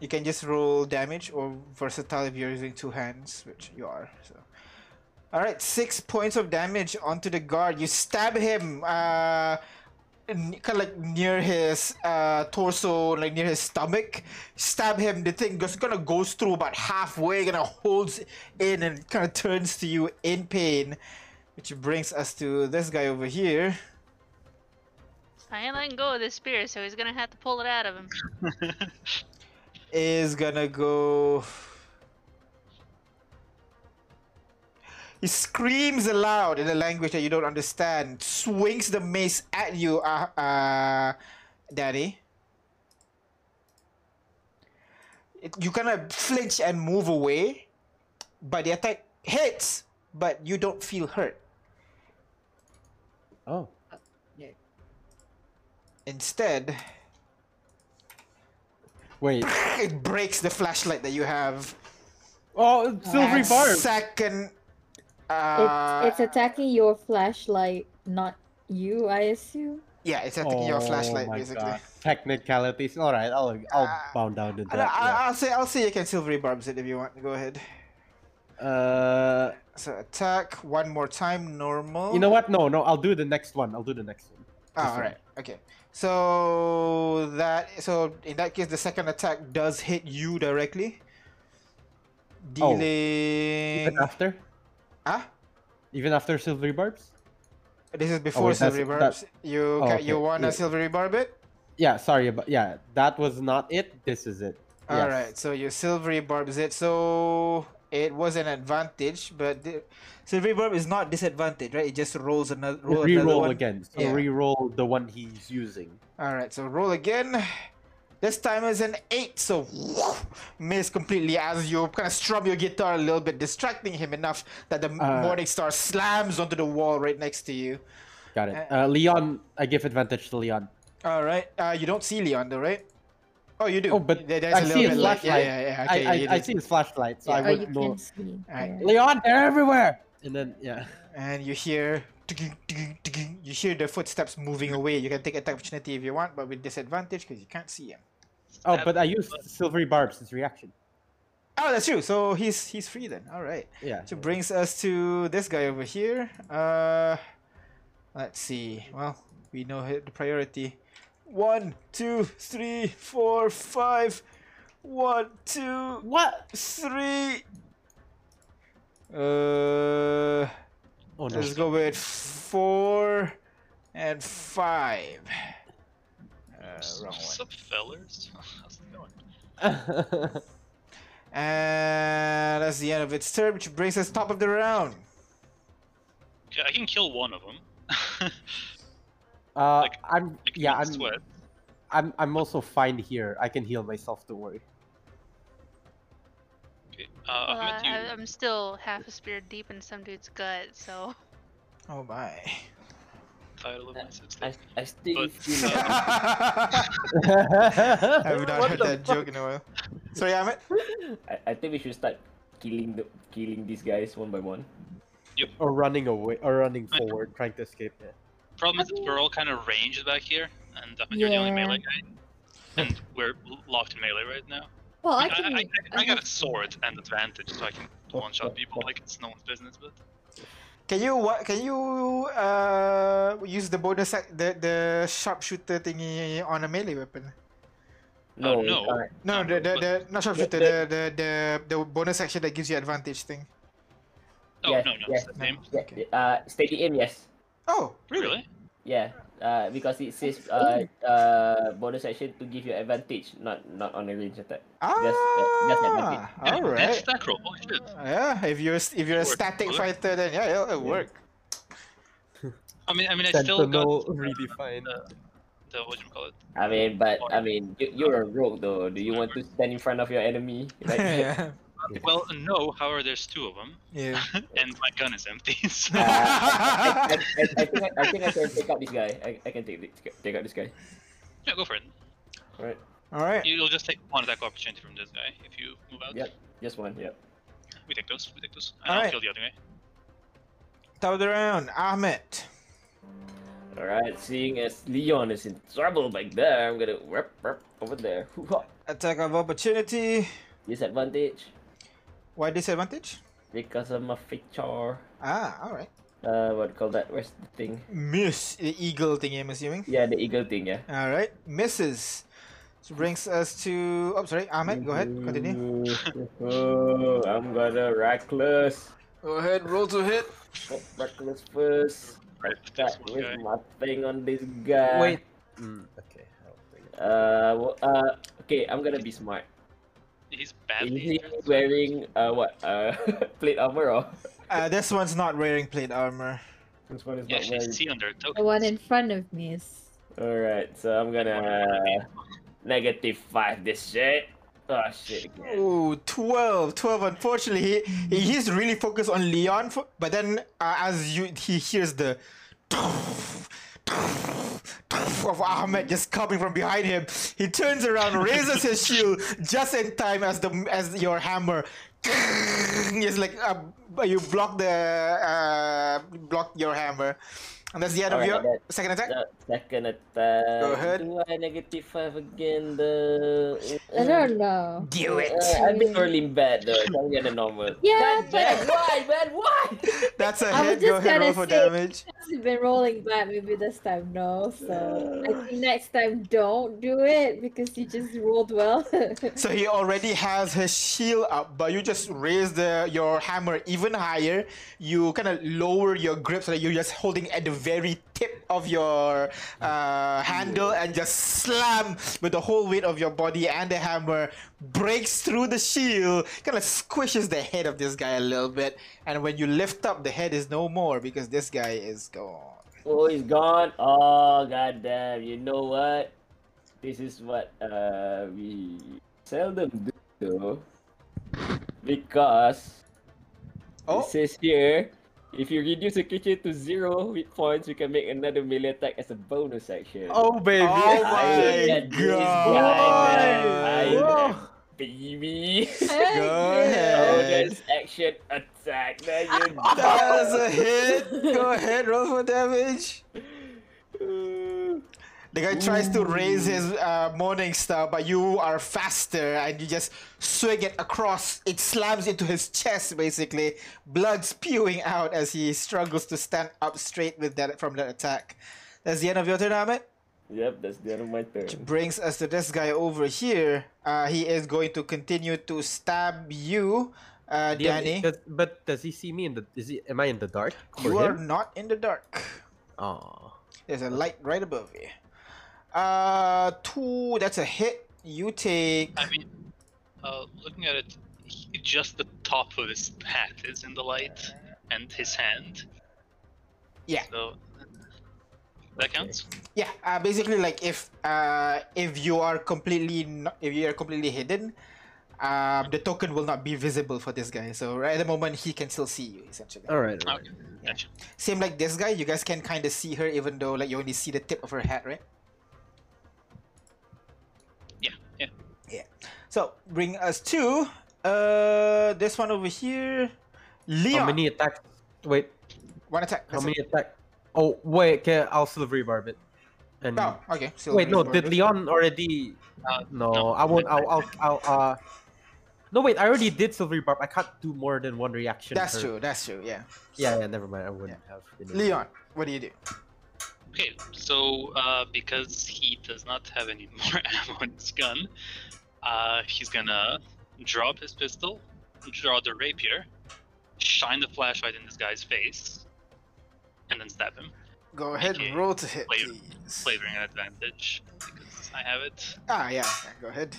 S1: You can just roll damage or versatile if you're using two hands, which you are. So, all right, six points of damage onto the guard. You stab him, uh, kind of like near his uh, torso, like near his stomach. Stab him. The thing just kind of goes through about halfway, kind of holds in and kind of turns to you in pain, which brings us to this guy over here.
S5: I ain't letting go of this spear, so he's gonna have to pull it out of him.
S1: is gonna go. He screams aloud in a language that you don't understand, swings the mace at you, uh, uh, Daddy. It, you kind of flinch and move away, but the attack hits, but you don't feel hurt.
S3: oh.
S1: Instead,
S3: Wait.
S1: it breaks the flashlight that you have.
S3: Oh silvery
S1: And
S3: barb.
S1: Second. Uh,
S4: It's, it's attacking your flashlight, not you, I assume.
S1: Yeah, it's attacking your
S3: Oh
S1: flashlight
S3: my
S1: basically.
S3: God. Technicalities. All right, I'll I'll
S1: Ah.
S3: bow down to that.
S1: I, I,
S3: yeah.
S1: I'll say I'll say you can silvery barbs it if you want. Go ahead.
S3: uh,
S1: So attack one more time, normal.
S3: you know what? No, no. I'll do the next one. I'll do the next one.
S1: Oh, all right. Okay. So that so in that case, the second attack does hit you directly,
S3: Oh.
S1: dealing.
S3: Even uh, after,
S1: Ah,
S3: even after silvery barbs.
S1: this is before
S3: oh, that's-
S1: silvery
S3: that-
S1: barbs. You
S3: Oh,
S1: ca you
S3: okay.
S1: wanna
S3: Yeah.
S1: silvery barb it?
S3: Yeah, sorry, but yeah, that was not it. This is it.
S1: All right,
S3: Yes.
S1: so your silvery barb is it. So it was an advantage, but the silvery barb is not disadvantage, right? It just rolls another roll
S3: Re-roll
S1: another one.
S3: again. So
S1: Yeah.
S3: re-roll the one he's using.
S1: All right, so roll again. This time is an eight, so miss completely as you kind of strum your guitar a little bit, distracting him enough that the
S3: Uh,
S1: morning star slams onto the wall right next to you.
S3: Got it.
S1: Eh.
S3: Uh, Leon, I give advantage to Leon.
S1: All right, uh, you don't see Leon though, right? Oh, you do.
S3: Oh, but
S1: There- there's
S3: I
S1: a little
S3: see
S1: bit
S3: his
S1: light. Yeah,
S3: flashlight.
S1: yeah, yeah. Okay,
S3: I, I,
S1: you
S3: I
S1: do.
S3: see his flashlight, so
S1: Yeah.
S3: I
S1: Oh,
S4: Oh, you
S3: would know.
S4: can see.
S1: Alright.
S4: yeah.
S3: Leon, they're everywhere. And then yeah,
S1: and you hear you hear the footsteps moving away. You can take attack opportunity if you want, but with disadvantage because you can't see him.
S3: oh,
S6: Stab
S3: but I
S6: him.
S3: used silvery barbs as reaction.
S1: Oh, that's true. So he's he's free then. All right.
S3: Yeah.
S1: Which brings us to this guy over here. Uh, let's see. Well, we know hi- the priority. One, two, three, four, five. One, two,
S3: What?
S1: three. Uh.
S3: Oh no.
S1: Let's go with four and five. Uh, wrong
S6: What's
S1: one.
S6: up, fellers? How's it going?
S3: Uh,
S1: And that's the end of its turn, which brings us top of the round.
S6: Okay, I can kill one of them.
S3: uh,
S6: Like,
S3: I'm yeah, I'm
S6: Sweat.
S3: I'm I'm also fine here. I can heal myself. Don't worry.
S6: Okay. Uh,
S5: Well,
S6: Ahmed, you-
S5: I, I'm still half a spear deep in some dude's gut, so
S1: Oh my.
S6: title of my
S7: Uh, I,
S6: substation.
S7: I still
S6: But-
S7: feel like
S1: I've not
S3: All
S1: heard that joke in a while. Sorry, Amit.
S7: I, I think we should start killing the killing these guys one by one.
S3: Or running away, or running
S6: I-
S3: forward, trying to escape. Yeah.
S6: Problem is, that we're all kind of ranged back here, and I mean, you're the only
S4: Yeah.
S6: melee guy, and we're l- locked in melee right now.
S4: Well, I
S6: I,
S4: can.
S6: I, I, I got
S4: have-
S6: a sword and advantage, so I can one-shot people like it's no one's business. But
S1: Can you what? Can you uh use the bonus ac- the the sharpshooter thingy on a melee weapon?
S6: No,
S7: No,
S6: Uh,
S7: uh,
S6: no.
S7: you can't.
S1: No, the the, the not sharpshooter, the the the the bonus action that gives you advantage thing.
S6: oh
S7: Yes,
S6: no, no,
S7: yes.
S6: it's the same.
S7: Yeah,
S1: Okay.
S7: Uh, steady aim, yes.
S1: Oh,
S6: Really?
S7: Yeah. Uh, because it says uh, uh bonus action to give you advantage, not not on a range attack.
S1: ah,
S7: just advantage.
S1: all
S6: yeah, That's
S1: right.
S6: stack roll. Holy shit.
S1: Yeah, if you're s- if you're a
S6: Works,
S1: static
S6: brother.
S1: fighter, then yeah, it'll, it'll
S7: Yeah.
S1: work.
S6: I mean, I mean, I still
S3: Sentinel
S6: got uh,
S3: redefined.
S6: the what you call it.
S7: I mean, but
S6: Oh,
S7: I mean, you, you're a rogue though. Do you want to stand in front of your enemy? Like,
S1: yeah,
S6: Well, no. However, there's two of them,
S1: yeah.
S6: and my gun is empty. So.
S7: uh, I, I, I, I think I, I think I can take out this guy. I, I can take this, take out this guy.
S6: Yeah, go for it.
S7: Alright.
S1: All right.
S6: You'll just take one attack opportunity from this guy if you move out.
S7: Yep. Just one. Yep.
S6: We take those. We take those. And I'll
S1: Alright.
S6: kill the other guy.
S1: Top of the round, Ahmed.
S7: Alright, seeing as Leon is in trouble back there, I'm gonna rep rep over there. Hoo-ha.
S1: Attack of opportunity.
S7: Disadvantage
S1: Why disadvantage?
S7: because I'm a feature.
S1: Ah, all right.
S7: Uh, what do you call that? Where's the thing?
S1: Miss the eagle thingy. I'm assuming.
S7: Yeah, the eagle thing. Yeah.
S1: All right, misses. Which brings us to. Oh, sorry, Ahmed. Go ahead, continue.
S7: Oh, I'm gonna reckless.
S1: Go ahead, roll to hit.
S7: Go Reckless first.
S6: Right. There's
S7: That
S6: one
S7: with
S6: guy.
S7: my thing on this guy.
S3: Wait. Mm, okay. I don't think-
S7: Uh, wh- uh, okay, I'm gonna be smart.
S6: He's
S7: Is
S6: badly
S7: he
S6: injured.
S7: wearing uh what uh plate armor or?
S1: Uh, this one's not wearing plate armor.
S7: This one is
S6: Yeah,
S7: not
S6: actually,
S7: wearing.
S6: see under
S4: The
S6: token.
S4: one in front of me is.
S7: All right, so I'm gonna negative five this shit. Oh shit again.
S1: Ooh, 12. 12. Unfortunately, he, he's really focused on Leon, for, but then uh, as you he hears the. Of Ahmed just coming from behind him, he turns around, raises his shield just in time as the as your hammer. is like uh, you block the uh, block your hammer, and that's the end of
S7: Alright,
S1: your
S7: that-
S1: second attack.
S7: The second attack.
S1: Go ahead.
S7: Do I negative five again? The
S4: I don't know.
S1: Do it.
S7: Uh, I've been rolling bad though. So I'm gonna normal.
S4: Yeah,
S7: God damn,
S4: but
S7: why, man? Why?
S1: That's a
S4: I
S1: hit.
S4: was
S1: Go
S4: just
S1: ahead, roll
S4: gonna
S1: for
S4: say-
S1: damage.
S4: it's been rolling bad. Maybe this time no. So I think next time don't do it because you just rolled well.
S1: So he already has his shield up, but you just raise the your hammer even higher. You kind of lower your grip so that you're just holding at the very tip of your uh, handle and just slam with the whole weight of your body and the hammer breaks through the shield, kind of squishes the head of this guy a little bit. And when you lift up, the head is no more because this guy is gone.
S7: Oh, he's gone. Oh, goddamn. You know what? This is what uh we seldom do though. Because
S1: Oh.
S7: it says here, if you reduce a creature to zero hit points, you can make another melee attack as a bonus action.
S3: Oh baby.
S1: Oh
S7: I
S1: my
S7: get this guy, man. I
S1: god!
S7: get baby.
S1: Go ahead.
S7: bonus action attack. Now you
S1: That's a hit. Go ahead, roll for damage. The guy tries to raise his uh, morning star, but you are faster and you just swing it across. It slams into his chest, basically. Blood spewing out as he struggles to stand up straight with that from that attack. That's the end of your turn, Ahmed.
S7: Yep, that's the end of my turn.
S1: Which brings us to this guy over here. Uh, he is going to continue to stab you, uh,
S3: Yeah,
S1: Danny.
S3: does- but does he see me in the? Is he? Am I in the dark? For
S1: You are
S3: him?
S1: not in the dark.
S3: Oh.
S1: There's a light right above you. Uh, two. That's a hit. You take.
S6: I mean, uh, looking at it, he, just the top of his hat is in the light, and his hand.
S1: Yeah.
S6: So that counts.
S1: Yeah. Uh, basically, like if uh if you are completely no- if you are completely hidden, um, the token will not be visible for this guy. So right at the moment, he can still see you essentially.
S3: All right. all right.
S6: Okay. Gotcha.
S1: Same like this guy. You guys can kind of see her, even though like you only see the tip of her hat, right?
S6: Yeah. Yeah.
S1: So bring us to Uh, this one over here. Leon.
S3: How many attacks? Wait,
S1: One attack.
S3: how
S1: that's
S3: many attack? Oh wait, okay, I'll silver rebarb it.
S1: it.
S3: And
S1: Oh, okay. so
S3: wait, no,
S1: we've
S3: did
S1: already-
S3: Leon already?
S6: Uh,
S3: no,
S6: no.
S3: I won't. I'll, I'll, I'll, uh. No wait, I already did silver rebarb. I can't do more than one reaction.
S1: That's true.
S3: per-
S1: That's true. Yeah.
S3: Yeah, yeah, never mind. I wouldn't have. been able-
S1: Leon, what do you do?
S6: Okay, so uh, because he does not have any more ammo in his gun, uh, he's gonna drop his pistol, draw the rapier, shine the flashlight in this guy's face, and then stab him,
S1: Go ahead.
S6: Okay.
S1: Roll to hit,
S6: Flavor-
S1: please.
S6: flavoring an advantage because I have it.
S1: Ah, yeah. yeah, Go ahead.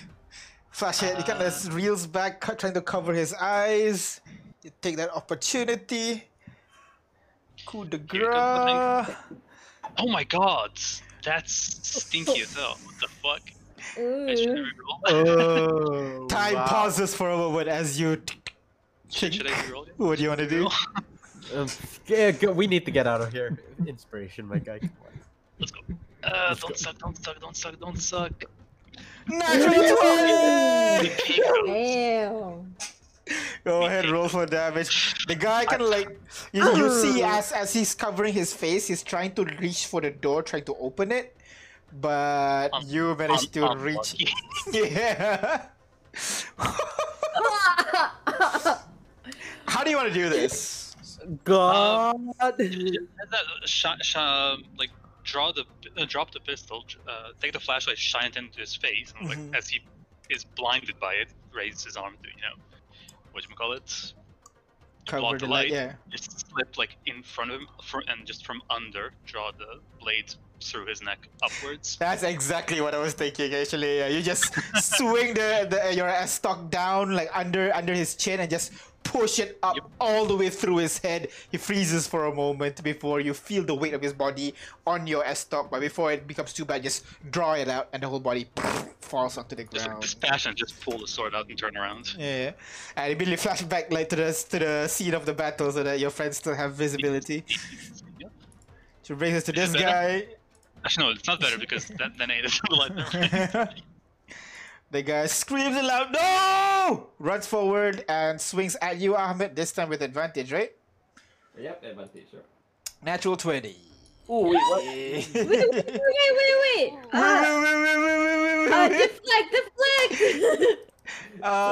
S1: Flash hit. he kind
S6: Uh,
S1: of reels back, cu- trying to cover his eyes. You take that opportunity. Coup de
S6: Here goes nothing.
S1: grace.
S6: Oh my god, that's stinky as hell. What the fuck? I should
S4: Ooh.
S6: reroll.
S3: Oh,
S1: Time
S3: wow.
S1: pauses for a moment as you.
S6: Should, should I reroll it?
S1: What do you want to do?
S3: Um, yeah, go, we need to get out of here. Inspiration, my guy. Come on.
S6: Let's go. Uh, don't suck, don't suck, don't suck, don't suck.
S1: Natural 20!
S4: Oh, Damn.
S1: Go ahead, roll for damage. The guy kind of like you, you see as as he's covering his face, he's trying to reach for the door, trying to open it, but
S6: Um,
S1: you manage to reach.
S6: Unlucky.
S1: Yeah. How do you want to do this? Uh,
S3: God.
S6: Um, Has that uh, shot, um, like draw the uh, drop the pistol, uh, take the flashlight, shine it into his face, and like
S1: Mhm.
S6: as he is blinded by it, raise his arm to you know, what you call it,
S1: Cover
S6: the
S1: the light. Yeah.
S6: light. just slip like in front of him fr- and just from under draw the blade through his neck upwards.
S1: That's exactly what I was thinking. Actually, yeah. you just swing the, the your ass stock down like under under his chin and just push it up
S6: Yep.
S1: all the way through his head. He freezes for a moment before you feel the weight of his body on your ass stock. But before it becomes too bad, just draw it out and the whole body falls onto the
S6: Just like,
S1: ground.
S6: dispassion, just pull the sword out and turn around.
S1: Yeah, and immediately flash back like to the to the scene of the battle so that your friends still have visibility.
S6: Yep.
S1: To bring us to
S6: Is
S1: this
S6: it
S1: guy.
S6: Actually, no, it's not better because that, then it is like
S1: the guy screams aloud, no! Runs forward and swings at you, Ahmed, this time with advantage, right?
S7: Yep, advantage. Sure.
S1: Natural 20.
S7: Oh wait, what?
S4: Wait, wait, wait, wait, wait. Ah, uh, deflect, deflect.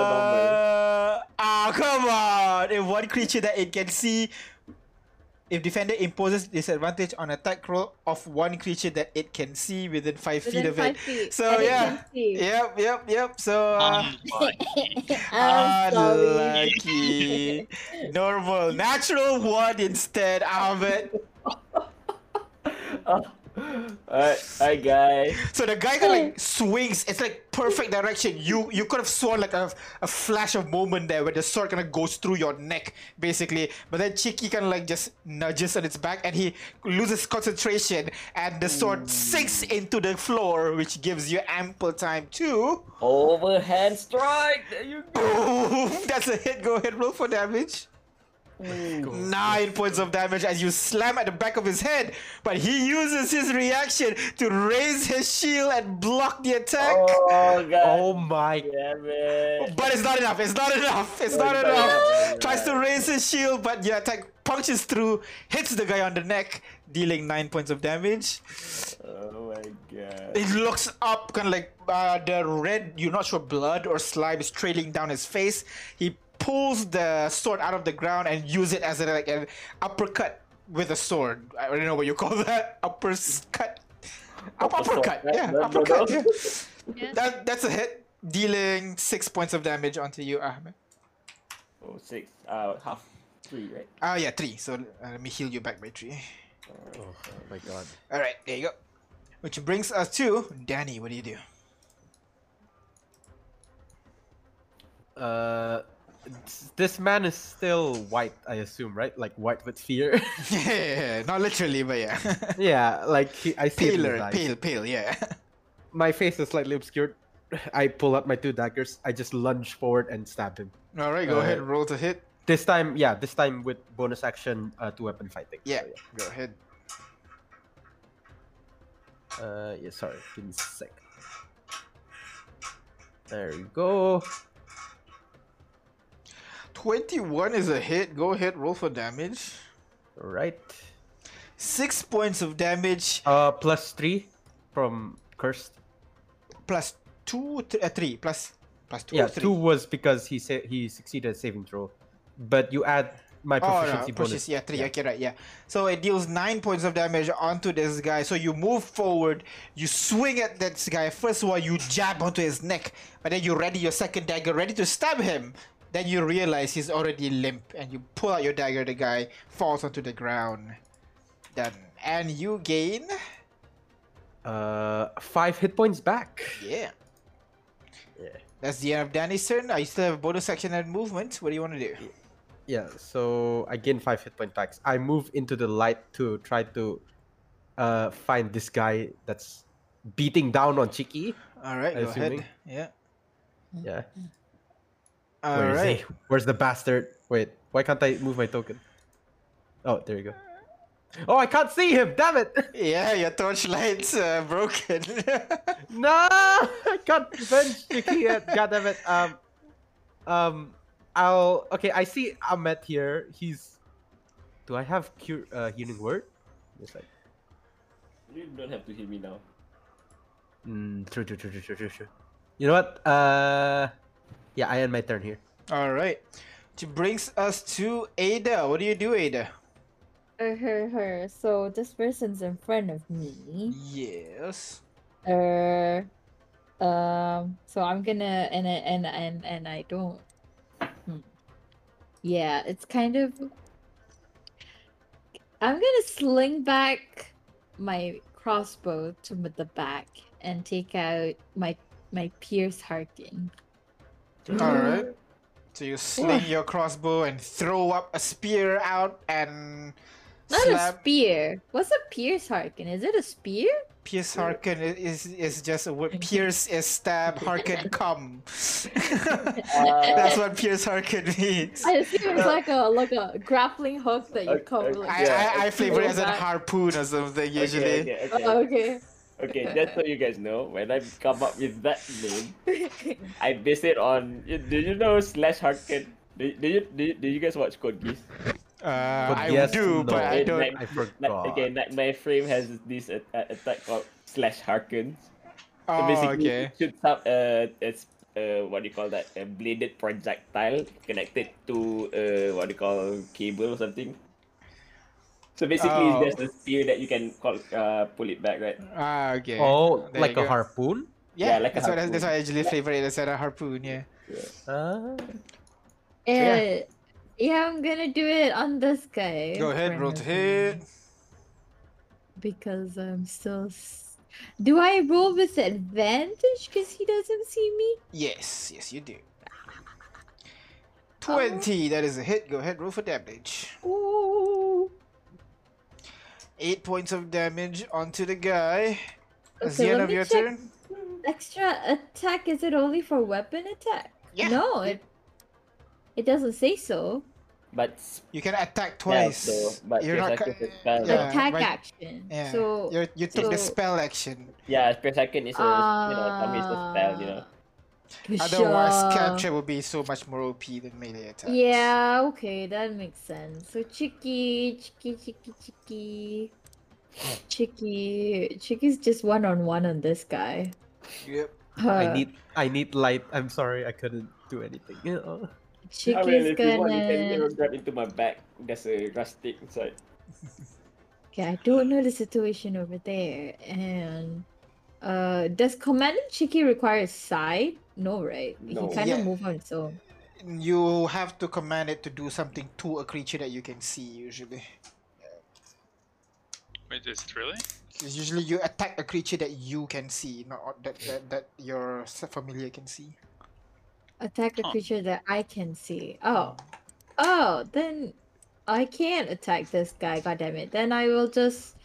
S1: Uh, ah, come on! If one creature that it can see, if defender imposes disadvantage on attack roll of one creature that it can see within five feet
S4: Within
S1: of
S4: five
S1: it.
S4: feet.
S1: So,
S4: and it
S1: yeah.
S4: can see.
S1: Yep, yep, yep. So,
S6: Ah.
S1: uh,
S6: Um,
S1: Ah,
S4: I'm sorry.
S1: Unlucky. Normal. Natural one instead, Ahmed.
S7: Alright, hi guys.
S1: So the guy kind of like swings. It's like perfect direction. You you could have sworn like a, a flash of moment there where the sword kind of goes through your neck, basically. But then Chiki kind of like just nudges on its back and he loses concentration and the sword sinks into the floor, which gives you ample time to.
S7: Overhand strike. There you go.
S1: Boom! That's a hit. Go ahead, roll for damage. Nine points of damage as you slam at the back of his head, but he uses his reaction to raise his shield and block the attack.
S7: Oh god.
S3: Oh my
S7: Damn it.
S1: But it's not enough. It's not enough. It's not
S7: Right,
S1: enough.
S7: right, right,
S1: Tries to
S7: right.
S1: raise his shield, but your attack punches through, hits the guy on the neck, dealing nine points of damage.
S7: Oh my god.
S1: It looks up, kind of like uh, the red, you're not sure, blood or slime is trailing down his face. He pulls the sword out of the ground and use it as a, like an uppercut with a sword. I don't know what you call that. Upper s- cut. Up, uppercut.
S7: Uppercut, right?
S1: Yeah,
S7: No, no,
S1: uppercut.
S7: no.
S1: Yeah.
S5: Yes.
S1: That, that's a hit, dealing six points of damage onto you, Ahmed.
S7: Oh six. Uh, half three, right?
S1: Ah, yeah, three. So uh, let me heal you back by three.
S7: Alright.
S3: Oh my god.
S1: All right, there you go. Which brings us to Danny. What do you do?
S3: Uh, this man is still white, I assume, right? Like white with fear.
S1: yeah, not literally, but yeah.
S3: yeah, like he, I see it in his
S1: Paler,
S3: eyes.
S1: pale, pale. Yeah.
S3: My face is slightly obscured. I pull out my two daggers. I just lunge forward and stab him.
S1: All right, go ahead.
S3: Alright.
S1: Roll to hit.
S3: This time, yeah, this time with bonus action, uh, two weapon fighting.
S1: Yeah.
S3: So,
S1: Go ahead.
S3: yeah. Uh, yeah. Sorry, give me a sec. There you go.
S1: 21 is a hit. Go ahead, roll for damage.
S3: Right.
S1: Six points of damage
S3: Uh, plus three from cursed.
S1: plus two, th- uh, three, plus, plus two,
S3: yeah,
S1: or three.
S3: two was because he sa- he succeeded at saving throw, but you add my
S1: Oh,
S3: proficiency
S1: no,
S3: bonus.
S1: proficiency, yeah, three.
S3: Yeah.
S1: Okay, right, yeah. So it deals nine points of damage onto this guy. So you move forward, you swing at this guy. First of all, you jab onto his neck, but then you ready your second dagger, ready to stab him. Then you realize he's already limp, and you pull out your dagger. The guy falls onto the ground. Done. And you gain,
S3: Uh, five hit points back.
S1: yeah. That's the end of Danny's turn. I still have bonus action and movement. What do you want to do?
S3: Yeah, so I gain five hit point packs. I move into the light to try to uh, find this guy that's beating down on Chiki.
S1: All right,
S3: I
S1: go ahead.
S3: assuming.
S1: Yeah.
S3: Yeah.
S1: All
S3: Where
S1: right.
S3: is he? Where's the bastard? Wait, why can't I move my token? Oh, there you go. Oh, I can't see him. Damn it!
S1: Yeah, your torchlight's uh, broken.
S3: No, I can't revenge Chiki yet. God damn it. Um, um, I'll. Okay, I see Ahmed here. He's. Do I have cure uh, healing word? It's like.
S7: You don't have to hear me now.
S3: Mm, true, true, true, true, true, true, true. You know what? Uh, yeah, I end my turn here.
S1: All right, which brings us to Ada. What do you do, Ada?
S4: Her, her, her. So this person's in front of me.
S1: Yes.
S4: Uh, um. So I'm gonna and I- and and and I don't. Hmm. Yeah, it's kind of. I'm gonna sling back my crossbow to m- the back and take out my my Pierce Harkin.
S1: All right. So you sling your crossbow and throw up a spear out and
S4: Not a
S1: slap.
S4: spear. What's a Pierce Harkin? Is it a spear?
S1: Pierce Harkin i- is is just a word. Pierce is stab. Harkin come.
S7: Ah,
S1: That's what Pierce Harkin means.
S4: I assume it's like a like a grappling hook that you
S7: Okay,
S4: call like.
S7: okay.
S1: I,
S7: Yeah,
S1: I, I flavor it as a
S4: throwback.
S1: harpoon or something usually.
S7: Okay, okay,
S4: Oh,
S7: okay.
S4: okay.
S7: okay, just so you guys know, when I come up with that name,
S4: I
S7: I base it on. you- Do you know Slash Harkin? Do, do you do, you- do you guys watch Code Geass?
S1: Uh,
S3: But
S1: I
S3: yes,
S1: do, but
S3: no.
S1: I
S7: Wait,
S1: don't.
S7: like-
S3: I
S7: Like,
S3: forgot.
S7: okay, Nightmare Frame has this a- a- attack called Slash Harkin. So
S1: oh,
S7: basically,
S1: okay.
S7: it shoots up uh, it's uh, what do you call that? A bladed projectile connected to uh, what do you call cable or something. So basically,
S1: Oh.
S7: it's just a spear that you can call uh, pull it back, right?
S1: Ah, okay.
S3: Oh,
S1: There
S3: like
S1: you
S3: a
S1: go.
S3: harpoon?
S1: Yeah,
S7: Yeah, like a
S1: that's, what I, that's
S7: harpoon.
S1: why I usually flavor it as a harpoon, yeah.
S3: Uh,
S1: Yeah.
S4: Yeah. yeah, I'm gonna do it on this guy.
S1: Go ahead, roll to hit.
S4: Because I'm still. S- do I roll with advantage because he doesn't see me?
S1: Yes, yes, you do. 20, that is a hit. Go ahead, roll for damage.
S4: Oh. Ooh.
S1: 8 points of damage onto the guy. That's
S4: Okay,
S1: the end
S4: let
S1: of
S4: me
S1: your
S4: check.
S1: turn.
S4: Extra attack, is it only for weapon attack?
S1: Yeah.
S4: No, it it doesn't say so.
S7: But
S1: You can attack
S7: Yeah,
S1: twice.
S7: so, but
S1: You're
S7: your
S1: not.
S7: second
S1: Ca-
S7: is bad.
S1: Yeah,
S4: attack
S1: but-
S4: action.
S1: yeah.
S4: So.
S1: You're, you took the
S4: Oh, so-
S1: spell action.
S7: yeah, Spare Second is a you know, I mean, it's a spell, you know.
S4: Ah,
S1: Otherwise,
S4: Kasha.
S1: capture would be so much more OP than melee attack.
S4: Yeah, okay, that makes sense. So Chicky, Chicky, Chicky, Chicky. Chicky. Chicky's just one on one on this guy.
S1: Yep.
S4: Huh.
S3: I need I need light. I'm sorry, I couldn't do anything. You know?
S7: I mean,
S4: Chicky's
S7: if you want, you can you
S4: gonna.
S7: know, grab into my back. There's a rustic inside.
S4: Okay, I don't know the situation over there. And. Uh, does commanding Chicky require a side? No, right?
S7: No.
S4: He kind of
S1: Yeah.
S4: move on its own.
S1: You have to command it to do something to a creature that you can see, usually.
S6: Wait, is it really?
S1: Because usually you attack a creature that you can see, not o- that that, that your s- familiar can see.
S4: Attack a
S6: Huh.
S4: creature that I can see. Oh. Oh, then I can't attack this guy, God damn it! Then I will just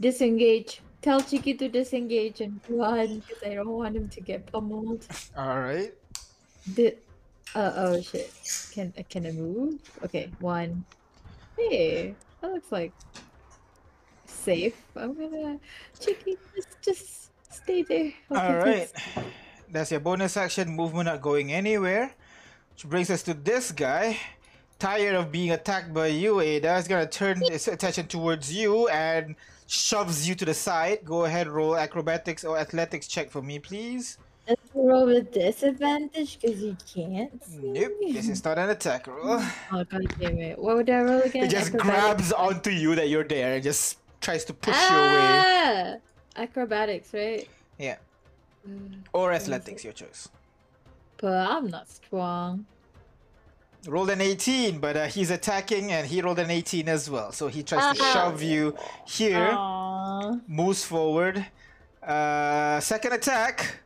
S4: disengage. Tell Chiki to disengage and run because I don't want him to get pummeled.
S1: All right.
S4: Di- uh, oh shit. Can can I move? Okay, one. Hey, that looks like safe. I'm gonna Chiki just just stay there. I'll
S1: All
S4: take
S1: right.
S4: this.
S1: That's your bonus action. Movement not going anywhere. Which brings us to this guy. Tired of being attacked by you, Ada, is gonna turn its attention towards you and shoves you to the side. Go ahead, roll acrobatics or athletics check for me, please.
S4: Does he roll with disadvantage because you can't? See?
S1: Nope, this is not an attack roll.
S4: Oh god damn it! What would I roll again?
S1: It just
S4: Acrobatics?
S1: grabs onto you that you're there and just tries to push you away.
S4: ah! Acrobatics, right?
S1: Yeah.
S4: Mm,
S1: Or athletics, your choice.
S4: But I'm not strong.
S1: Rolled an 18, but uh, he's attacking and he rolled an 18 as well. So he tries to
S9: Ah.
S1: shove you here.
S4: Ah. Aww.
S1: moves forward. Uh, second attack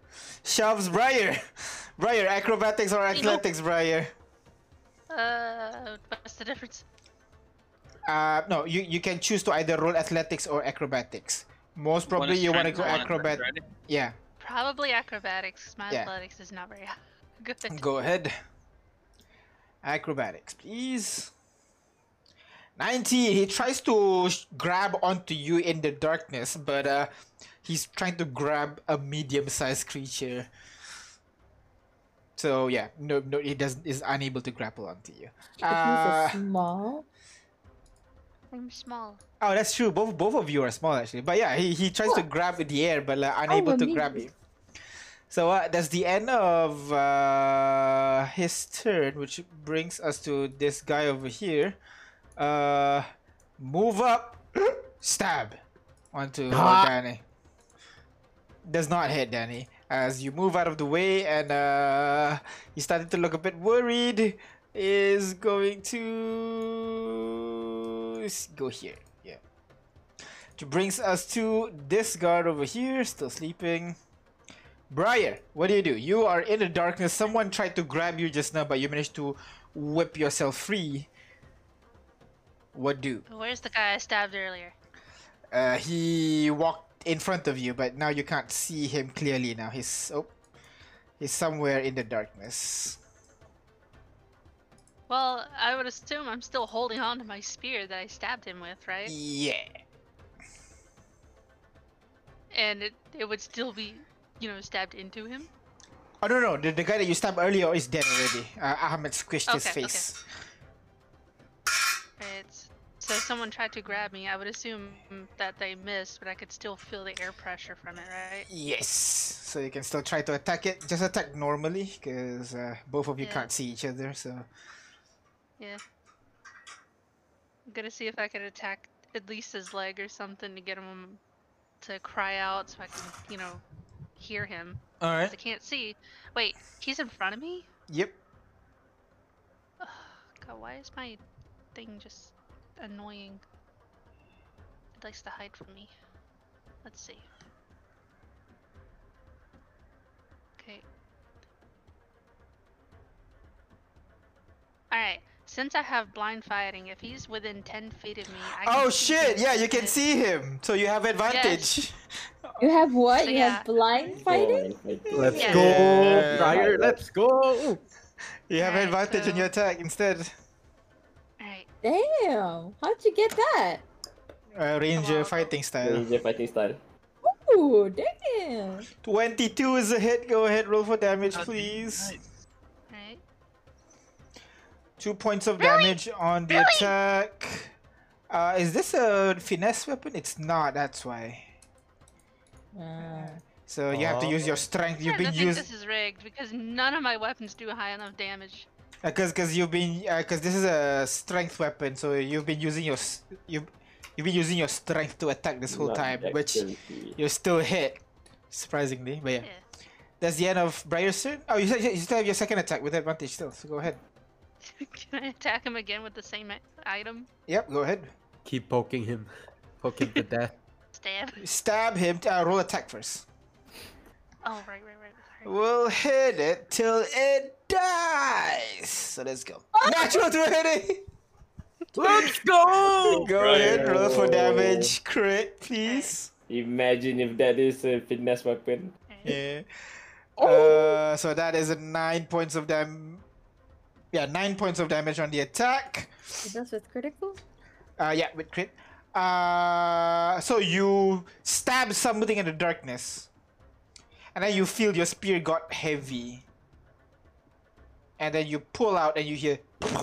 S1: shoves Briar. Briar, acrobatics or athletics, Briar?
S5: Uh, what's the difference?
S1: Uh, no, you, you can choose to either roll athletics or acrobatics. Most
S6: One
S1: probably
S6: is
S1: you want to go
S6: strength, one is
S1: acrobat.
S6: dexterity.
S1: Yeah,
S5: Probably acrobatics. 'cause My
S1: Yeah.
S5: athletics is not very good.
S1: go ahead. Acrobatics, please. 19. He tries to sh- grab onto you in the darkness, but uh, he's trying to grab a medium-sized creature. So yeah, no, no, he doesn't is unable to grapple onto you. Uh,
S4: He's so small.
S5: I'm small.
S1: oh, that's true. Both both of you are small actually, but yeah, he, he tries to grab in the air, but like, unable to
S4: me
S1: grab
S4: neither.
S1: you. So uh, that's the end of uh, his turn, which brings us to this guy over here. Uh, move up, stab onto Danny. Does not hit Danny. As you move out of the way and uh, he's starting to look a bit worried, is going to s- go here. Yeah. Which brings us to this guard over here, still sleeping. Briar, what do you do? You are in the darkness. Someone tried to grab you just now, but you managed to whip yourself free. What do?
S5: Where's the guy I stabbed earlier?
S1: Uh, he walked in front of you, but now you can't see him clearly. Now he's oh, he's somewhere in the darkness.
S5: Well, I would assume I'm still holding on to my spear that I stabbed him with, right?
S1: Yeah.
S5: And it, it would still be, you know, stabbed into him.
S1: Oh no no, the, the guy that you stabbed earlier is dead already. Uh, Ahmed squished his
S5: Okay, okay.
S1: face.
S5: It's, so if someone tried to grab me, I would assume that they missed, but I could still feel the air pressure from it, right?
S1: Yes. So you can still try to attack it. Just attack normally, because uh, both of you
S5: Yeah.
S1: can't see each other. So
S5: Yeah. I'm gonna see if I can attack at least his leg or something to get him to cry out so I can, you know, hear him.
S1: all
S5: 'cause
S1: right.
S5: I can't see. Wait, he's in front of me?
S1: Yep.
S5: Ugh, God, why is my thing just annoying? It likes to hide from me. Let's see. Okay. Alright, since I have blind fighting, if he's within 10 feet of me, I can
S1: Oh
S5: see
S1: shit!
S5: him
S1: Yeah, you can
S5: with-
S1: see him, so you have advantage.
S4: You have what?
S5: So
S4: you
S5: yeah.
S4: have blind fighting?
S7: Boy, I think-
S8: Let's
S5: Yeah.
S8: go,
S1: Yeah.
S8: Briar. Let's go.
S1: You have
S5: Right,
S1: advantage on
S5: so-
S1: your attack instead.
S5: Alright,
S4: Damn. How'd you get that?
S1: Uh, ranger
S5: Hello.
S1: fighting style.
S7: Ninja fighting style.
S4: Ooh, damn.
S1: 22 is a hit. Go ahead, roll for damage,
S6: That'd be
S1: please.
S6: nice.
S5: alright.
S1: Two points of
S5: Really?
S1: damage on the
S5: Really?
S1: attack. Uh, is this a finesse weapon? It's not, that's why.
S4: Ah.
S1: So you have to use your
S5: Oh.
S1: strength. You've
S5: You've
S1: been
S5: think
S1: using
S5: this is rigged because none of my weapons do high enough damage.
S1: because because uh, you've been because this is a strength weapon. So you've been using your s- you you've been using your strength to attack this whole
S7: Not
S1: time, which
S7: dexterity.
S1: you're still hit, surprisingly. But yeah,
S5: Yeah.
S1: that's the end of Briar's turn. Oh, you, said- you still have your second attack with advantage still. So go ahead.
S5: Can I attack him again with the same i- item?
S1: Yep, go ahead.
S8: Keep poking him. Poke him to death.
S5: Stab.
S1: Stab him. Uh, roll attack first.
S5: Oh, right, right, right. Sorry.
S1: We'll hit it till it dies. So let's go. Natural 20!
S8: Let's go. Oh.
S1: Go ahead, roll for damage. Crit, please.
S7: Imagine if that is a fitness weapon.
S5: Alright.
S1: Yeah.
S8: Oh!
S1: Uh, so that is a 9 points of dam. Yeah, 9 points of damage on the attack.
S4: Is this with critical?
S1: Uh, yeah, with crit. Uh, so you stab something in the darkness. And then you feel your spear got heavy. and then you pull out and you hear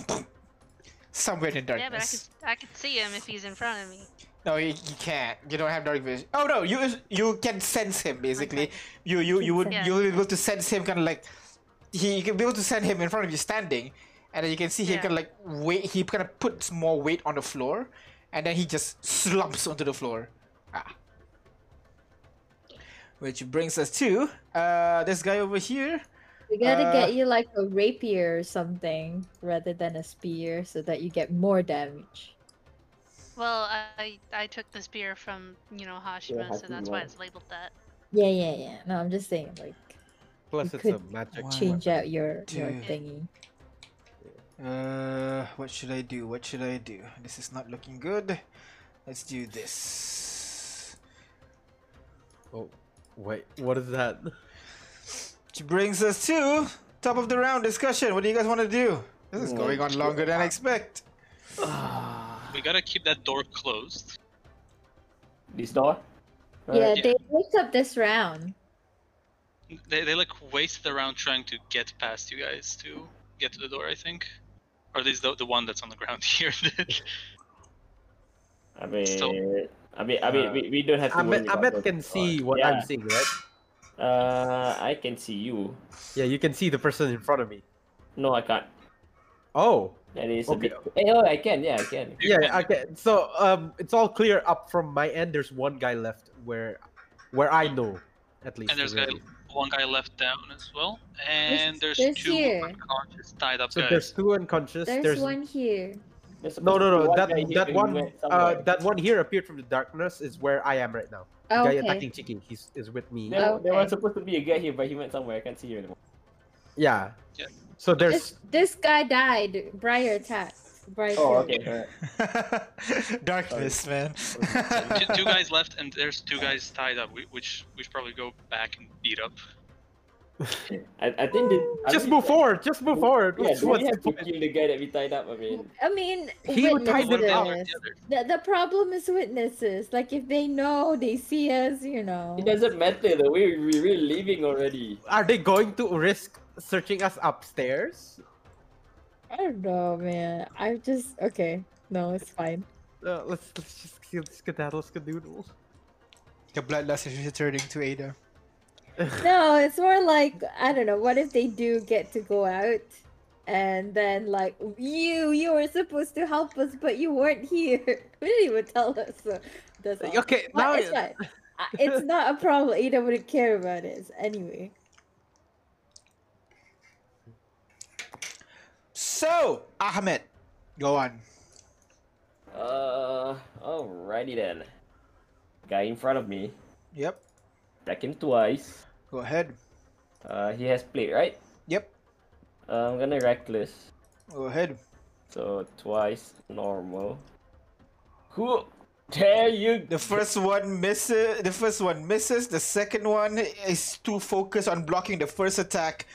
S1: somewhere in the
S5: Yeah, but I could
S1: darkness.
S5: I could see him if he's in front of me.
S1: No, you, you can't. You don't have dark vision. Oh no, you you can sense him basically.
S5: Okay.
S1: You you you would
S5: Yeah.
S1: you'll be able to sense him kind of like he you can be able to send him in front of you standing, and then you can see him
S5: Yeah.
S1: kind of like weight. He kind of puts more weight on the floor, and then he just slumps onto the floor. Ah. Which brings us to uh this guy over here.
S4: We gotta
S1: Uh,
S4: get you like a rapier or something rather than a spear so that you get more damage.
S5: Well, I I took the spear from you know Hashima, so that's why
S7: Hashima.
S5: it's labeled that.
S4: Yeah, yeah, yeah. No, I'm just saying like
S3: Plus, it's
S4: You
S3: a
S4: could
S3: magic.
S1: One.
S4: change out your, your
S1: Dude.
S4: thingy.
S1: Uh, what should I do? What should I do? This is not looking good. Let's do this.
S3: Oh, wait. What is that?
S1: Which brings us to top of the round discussion. What do you guys want to do? This is going on longer than I expect.
S6: We gotta keep that door closed.
S7: This door?
S4: Yeah,
S6: yeah.
S7: Alright.
S4: they picked up this round.
S6: They, they like waste the round trying to get past you guys to get to the door, I think. Or at least the, the one that's on the ground here.
S7: I mean,
S6: So-
S7: I mean, I mean, we, we don't have to.
S3: uh, Ahmed,
S7: worry about
S3: Ahmed
S7: those
S3: can
S7: doors.
S3: see what
S7: yeah.
S3: I'm seeing, right?
S7: Uh, I can see you.
S3: Yeah, you can see the person in front of me.
S7: No, I can't.
S3: Oh,
S7: That is
S3: Okay.
S7: a bit. Hey, oh, I can. Yeah, I can.
S6: You
S3: yeah,
S6: can-
S3: okay. So um, it's all clear up from my end. There's one guy left where, where I know, at least.
S6: and there's guy,
S3: already.
S6: one guy left down as well. And there's,
S4: there's
S6: two
S4: here.
S6: unconscious tied up
S3: So
S6: guys.
S3: there's two unconscious.
S4: There's,
S3: There's,
S4: one here.
S7: There's
S3: no,
S7: supposed to
S3: no, no.
S7: be one
S3: That
S7: guy here
S3: that
S7: and
S3: one,
S7: you went
S3: uh,
S7: somewhere.
S3: that one here appeared from the darkness. Is where I am right now. The
S4: Oh,
S3: guy
S4: okay.
S3: attacking Chiki. He's is with me.
S7: There, there
S4: Okay.
S7: was supposed to be a guy here, but he went somewhere. I can't see you anymore.
S3: Yeah.
S6: Yeah.
S3: So
S4: This,
S3: there's
S4: this guy died. Briar attacked. Briar
S7: Oh,
S4: killed.
S7: okay. alright.
S1: Darkness, man.
S6: two, two guys left, and there's two guys tied up. We, which we should probably go back and beat up.
S7: I, I think. the- I
S3: just
S7: mean,
S3: move forward. Just move forward.
S7: Yeah,
S3: What's-
S7: do we
S3: what's the
S7: have to
S3: point?
S7: kill the guy that we tied up? I mean,
S4: I mean,
S3: He would tie
S6: But what about
S4: witnesses.
S6: the others?
S4: The, the problem is witnesses. Like if they know, they see us, you know.
S7: it doesn't matter. The way we we're leaving already.
S3: Are they going to risk searching us upstairs?
S4: I don't know, man. I'm just okay. No, it's fine.
S3: Uh, let's let's just see- let's skedaddle, skedoodle.
S1: the bloodlust is returning to Ada.
S4: No, it's more like I don't know. What if they do get to go out, and then like you, you were supposed to help us, but you weren't here. You didn't even tell us. So that's all.
S3: Okay,
S4: But
S3: now
S4: it's fine. I- It's not a problem. Ada wouldn't care about it anyway.
S1: So, Ahmed, go on.
S7: Uh, alrighty then. Guy in front of me.
S1: Yep,
S7: Attack him twice.
S1: go ahead.
S7: Uh, he has plate, right?
S1: Yep,
S7: Uh, I'm gonna reckless.
S1: go ahead.
S7: So twice normal. Who dare you?
S1: The first one misses. The first one misses. The second one is too focused on blocking the first attack,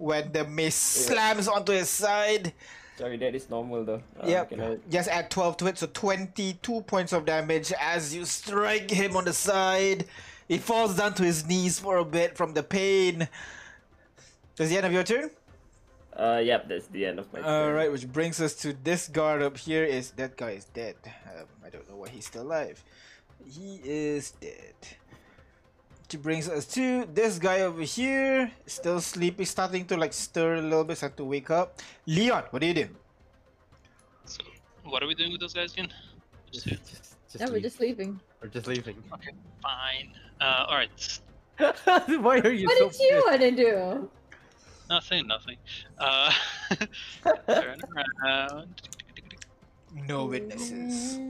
S1: when the mace slams onto his side.
S7: Sorry, that is normal though. Uh,
S1: yep.
S7: can I-
S1: Just add twelve to it, so twenty-two points of damage as you strike him on the side. He falls down to his knees for a bit from the pain. That's the end of your turn.
S7: Uh, yep, that's the end of my.
S1: All
S7: turn.
S1: right, which brings us to this guard up here. Is that guy is dead? Um, I don't know why he's still alive. He is dead. Which brings us to this guy over here. Still sleepy, starting to like stir a little bit, start to wake up. Leon, what do you do?
S6: So, what are we doing with those guys again?
S3: Just, just, just
S4: No, we're
S3: leave.
S4: just leaving.
S3: We're just leaving.
S6: Fine. Uh, all right.
S3: Why are you
S4: What
S3: so
S4: did you
S3: pissed?
S4: want to do?
S6: Nothing. Nothing. Uh, turn around.
S1: No witnesses.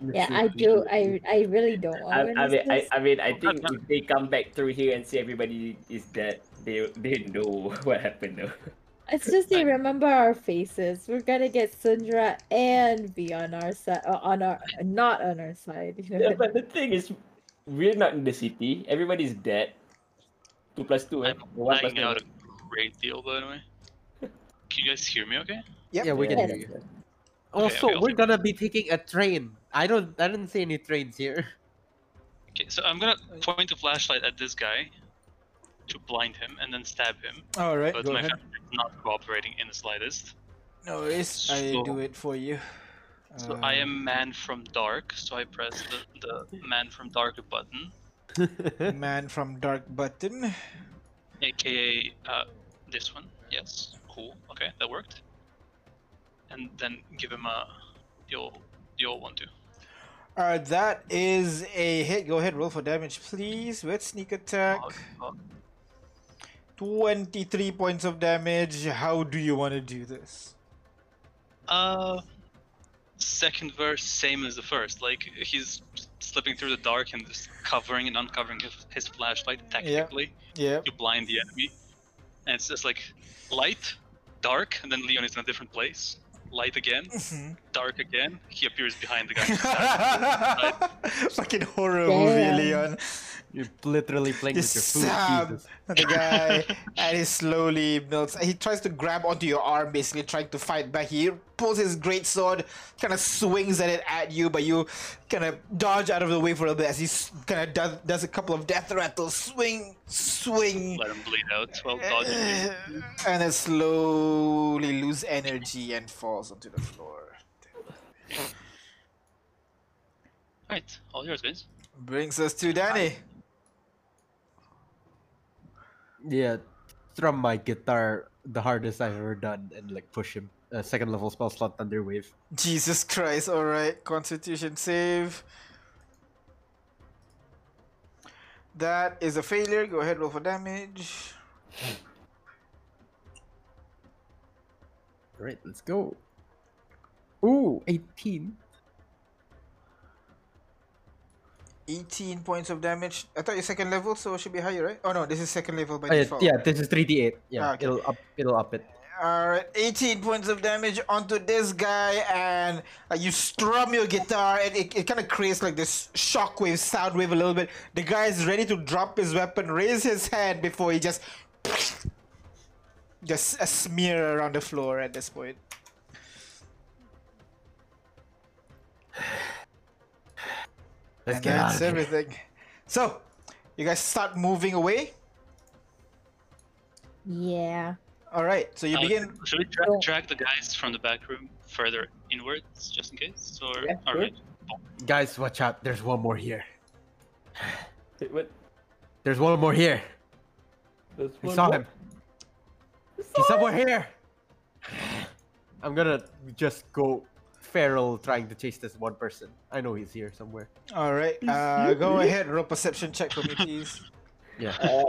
S4: Yeah, I do. I I really don't
S7: I,
S4: want.
S7: I mean, I,
S4: witnesses.
S7: I mean, I
S6: Oh, that's
S7: think if they come back through here and see everybody is dead, they they know what happened though.
S4: It's just they remember our faces. We're gonna get Sundra and be on our side. On our not on our side. You know.
S7: Yeah, but the thing is, we're not in the city. Everybody's dead. Two plus two. eh?
S6: I'm
S7: One plus
S6: lagging out a
S7: two.
S6: great deal, by the way. Can you guys hear me? Okay.
S3: Yeah, we can
S4: Yeah.
S3: hear you.
S6: Okay,
S3: Also,
S6: okay,
S3: we're
S6: okay.
S3: gonna be taking a train. I don't. I didn't see any trains here.
S6: Okay. So I'm gonna point a flashlight at this guy, to blind him and then stab him,
S1: All right,
S6: but
S1: go
S6: my
S1: ahead.
S6: family is not cooperating in the slightest.
S1: No worries. I
S6: So-
S1: do it for you.
S6: So I
S1: Uh,
S6: am man from dark, so I press the, the man from dark button,
S1: Uh, man from dark button.
S6: aka uh, this one. Yes, cool. Okay, that worked. And then give him a the old the old one too.
S1: All right, Uh, that is a hit. Go ahead, roll for damage, please. With sneak attack,
S6: Oh, oh,
S1: twenty-three points of damage. How do you want to do this?
S6: Uh, second verse same as the first. Like he's slipping through the dark and just covering and uncovering his, his flashlight tactically
S1: Yeah.
S6: to blind the enemy. And it's just like light, dark, and then Leon is in a different place. Light again, dark again. He appears behind the guy.
S1: Fucking horror movie,
S4: Damn.
S1: Leon.
S3: You're literally playing
S1: Just
S3: with your food.
S1: stab
S3: Jesus.
S1: the guy, and he slowly melts. He tries to grab onto your arm, basically trying to fight back. He pulls his great sword, kind of swings at it at you, but you kind of dodge out of the way for a bit as he kind of does, does a couple of death rattles. Swing, swing,
S6: Let him bleed out while dodging.
S1: and then slowly lose energy and falls onto the floor.
S6: Alright, all yours, guys.
S1: Brings us to Danny.
S3: Yeah, strum my guitar the hardest I've ever done and like push him. Uh, second level spell slot Thunder Wave.
S1: Jesus Christ, alright. Constitution save. That is a failure. Go ahead, roll for damage.
S3: Alright, let's go. Ooh, 18.
S1: 18 points of damage. I thought you're second level, so it should be higher, right? Oh no, this is second level by
S3: Uh,
S1: default.
S3: yeah, this is 3d8. Yeah,
S1: Ah, okay.
S3: it'll up it'll up it.
S1: Alright, 18 points of damage onto this guy, and uh, you strum your guitar, and it, it kind of creates like this shockwave, sound wave a little bit. The guy is ready to drop his weapon, raise his hand before he just. Just a smear around the floor at this point.
S3: Let's
S1: and
S3: get out
S1: that's
S3: of here.
S1: everything. So, you guys start moving away.
S9: Yeah.
S1: Alright, so you
S6: Uh,
S1: begin.
S6: Should we dra-
S9: Cool.
S6: drag the guys from the back room further inwards, just in case? Or
S7: Yeah, sure.
S6: alright,
S3: Guys, watch out. There's one more here.
S7: Wait, what?
S3: There's one more here.
S7: There's
S3: I
S7: one
S3: saw
S7: more?
S3: him. He's somewhere here. I'm gonna just go feral trying to chase this one person. I know he's here somewhere.
S1: Alright, uh, go ahead, roll perception check for me, please.
S7: Uh,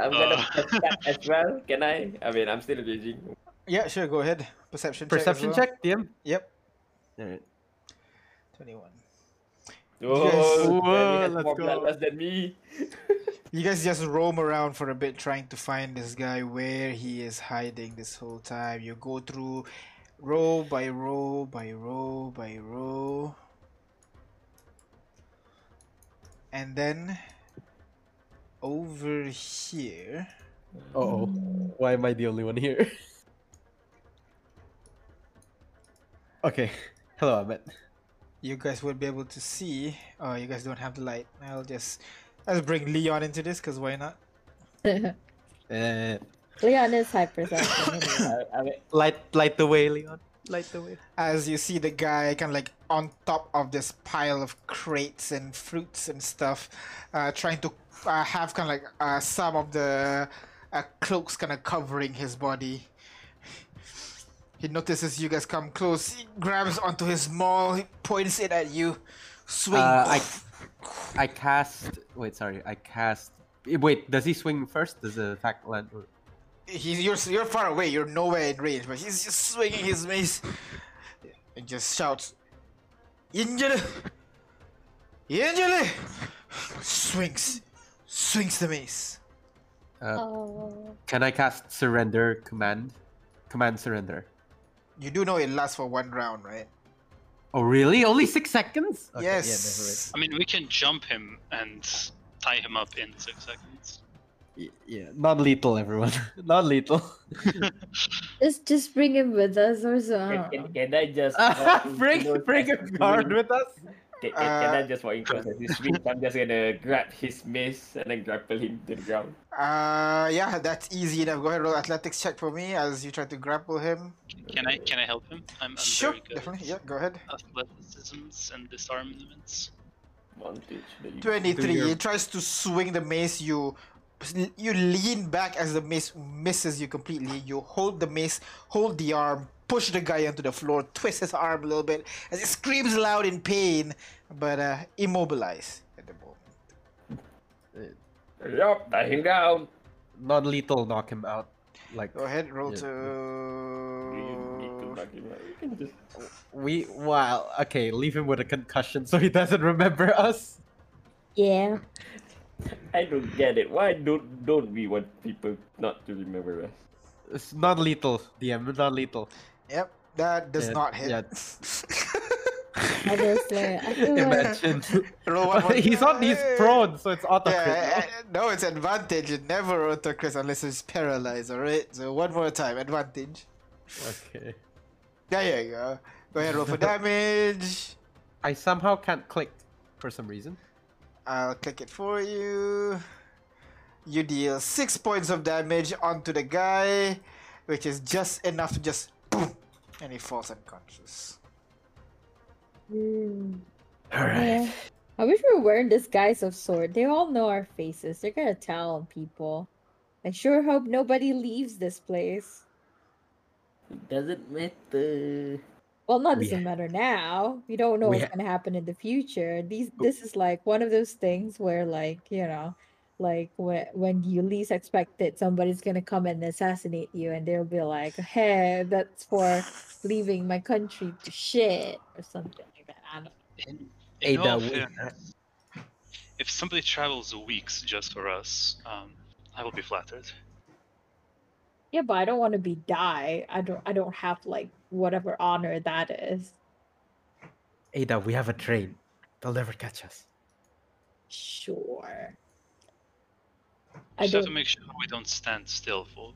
S7: I'm gonna
S6: Uh.
S7: press that as well. Can I? I mean, I'm still engaging.
S1: yeah, sure, go ahead. Perception,
S3: Perception
S1: check. as well.
S3: check, DM?
S1: Yep,
S3: Alright.
S1: 21.
S7: Whoa,
S3: Whoa,
S7: Danny Oh, has
S3: let's
S7: more blood
S3: go.
S7: loss than me.
S1: You guys just roam around for a bit trying to find this guy where he is hiding this whole time. You go through row by row by row by row. And then over here.
S3: Uh oh. Why am I the only one here? okay. Hello, Ahmed.
S1: you guys would be able to see. Oh, you guys don't have the light. I'll just let's bring Leon into this because why not?
S3: Uh,
S4: Leon is hypersensitive.
S7: I, I mean,
S3: light, light the way, Leon. Light the way.
S1: As you see the guy kind of like on top of this pile of crates and fruits and stuff, uh, trying to uh, have kind of like uh, some of the uh, cloaks kind of covering his body. He notices you guys come close, he grabs onto his maul, he points it at you, swing.
S3: Uh, I, I cast. Wait, sorry. I cast. eh, Wait, does he swing first? Does the attack land? or-
S1: he's you're you're far away. You're nowhere in range, but he's just swinging his mace and just shouts, "Angela, Angela!" Swings, swings the mace.
S9: Oh.
S3: Can I cast surrender command? Command surrender.
S1: You do know it lasts for one round, right?
S3: Oh really? Only six seconds? Okay, yeah,
S1: yes.
S6: I mean, we can jump him and tie him up in six seconds.
S3: never mind. Y- Yeah, non-lethal, everyone. non-lethal.
S4: Let's just bring him with us or so. I
S7: can,
S3: Oh.
S4: don't know.
S7: can, can I just
S3: Uh,
S7: walk into
S3: bring,
S7: those
S3: bring a
S7: guys'
S3: guard
S7: room?
S3: with us.
S7: Can, can, can I
S1: Uh,
S7: just walk in close as he swings? I'm just gonna grab his mace and then grapple him to the ground.
S1: Uh, yeah, that's easy enough. Go ahead, roll athletics check for me as you try to grapple him.
S6: Can I can I help him? I'm, I'm
S1: sure,
S6: very good.
S1: definitely. Yeah, go ahead.
S6: at Athleticisms and disarmaments.
S7: Advantage that you-
S1: 23.
S3: your-
S1: It tries to swing the mace. You you lean back as the mace misses you completely. You hold the mace, hold the arm, push the guy onto the floor, twist his arm a little bit as he screams loud in pain, but uh, immobilized at the moment.
S7: Yup, knock him down.
S3: Non lethal knock him out. Like
S1: Go ahead, roll
S3: Yeah.
S7: You need to
S3: Oh,
S1: to.
S7: knock him out. You can just-
S3: we wow, okay, leave him with a concussion so he doesn't remember us.
S4: Yeah.
S7: I don't get it. Why don't don't we want people not to remember us?
S3: It's non lethal, DM, non lethal.
S1: Yep, that does
S3: Yeah,
S1: not hit.
S3: yeah.
S4: Obviously. I do it.
S3: Imagine.
S1: Roll one more
S3: he's on he's
S1: time.
S3: prone, so it's auto crit.
S1: Yeah, uh, no, it's advantage. It never auto crits unless it's paralyzed, alright? So one more time, advantage.
S3: Okay.
S1: There you go. Go ahead, roll for damage.
S3: I somehow can't click for some reason.
S1: I'll click it for you. You deal six points of damage onto the guy, which is just enough to just boom, and he falls unconscious.
S4: Mm,
S3: Alright.
S4: yeah. I wish we were wearing this guise of sword. They all know our faces. They're gonna tell people. I sure hope nobody leaves this place.
S7: It doesn't matter.
S4: Well, not
S3: We-
S4: doesn't matter now. You don't know
S3: we
S4: what's
S3: ha- Oh.
S4: gonna happen in the future. These this is like one of those things where like you know, like when when you least expect it, somebody's gonna come and assassinate you, and they'll be like, "Hey, that's for leaving my country to shit or something like that." I don't know.
S6: In all
S3: Ada, we-
S6: fairness, if somebody travels weeks just for us, um, I will be flattered.
S4: Yeah, but I don't want to be die. I don't. I don't have like whatever honor that is.
S3: Ada, we have a train. They'll never catch us.
S4: Sure. I
S6: Just have to
S4: don't.
S6: make sure we don't stand still for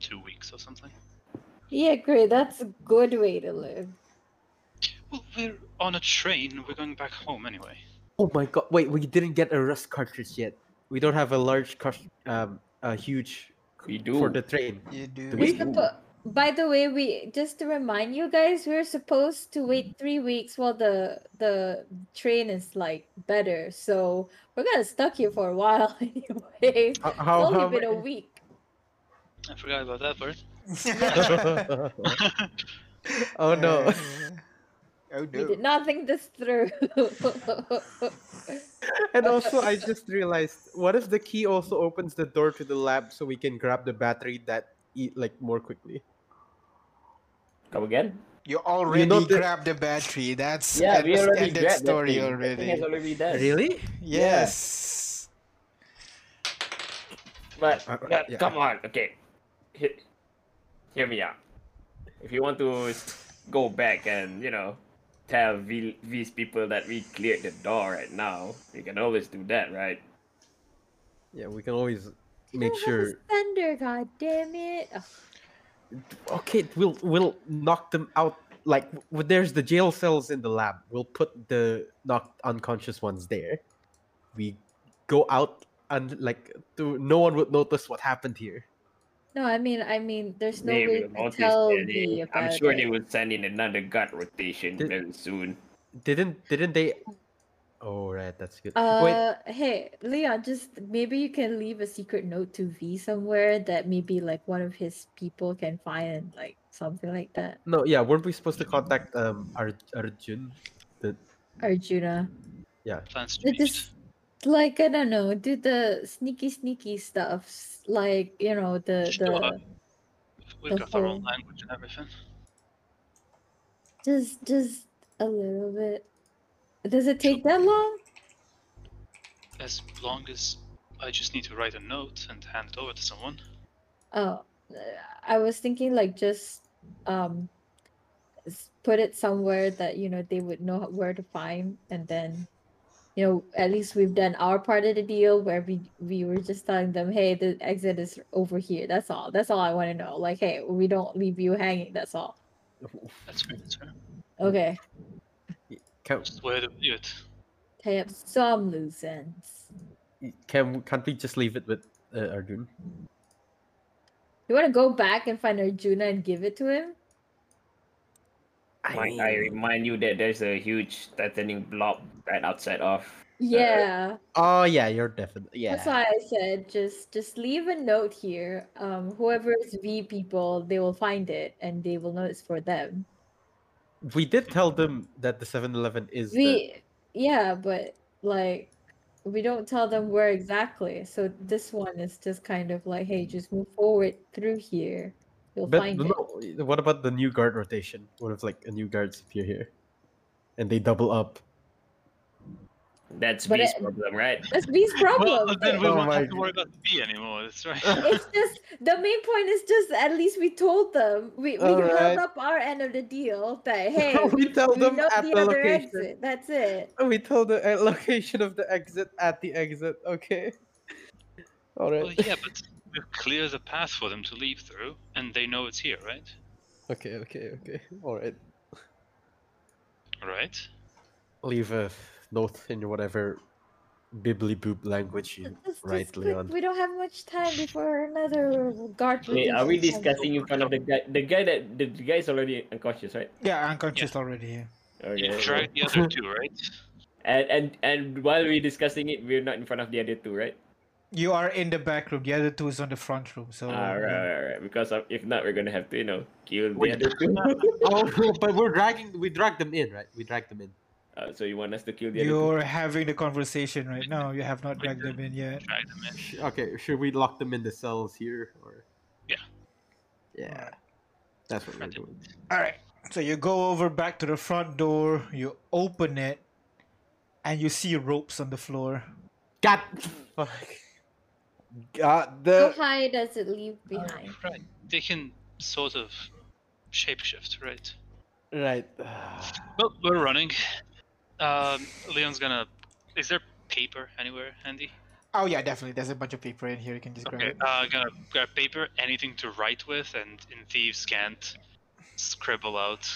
S6: two weeks or something.
S4: Yeah, great. That's a good way to live.
S6: Well, we're on a train. We're going back home anyway.
S3: Oh my god! Wait, we didn't get a rust cartridge yet. We don't have a large, cart- um, a huge
S7: We
S3: for
S7: do.
S3: the train.
S1: You do.
S4: We
S7: Wait,
S4: suppo- by the way, we just to remind you guys, we're supposed to wait three weeks while the the train is like better. So we're gonna stuck here for a while anyway. It's
S3: How?
S4: only been a week.
S6: I forgot about that part.
S3: oh no!
S1: Oh
S4: We
S1: no.
S4: did not think this through.
S3: And also, I just realized, what if the key also opens the door to the lab so we can grab the battery that eat like more quickly?
S7: Come again?
S1: You already
S3: the-
S1: grabbed the battery. That's
S7: Yeah,
S1: an
S7: we already
S1: extended
S7: grabbed that
S1: story
S7: thing. That
S1: already.
S7: thing has already done.
S3: Really?
S1: Yes.
S7: But,
S3: Uh, uh,
S7: but
S3: yeah.
S7: come on, okay. Hear, hear me out. If you want to s- go back and, you know, tell v- these people that we cleared the door right now, you can always do that, right?
S3: Yeah, we can always
S4: You
S3: make
S4: don't have a
S3: sure.
S4: Oh, Thunder, god damn it! Ugh,
S3: Okay, we'll we'll knock them out. Like, w- there's the jail cells in the lab. We'll put the knocked unconscious ones there. We go out and like, to, no one would notice what happened here.
S4: No, I mean, I mean, there's no
S7: They
S4: way to
S7: will notice
S4: tell
S7: that
S4: me
S7: they-
S4: about
S7: I'm sure
S4: it.
S7: they will send in another gut rotation
S3: Did-
S7: very soon.
S3: Didn't didn't they? Oh right, that's good.
S4: Uh, hey, Leon, just maybe you can leave a secret note to V somewhere that maybe like one of his people can find and like something like that.
S3: no, yeah, weren't we supposed to contact um Ar- Arjun? The
S4: Arjuna.
S6: Plans
S4: They
S6: changed.
S4: just like I don't know, do the sneaky sneaky stuff. s- Like, you know, the
S6: Sure.
S4: the
S6: We've
S4: the
S6: got our
S4: whole-
S6: own language and everything.
S4: just just a little bit. Does it take that long?
S6: As long as I just need to write a note and hand it over to someone.
S4: Oh, uh, I was thinking like just um s- put it somewhere that you know they would know where to find and then you know at least we've done our part of the deal where we we were just telling them hey the exit is over here that's all that's all I want to know like hey we don't leave you hanging that's all
S6: That's fair. That's fair.
S4: okay
S3: Can,
S6: Just where to do it.
S4: Tie up some loose ends.
S3: can can't we just leave it with uh, Arjun?
S4: You want to go back and find Arjuna and give it to him?
S7: Might I remind you that there's a huge tightening blob right outside of.
S4: Yeah.
S3: Oh yeah, you're definitely yeah.
S4: That's why I said just just leave a note here. Um, whoever's V people, they will find it and they will know it's for them.
S3: We did tell them that the 7-Eleven is.
S4: We yeah, but like we don't tell them where exactly. So this one is just kind of like, hey, just move forward through here. You'll
S3: the, but
S4: find it.
S3: no, what about the new guard rotation? What if like a new guards appear here, and they double up?
S7: That's
S4: But
S7: V's
S4: it-
S7: problem, right?
S4: That's V's problem.
S6: Well, then we
S3: Oh
S6: won't
S3: my
S6: have to worry about the bee anymore. That's right.
S4: it's just the main point is just at least we told them we, we
S3: All
S4: held
S3: right.
S4: up our end of the deal that hey
S3: Oh, we tell
S4: we
S3: them
S4: know
S3: at
S4: the,
S3: the,
S4: other
S3: location.
S4: exit that's it
S3: We told the uh, location of the exit at the exit. Okay. All
S6: Well,
S3: right.
S6: yeah, but we've cleared the path for them to leave through, and they know it's here, right?
S3: Okay. Okay. Okay. All right.
S6: Right?
S3: Leave a note in whatever bibbly boop language you
S4: Let's just
S3: write,
S4: quick,
S3: Leon.
S4: we don't have much time before another guard
S7: Wait, are we
S4: rotation comes.
S7: discussing in front of the guy? The guy that the, the guy is already unconscious, right?
S1: Yeah, unconscious already. Yeah.
S7: Okay.
S6: You tried the other two, right?
S7: And and and while we're discussing it, we're not in front of the other two, right?
S1: You are in the back room. The other two is on the front room. So.
S7: Ah, right,
S1: Oh, yeah.
S7: right, right. Because of, if not, we're gonna have to, you know, kill the other two.
S3: oh, but we're dragging. We drag them in, right? We drag them in.
S7: Uh, so you want us to kill the other two?
S1: You're having the conversation right now. You have not
S6: Wait,
S1: dragged them in yet.
S6: Drag them in.
S3: Sh- Okay. Should we lock them in the cells here, or?
S6: Yeah.
S3: Yeah. That's what we're
S6: Right.
S3: doing.
S1: All right. So you go over back to the front door. You open it, and you see ropes on the floor.
S3: God. Fuck. God.
S4: how
S3: The.
S4: high does it leave behind
S6: Right. They can sort of shapeshift, right?
S3: Right.
S6: Well, we're running. Um, Leon's gonna. Is there paper anywhere, Andy?
S1: Oh yeah, definitely. There's a bunch of paper in here. You can just grab
S6: Okay,
S1: it.
S6: uh, gonna grab paper, anything to write with, and in Thieves' Cant, scribble out,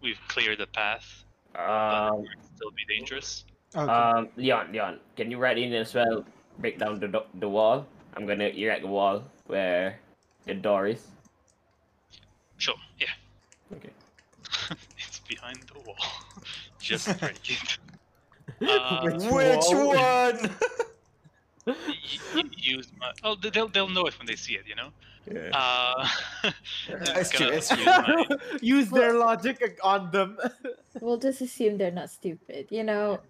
S6: we've cleared the path, but
S7: Um,
S6: it might still be dangerous.
S1: Okay.
S7: um, Leon, Leon, can you write in as well? Break down the do- the wall. I'm gonna erect the wall where the door is.
S6: Sure, yeah.
S7: Okay.
S6: it's behind the wall. Just break it. Uh,
S1: Which one?
S6: y- y- use my. Oh, they- they'll, they'll know it when they see it, you know? Uh,
S1: That's true,
S6: gonna
S1: that's true.
S6: use my-
S3: Use their logic on them.
S4: we'll just assume they're not stupid you know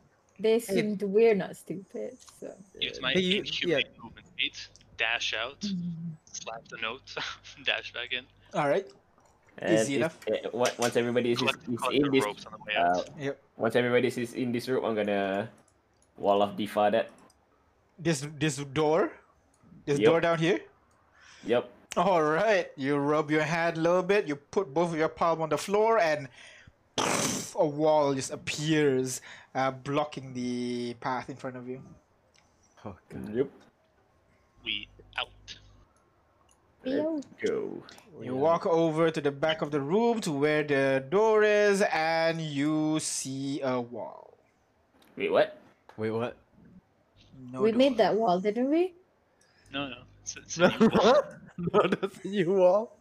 S4: they assumed we're not stupid so
S6: use my
S3: They u-
S6: inhumane movement speed, dash out, slap the note, dash back in.
S1: All right.
S7: And
S1: Easy
S7: if-
S1: enough.
S7: eh, on- once everybody is, is,
S6: Collect,
S7: is
S6: collect
S7: in
S6: the
S7: this,
S6: ropes on the way out.
S1: Yep.
S7: uh, once everybody is in this room, I'm gonna wall off Defa that.
S1: This this door, this
S7: Yep.
S1: door down here.
S7: Yep.
S1: All right. You rub your hand a little bit. You put both of your palm on the floor, and a wall just appears, uh, blocking the path in front of you.
S3: Oh, God.
S7: Yep.
S6: we out.
S7: Let's go.
S3: Oh,
S1: You walk over to the back of the room to where the door is, and you see a wall.
S7: Wait, what?
S3: Wait, what?
S1: No
S4: we
S1: door.
S4: made that wall didn't we
S6: No, no. It's, it's
S3: No,
S6: an equal-
S3: that's a new wall.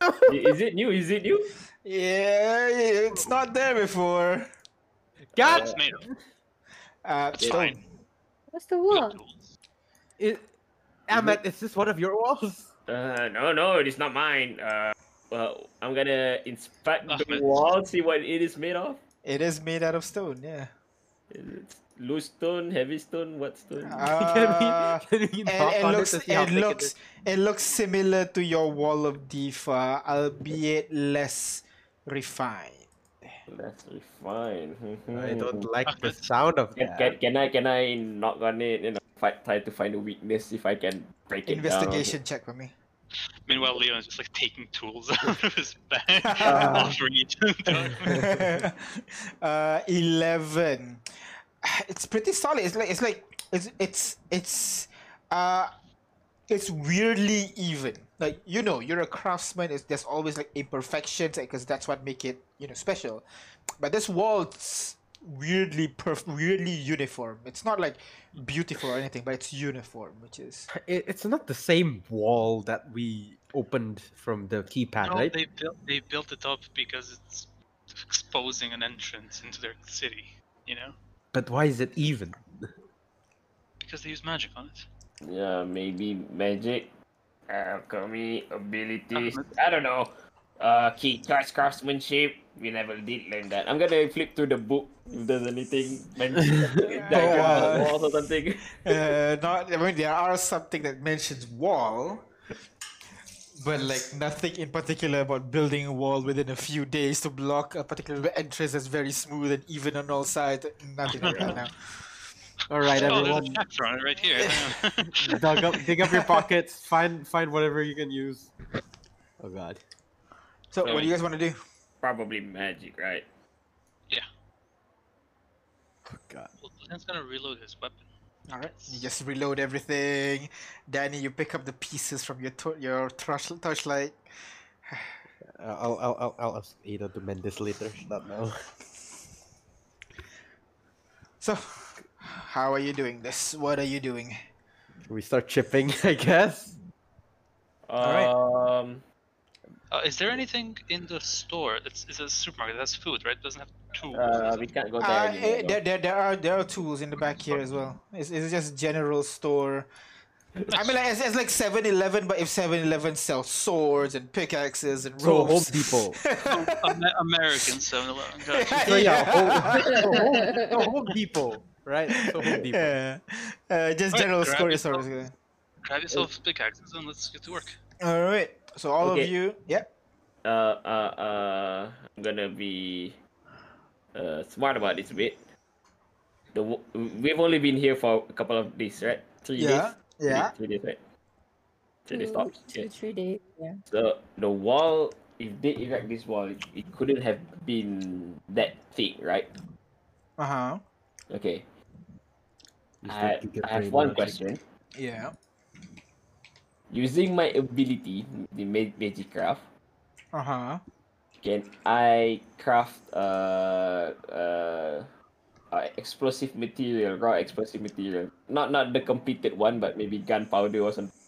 S7: I- Is it new? Is it new?
S1: Yeah, it's not there before.
S3: God,
S6: it's made of
S1: Uh,
S6: It's
S1: stone.
S6: fine.
S4: what's the
S6: good
S4: wall
S6: tools. Uh,
S3: it, Ahmed, is this one of your walls?
S7: Uh, no, no, it's not mine. Uh, well, I'm gonna inspect the
S6: Ahmed.
S7: wall, see what it is made of.
S1: It is made out of stone. Yeah.
S7: Is it loose stone, heavy stone, what stone?
S1: Uh,
S3: can we, can we knock
S1: and it
S3: on
S1: looks
S3: to see how
S1: it
S3: thick
S1: looks
S3: is?
S1: it looks similar to your wall of Difa, albeit less refined.
S7: That's fine.
S3: I
S7: Oh.
S3: don't like the
S6: Ahmed.
S3: sound of
S7: Can, can,
S3: that.
S7: can I can I knock on it and fight, try to find a weakness if I can break it down?
S1: Investigation check for me.
S6: Meanwhile, Leon's just like taking tools out of his bag,
S1: Ah.
S6: offering each of them.
S1: uh, eleven. It's pretty solid. It's like it's like it's it's it's uh it's weirdly even. Like you know, you're a craftsman. It's, there's always like imperfections because that's what make it you know special. But this wall s- weirdly perf- weirdly uniform. It's not like beautiful or anything, but it's uniform, which is
S3: It, it's not the same wall that we opened from the keypad,
S6: No,
S3: Ah, right?
S6: they built they built it up because it's exposing an entrance into their city. You know,
S3: But why is it even?
S6: because they use magic on it.
S7: Yeah, maybe magic, alchemy, abilities.
S6: Ahmed.
S7: I don't know. Uh, key cards, craftsmanship. We never did learn that. I'm gonna flip through the book if there's anything.
S1: Oh,
S7: Magic, diagram on
S1: wow.
S7: the walls or something.
S1: uh, not. I mean, there are something that mentions wall, but like nothing in particular about building a wall within a few days to block a particular entrance that's very smooth and even on all sides. Nothing like that now.
S3: All right,
S6: oh, there's a
S3: everyone,
S6: chapter on it right here. hang on.
S3: dug up, dig up your pockets. Find, find whatever you can use. Oh God.
S1: So, what do you guys want to do?
S7: Probably magic, right?
S3: Oh God.
S6: Well, Dan's gonna reload his weapon.
S1: All right, you just reload everything. Danny, you pick up the pieces from your to- your torch- torchlight.
S3: Uh, I'll, I'll, I'll, I'll ask Ada to mend this later. Not now.
S1: So, how are you doing this? What are you doing?
S3: We start chipping, I guess.
S7: Um,
S1: Alright.
S6: Uh, is there anything in the store? It's, it's a supermarket. That's food, right? It doesn't have tools.
S7: Uh,
S6: does
S7: we
S6: it?
S7: can't go there.
S1: Uh,
S7: anymore,
S1: eh,
S7: though.
S1: there, there, there are there are tools in the back here as well. It's, it's just general store. I mean, like, it's, it's like 7-Eleven, but if 7-Eleven sells swords and pickaxes and
S3: So Home
S1: ropes.
S3: Depot.
S6: Amer- American uh, 7 Eleven.
S3: So yeah, Home, so home, so home Depot, right? So Home Depot.
S1: Yeah. Uh, just
S6: Alright,
S1: general
S6: grab
S1: store
S6: your
S1: store.
S6: stuff. Grab yourself pickaxes and let's get to work.
S1: All right. So all
S7: Okay.
S1: of you, yeah.
S7: uh, uh, uh, I'm gonna be uh, smart about this a bit. The w- we've only been here for a couple of days, right? Three
S1: Yeah,
S7: days. Three days-
S1: yeah.
S7: Three days, right? Three days
S9: Two-
S7: tops.
S9: two,
S7: Yeah.
S9: three days. Yeah.
S7: So the wall, if they erect this wall, it, it couldn't have been that thick, right?
S1: Uh huh.
S7: Okay.
S8: You
S7: I,
S8: start to get
S7: I have
S8: brain
S7: one
S8: magic.
S7: question.
S1: Yeah.
S7: Using my ability, the ma- magic craft,
S1: Uh huh.
S7: Can I craft uh, uh, uh explosive material, raw explosive material? Not not the completed one, but maybe gunpowder or something.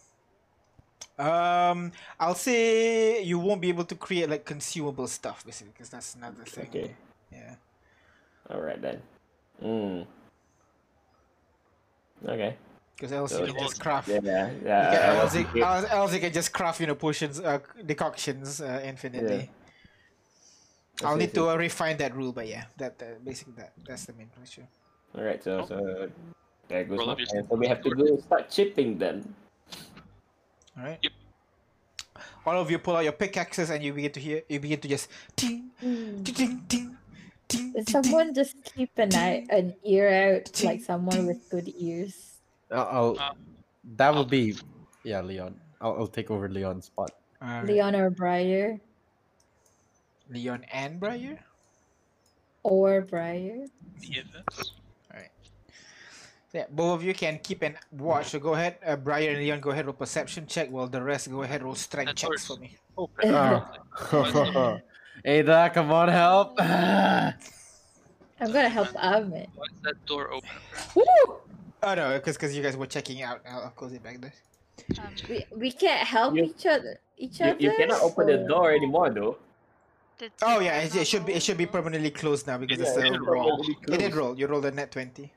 S1: Um, I'll say you won't be able to create like consumable stuff basically because that's another thing.
S7: Okay,
S1: Yeah.
S7: all right then. Mm. Okay.
S1: Because else you
S7: So
S1: can
S6: it
S1: just
S6: was-
S1: craft.
S7: Yeah,
S1: you
S7: yeah. Uh,
S1: can-
S7: yeah,
S1: else you-
S7: yeah.
S1: else- else you can just craft, you know, potions, uh, decoctions, uh, infinitely.
S7: I
S1: I'll
S7: see, I
S1: need
S7: see.
S1: to uh, refine that rule, but yeah, that uh, basically that that's the main picture.
S7: All right. So so there goes.
S6: Roll
S7: my
S6: up your
S7: plan. So we have to go start chipping then.
S1: All right.
S6: Yep.
S1: All of you pull out your pickaxes and you begin to hear. You begin to just ting,
S9: Hmm.
S1: ting, ting, ting,
S9: Did
S1: ting. ting, ting.
S9: someone just keep an eye, an ear out,
S1: Ting,
S9: like someone with good ears?
S3: I'll, I'll-
S6: Uh,
S3: that will
S6: I'll-
S3: be, yeah, Leon. I'll, I'll take over Leon's spot.
S1: All right.
S9: Leon or Briar?
S1: Leon and Briar.
S9: Or Briar?
S6: Yeah, that's-
S1: Yeah, both of you can keep an watch. So go ahead, uh, Briar and Leon, go ahead roll perception check. While the rest go ahead roll strength
S6: That's
S1: checks for
S6: yours.
S1: me.
S6: open.
S1: Uh,
S6: Why
S3: Ada, come on, help!
S9: I'm gonna help Ahmed.
S6: why is that door open?
S1: Oh no, because because you guys were checking out. I'll, I'll close it back there.
S5: Um,
S9: We we can't help
S7: You-
S9: each other. Each
S7: You,
S9: other.
S7: you cannot open the
S9: or-
S7: door anymore though.
S5: did
S1: Oh
S5: Sigmar
S1: yeah, it,
S5: not
S1: it should be it should be
S5: roll?
S1: permanently closed now because
S7: Yeah,
S1: it's
S7: it
S1: a
S7: should
S1: roll.
S7: permanently
S1: It did
S7: closed.
S1: roll. You rolled a net twenty.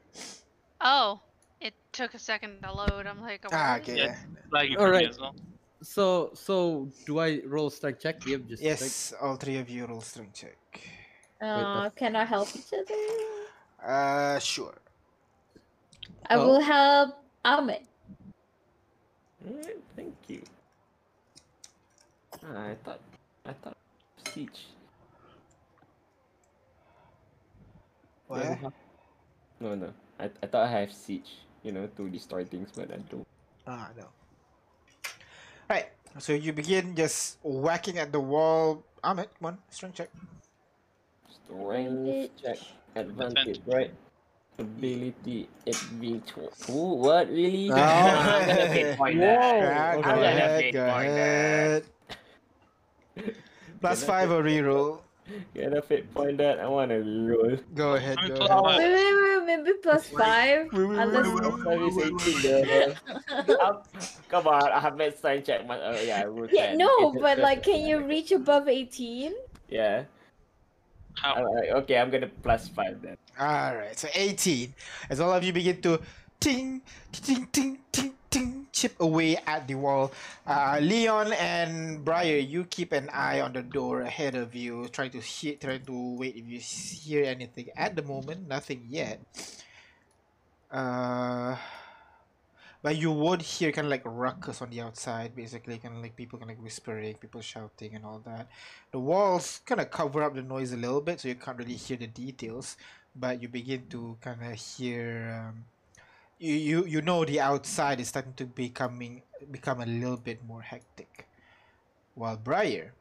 S5: Oh, it took a second to load. I'm like,
S1: Ah,
S5: what?
S1: okay.
S6: Yeah.
S1: Yeah.
S6: Lagging
S3: All
S6: for me
S3: right.
S6: as well.
S3: so, so do I roll strike check? Yep, just strike-
S1: Yes, all three of you roll strength check.
S9: Aw,
S3: that's-
S9: cannot Oh, help each other.
S1: Uh, sure.
S9: I
S3: Oh.
S9: will help Ahmed.
S7: Alright, thank you. Ah, I thought I thought siege.
S1: What?
S7: Doesn't have- No, no. I, I thought I have siege, you know, to destroy things, but I don't.
S1: Ah, no. Right. So you begin just whacking at the wall. Ahmed, come on, strength check.
S7: Strength check, advantage,
S6: Advantage.
S7: right? Ability, advantage. Ooh, what really?
S1: No.
S7: I'm gonna get point that.
S1: Ah,
S7: I'm
S1: go
S7: gonna
S1: ahead,
S7: get
S1: go
S7: point that.
S1: ahead. Plus
S7: Gonna
S1: five or reroll.
S7: Get a fate point that I want to roll.
S1: Go ahead.
S6: I mean,
S1: Go ahead.
S6: plus five.
S9: Wait, wait, wait, maybe plus five.
S1: Wait, wait,
S9: Unless
S1: wait, wait,
S7: Sorry,
S1: wait, wait, wait,
S7: 18 there. Um, Come on, I haven't sign check my. Oh yeah, I rolled
S9: Yeah,
S7: 10.
S9: no,
S7: It's a
S9: but like,
S7: perfect
S9: can you
S7: number.
S9: reach above eighteen?
S7: Yeah.
S6: How?
S7: I'm like, okay, I'm gonna plus five then.
S1: All right, so 18. As all of you begin to ting, ting, ting, ting, ting, chip away at the wall, uh, Leon and Briar, you keep an eye on the door ahead of you, try to hear, try to wait if you s- hear anything. At the moment, nothing yet. Uh, but you would hear kind of like ruckus on the outside, basically, kind of like people kind of like whispering, people shouting, and all that. The walls kind of cover up the noise a little bit, so you can't really hear the details but you begin to kind of hear um, you, you you know the outside is starting to becoming become a little bit more hectic while Briar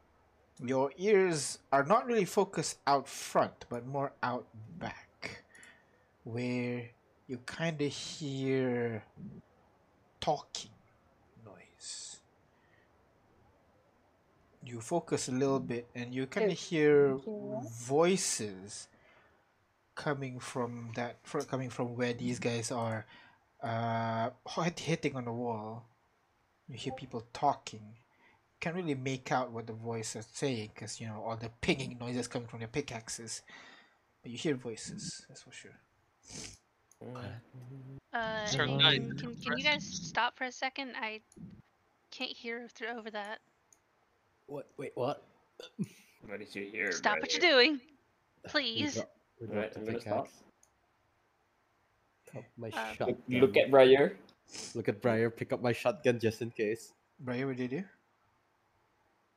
S1: your ears are not really focused out front but more out back where you kind of hear talking noise you focus a little bit and you kind of hear voices coming from that fro- coming from where these guys are uh hit- hitting on the wall you hear people talking can't really make out what the voice is saying because you know all the pinging noises coming from their pickaxes but you hear voices that's for sure
S5: Uh,
S6: Sir,
S5: hey,
S6: guys,
S5: can, can, can you guys stop for a second? I can't hear through over that.
S3: What? Wait, what?
S7: What did you hear?
S5: Stop what you're doing, please.
S3: We
S7: Right,
S3: dropped the
S7: I'm gonna stop.
S3: pickaxe. Pick up my
S5: Uh,
S3: shotgun.
S7: Look at Briar.
S3: look at Briar. Pick up my shotgun just in case.
S1: Brian, what did you do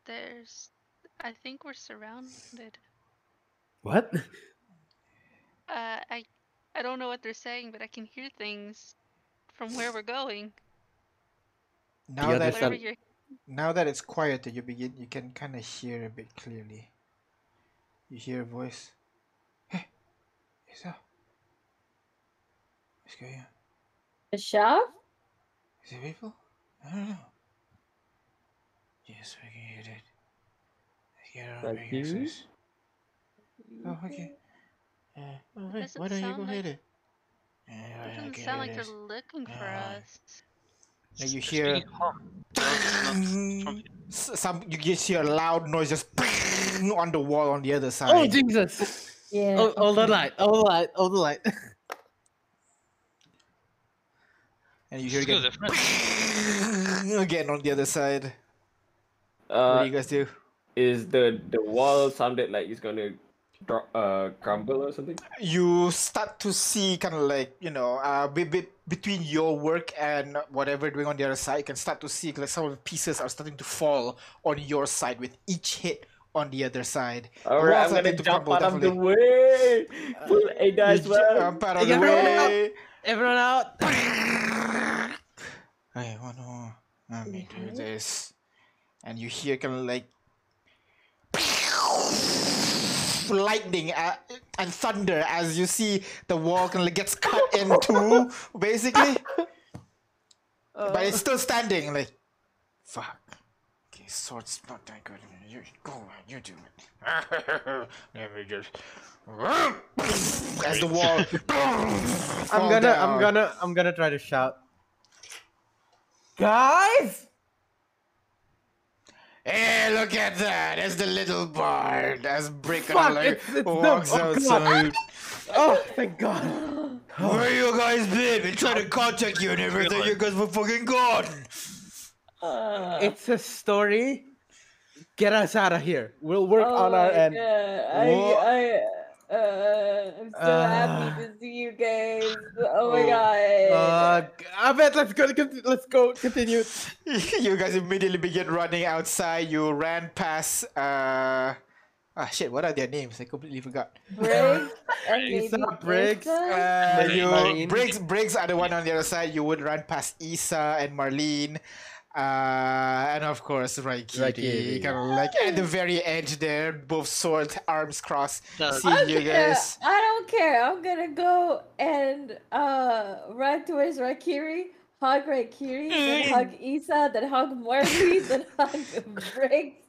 S5: There's. I think we're surrounded.
S3: What?
S5: Uh, I, I don't know what they're saying, but I can hear things from where we're going.
S1: now
S3: other
S1: that
S3: That's side-
S5: Whatever
S3: not-
S5: you're.
S1: now that it's quieter you begin you can kind of hear a bit clearly you hear a voice hey what's up what's going on
S9: The chef?
S1: Is it people? I don't know. Yes, we can hear that. Let's get out of
S7: Like you?
S1: Pegasus. Oh, okay. Uh, oh, wait,
S5: doesn't
S1: why don't you
S5: sound
S1: go
S5: like-
S1: hit it? Uh,
S5: It
S1: I
S5: doesn't
S1: can
S5: sound
S1: hear
S5: like they're
S1: this.
S5: looking for
S1: Nah.
S5: us.
S1: Now you
S6: Just
S1: hear-
S6: speaking hum. Not- not from-
S1: S- Some you just hear a loud noise just on the wall on the other side.
S3: Oh,
S7: Oh,
S3: Jesus!
S9: Yeah.
S3: Oh, all the light! All the light! All the light!
S1: and you hear
S6: Just go
S1: again,
S6: different.
S1: again on the other side. what do
S7: Uh,
S1: you guys do?
S7: is the the wall sounded like it's gonna drop, uh crumble or something?
S1: you start to see kind of like you know uh be, be, between your work and whatever doing on the other side you can start to see like some of the pieces are starting to fall on your side with each hit on the other side
S7: All right,
S1: wall's
S7: I'm gonna
S1: starting to
S7: jump
S1: crumble,
S7: out of the
S1: definitely. Uh,
S7: way. Pull Ada as
S1: You
S7: well.
S1: jump out of the
S3: Yeah, no, no.
S1: way
S3: Everyone out!
S1: I want to let me do this and you hear kind of like lightning uh, and thunder as you see the wall kind of like gets cut in two basically
S3: Uh.
S1: but it's still standing. Like, fuck. Okay, sword's not that good. You go on, you do it. Let me just. As the wall.
S3: I'm
S1: I'm
S3: gonna, I'm gonna, I'm gonna try to shout. Guys!
S1: Hey, look at that! It's the little bard. As Brick
S3: Fuck,
S1: and like
S3: it's- it's them.
S1: walks
S3: Oh,
S1: outside.
S3: Oh, thank God! Oh.
S1: Where you guys been? We tried to contact you and everything. You guys were fucking gone.
S3: It's a story. Get us out of here. We'll work on our end.
S9: Oh I,
S1: Wha-
S9: I, uh, I'm so
S3: Ah.
S9: happy to see you guys. Oh my
S1: Oh,
S9: god.
S3: Uh, g- I bet let's go. con- Let's go. Continue.
S1: you guys immediately begin running outside. You ran past. Uh, ah, shit, what are their names? I completely forgot.
S9: Briggs and
S6: Briggs.
S9: maybe
S3: Up, Briggs.
S9: Lisa?
S1: Uh,
S6: Marlene.
S1: you,
S3: Marlene.
S1: Briggs, Briggs are the one on the other side. You would run past Isa and Marlene. Uh, and of course, Raikiri,
S3: Raikiri.
S1: kind of like at the very edge there, both sword arms crossed.
S6: Does-
S1: Seeing you
S9: Okay,
S1: guys.
S9: I don't care. I'm gonna go and uh run towards Rakiri, hug Rakiri, then hug Isa, then hug Morphe, then hug Briggs.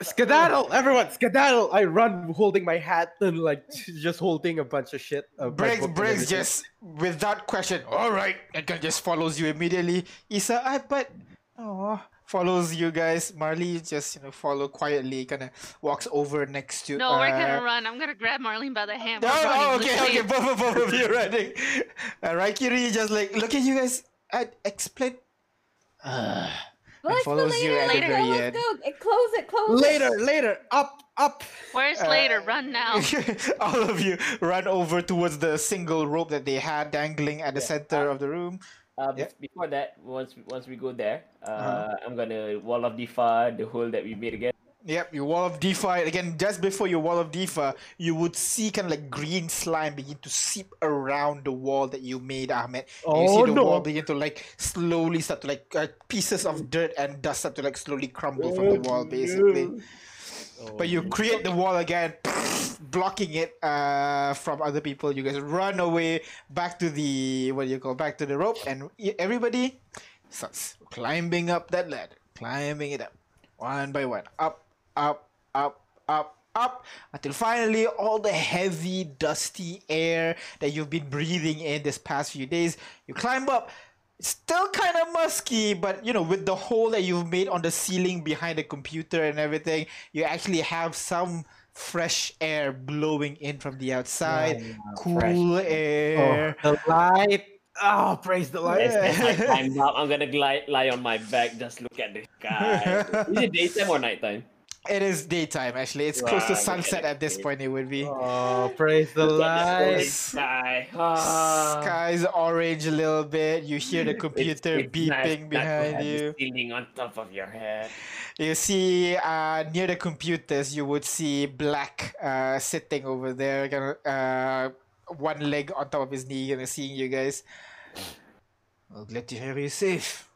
S3: Skedaddle! Everyone, skedaddle! I run holding my hat and like just holding a bunch of shit. uh, my
S1: Briggs,
S3: book and
S1: Briggs
S3: everything.
S1: just without question. All right, Edgar just follows you immediately. Isa, I but oh, follows you guys. Marley just you know follow quietly, kind of walks over next to.
S5: No, we're
S1: uh,
S5: gonna run. I'm gonna grab Marlene by the hand.
S1: No,
S5: We're
S1: no,
S5: running,
S1: okay,
S5: let's
S1: okay,
S5: leave.
S1: both, both, both of you running. Uh, Raikiri just like, look at you guys, I explain. Uh, and
S9: Let's go
S1: follows you at the
S5: later.
S1: very
S9: Let's
S1: end.
S9: go. Eh, Close it. Close it.
S3: Later, later, up, up.
S5: Where's
S1: Uh,
S5: later? Run now.
S1: All of you run over towards the single rope that they had dangling at the
S7: Yeah,
S1: center of the room.
S7: Uh,
S1: Yeah.
S7: bef- Before that, once once we go there, uh,
S1: Uh-huh.
S7: I'm gonna wall of defy the hole that we made again.
S1: Yep, your wall of Defi. Again, just before your wall of Defi, you would see kind of like green slime begin to seep around the wall that you made, Ahmed. And you
S3: Oh,
S1: see the
S3: no.
S1: wall begin to like slowly start to like uh, pieces of dirt and dust start to like slowly crumble from the wall, basically. But you create the wall again, blocking it uh, from other people. You guys run away back to the what do you call back to the rope, and e- everybody starts climbing up that ladder, climbing it up, one by one, up, up, up, up, up, until finally all the heavy, dusty air that you've been breathing in this past few days, you climb up. Still kind of musky, but you know, with the hole that you've made on the ceiling behind the computer and everything, you actually have some fresh air blowing in from the outside. cool air.
S3: the light. Oh, praise the light.
S7: As, as I climb up, I'm gonna glide, lie on my back, just look at the sky. Is it daytime or nighttime?
S1: It is daytime, actually. It's close to
S7: Wow, look at
S1: sunset
S7: it.
S1: at this point, it would be.
S3: Oh, praise the
S7: Look at the orange
S3: light.
S7: sky. Ah.
S1: Sky's orange a little bit. You hear the
S7: It's-
S1: computer
S7: it's nice
S1: beeping
S7: not to have
S1: behind
S7: the
S1: you.
S7: Ceiling on top of your head.
S1: You see, uh, near the computers, you would see Black uh, sitting over there, kind of, uh, one leg on top of his knee, and seeing you guys. Well, glad to hear you safe.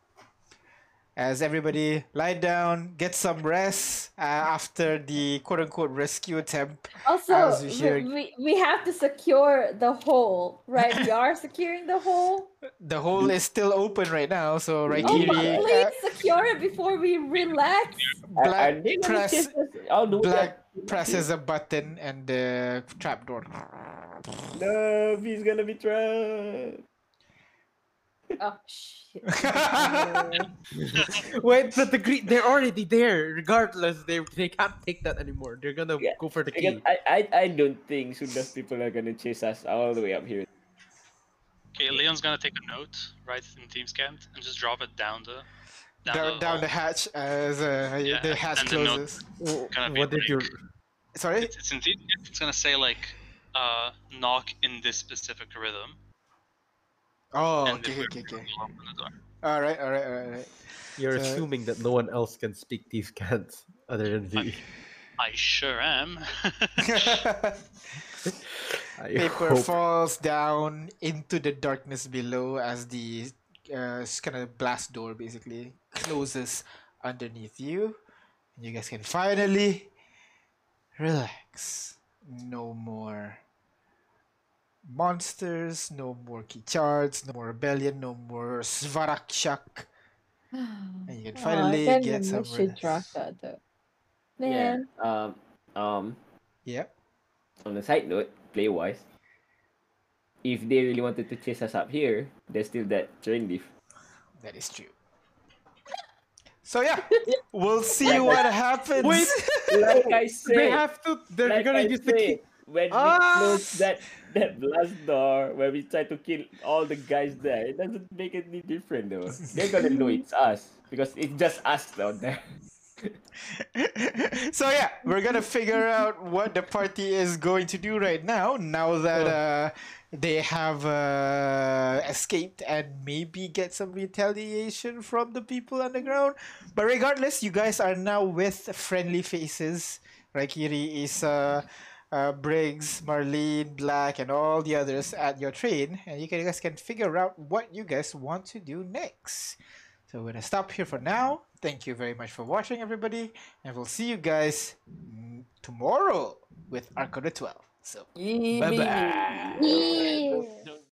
S1: As everybody lie down, get some rest uh, after the quote unquote rescue attempt.
S9: Also,
S1: As you hear-
S9: we, we we have to secure the hole, right? we are securing the hole.
S1: The hole is still open right now, so
S9: Oh, but
S1: Raikiri, uh,
S9: please secure it before we relax.
S7: Are- are
S1: Black
S7: they gonna
S1: press,
S7: chase us all the way
S1: Black
S7: up?
S1: presses a button and the trap door.
S7: No, he's gonna be trapped.
S9: Oh shit.
S3: Wait, but the green, they're already there. Regardless, they they can't take that anymore. They're gonna
S7: Yeah,
S3: go for the
S7: Because
S3: key.
S7: I, I, I don't think Suda's people are gonna chase us all the way up here.
S6: Okay, Leon's gonna take a note, right in Team Scan, and just drop it down the
S1: down, down the hatch as uh,
S6: Yeah,
S1: the hatch
S6: and the note-
S1: closes.
S3: W-
S6: gonna be
S3: What did you?
S6: like-
S1: Sorry?
S6: It's, it's in Team Scan. It's gonna say like, uh, knock in this specific rhythm.
S1: Oh,
S6: and
S1: okay,
S6: then
S1: okay,
S6: we'll
S1: okay.
S6: open the door.
S1: All right, all right, all right, all right.
S3: You're
S1: So-
S3: assuming that no one else can speak these cans other than
S6: I
S3: V.
S6: mean, I sure am.
S3: I
S1: Paper
S3: hope-
S1: falls down into the darkness below as the uh, kind of blast door basically closes underneath you. And you guys can finally relax. No more monsters, no more kichards, no more rebellion, no more svarakshak. And you can finally
S9: oh, I
S1: get some
S9: should drop
S1: rest.
S9: that though. Man,
S7: Yeah. Um, um,
S1: Yep.
S7: on a side note, play wise, if they really wanted to chase us up here, there's still that train leaf.
S1: That is true. So yeah, we'll see what happens.
S3: Wait,
S7: Like I
S3: they
S7: said,
S3: have to. They're
S7: like
S3: gonna
S7: I
S3: use the key.
S7: said, when
S3: Ah!
S7: we close that that blast door, when we try to kill all the guys there, it doesn't make any difference though. They're gonna know it's us because it's just us down there.
S1: so yeah, we're gonna figure out what the party is going to do right now. Now that uh, they have uh, escaped and maybe get some retaliation from the people underground. But regardless, you guys are now with friendly faces. Raikiri, Isa, uh, Briggs, Marlene, Black, and all the others at your train, and you can- you guys can figure out what you guys want to do next. So we're gonna stop here for now. Thank you very much for watching, everybody, and we'll see you guys mm, tomorrow with Arcana 12. So
S9: yeah.
S1: bye bye.
S9: Yeah.
S7: Don't-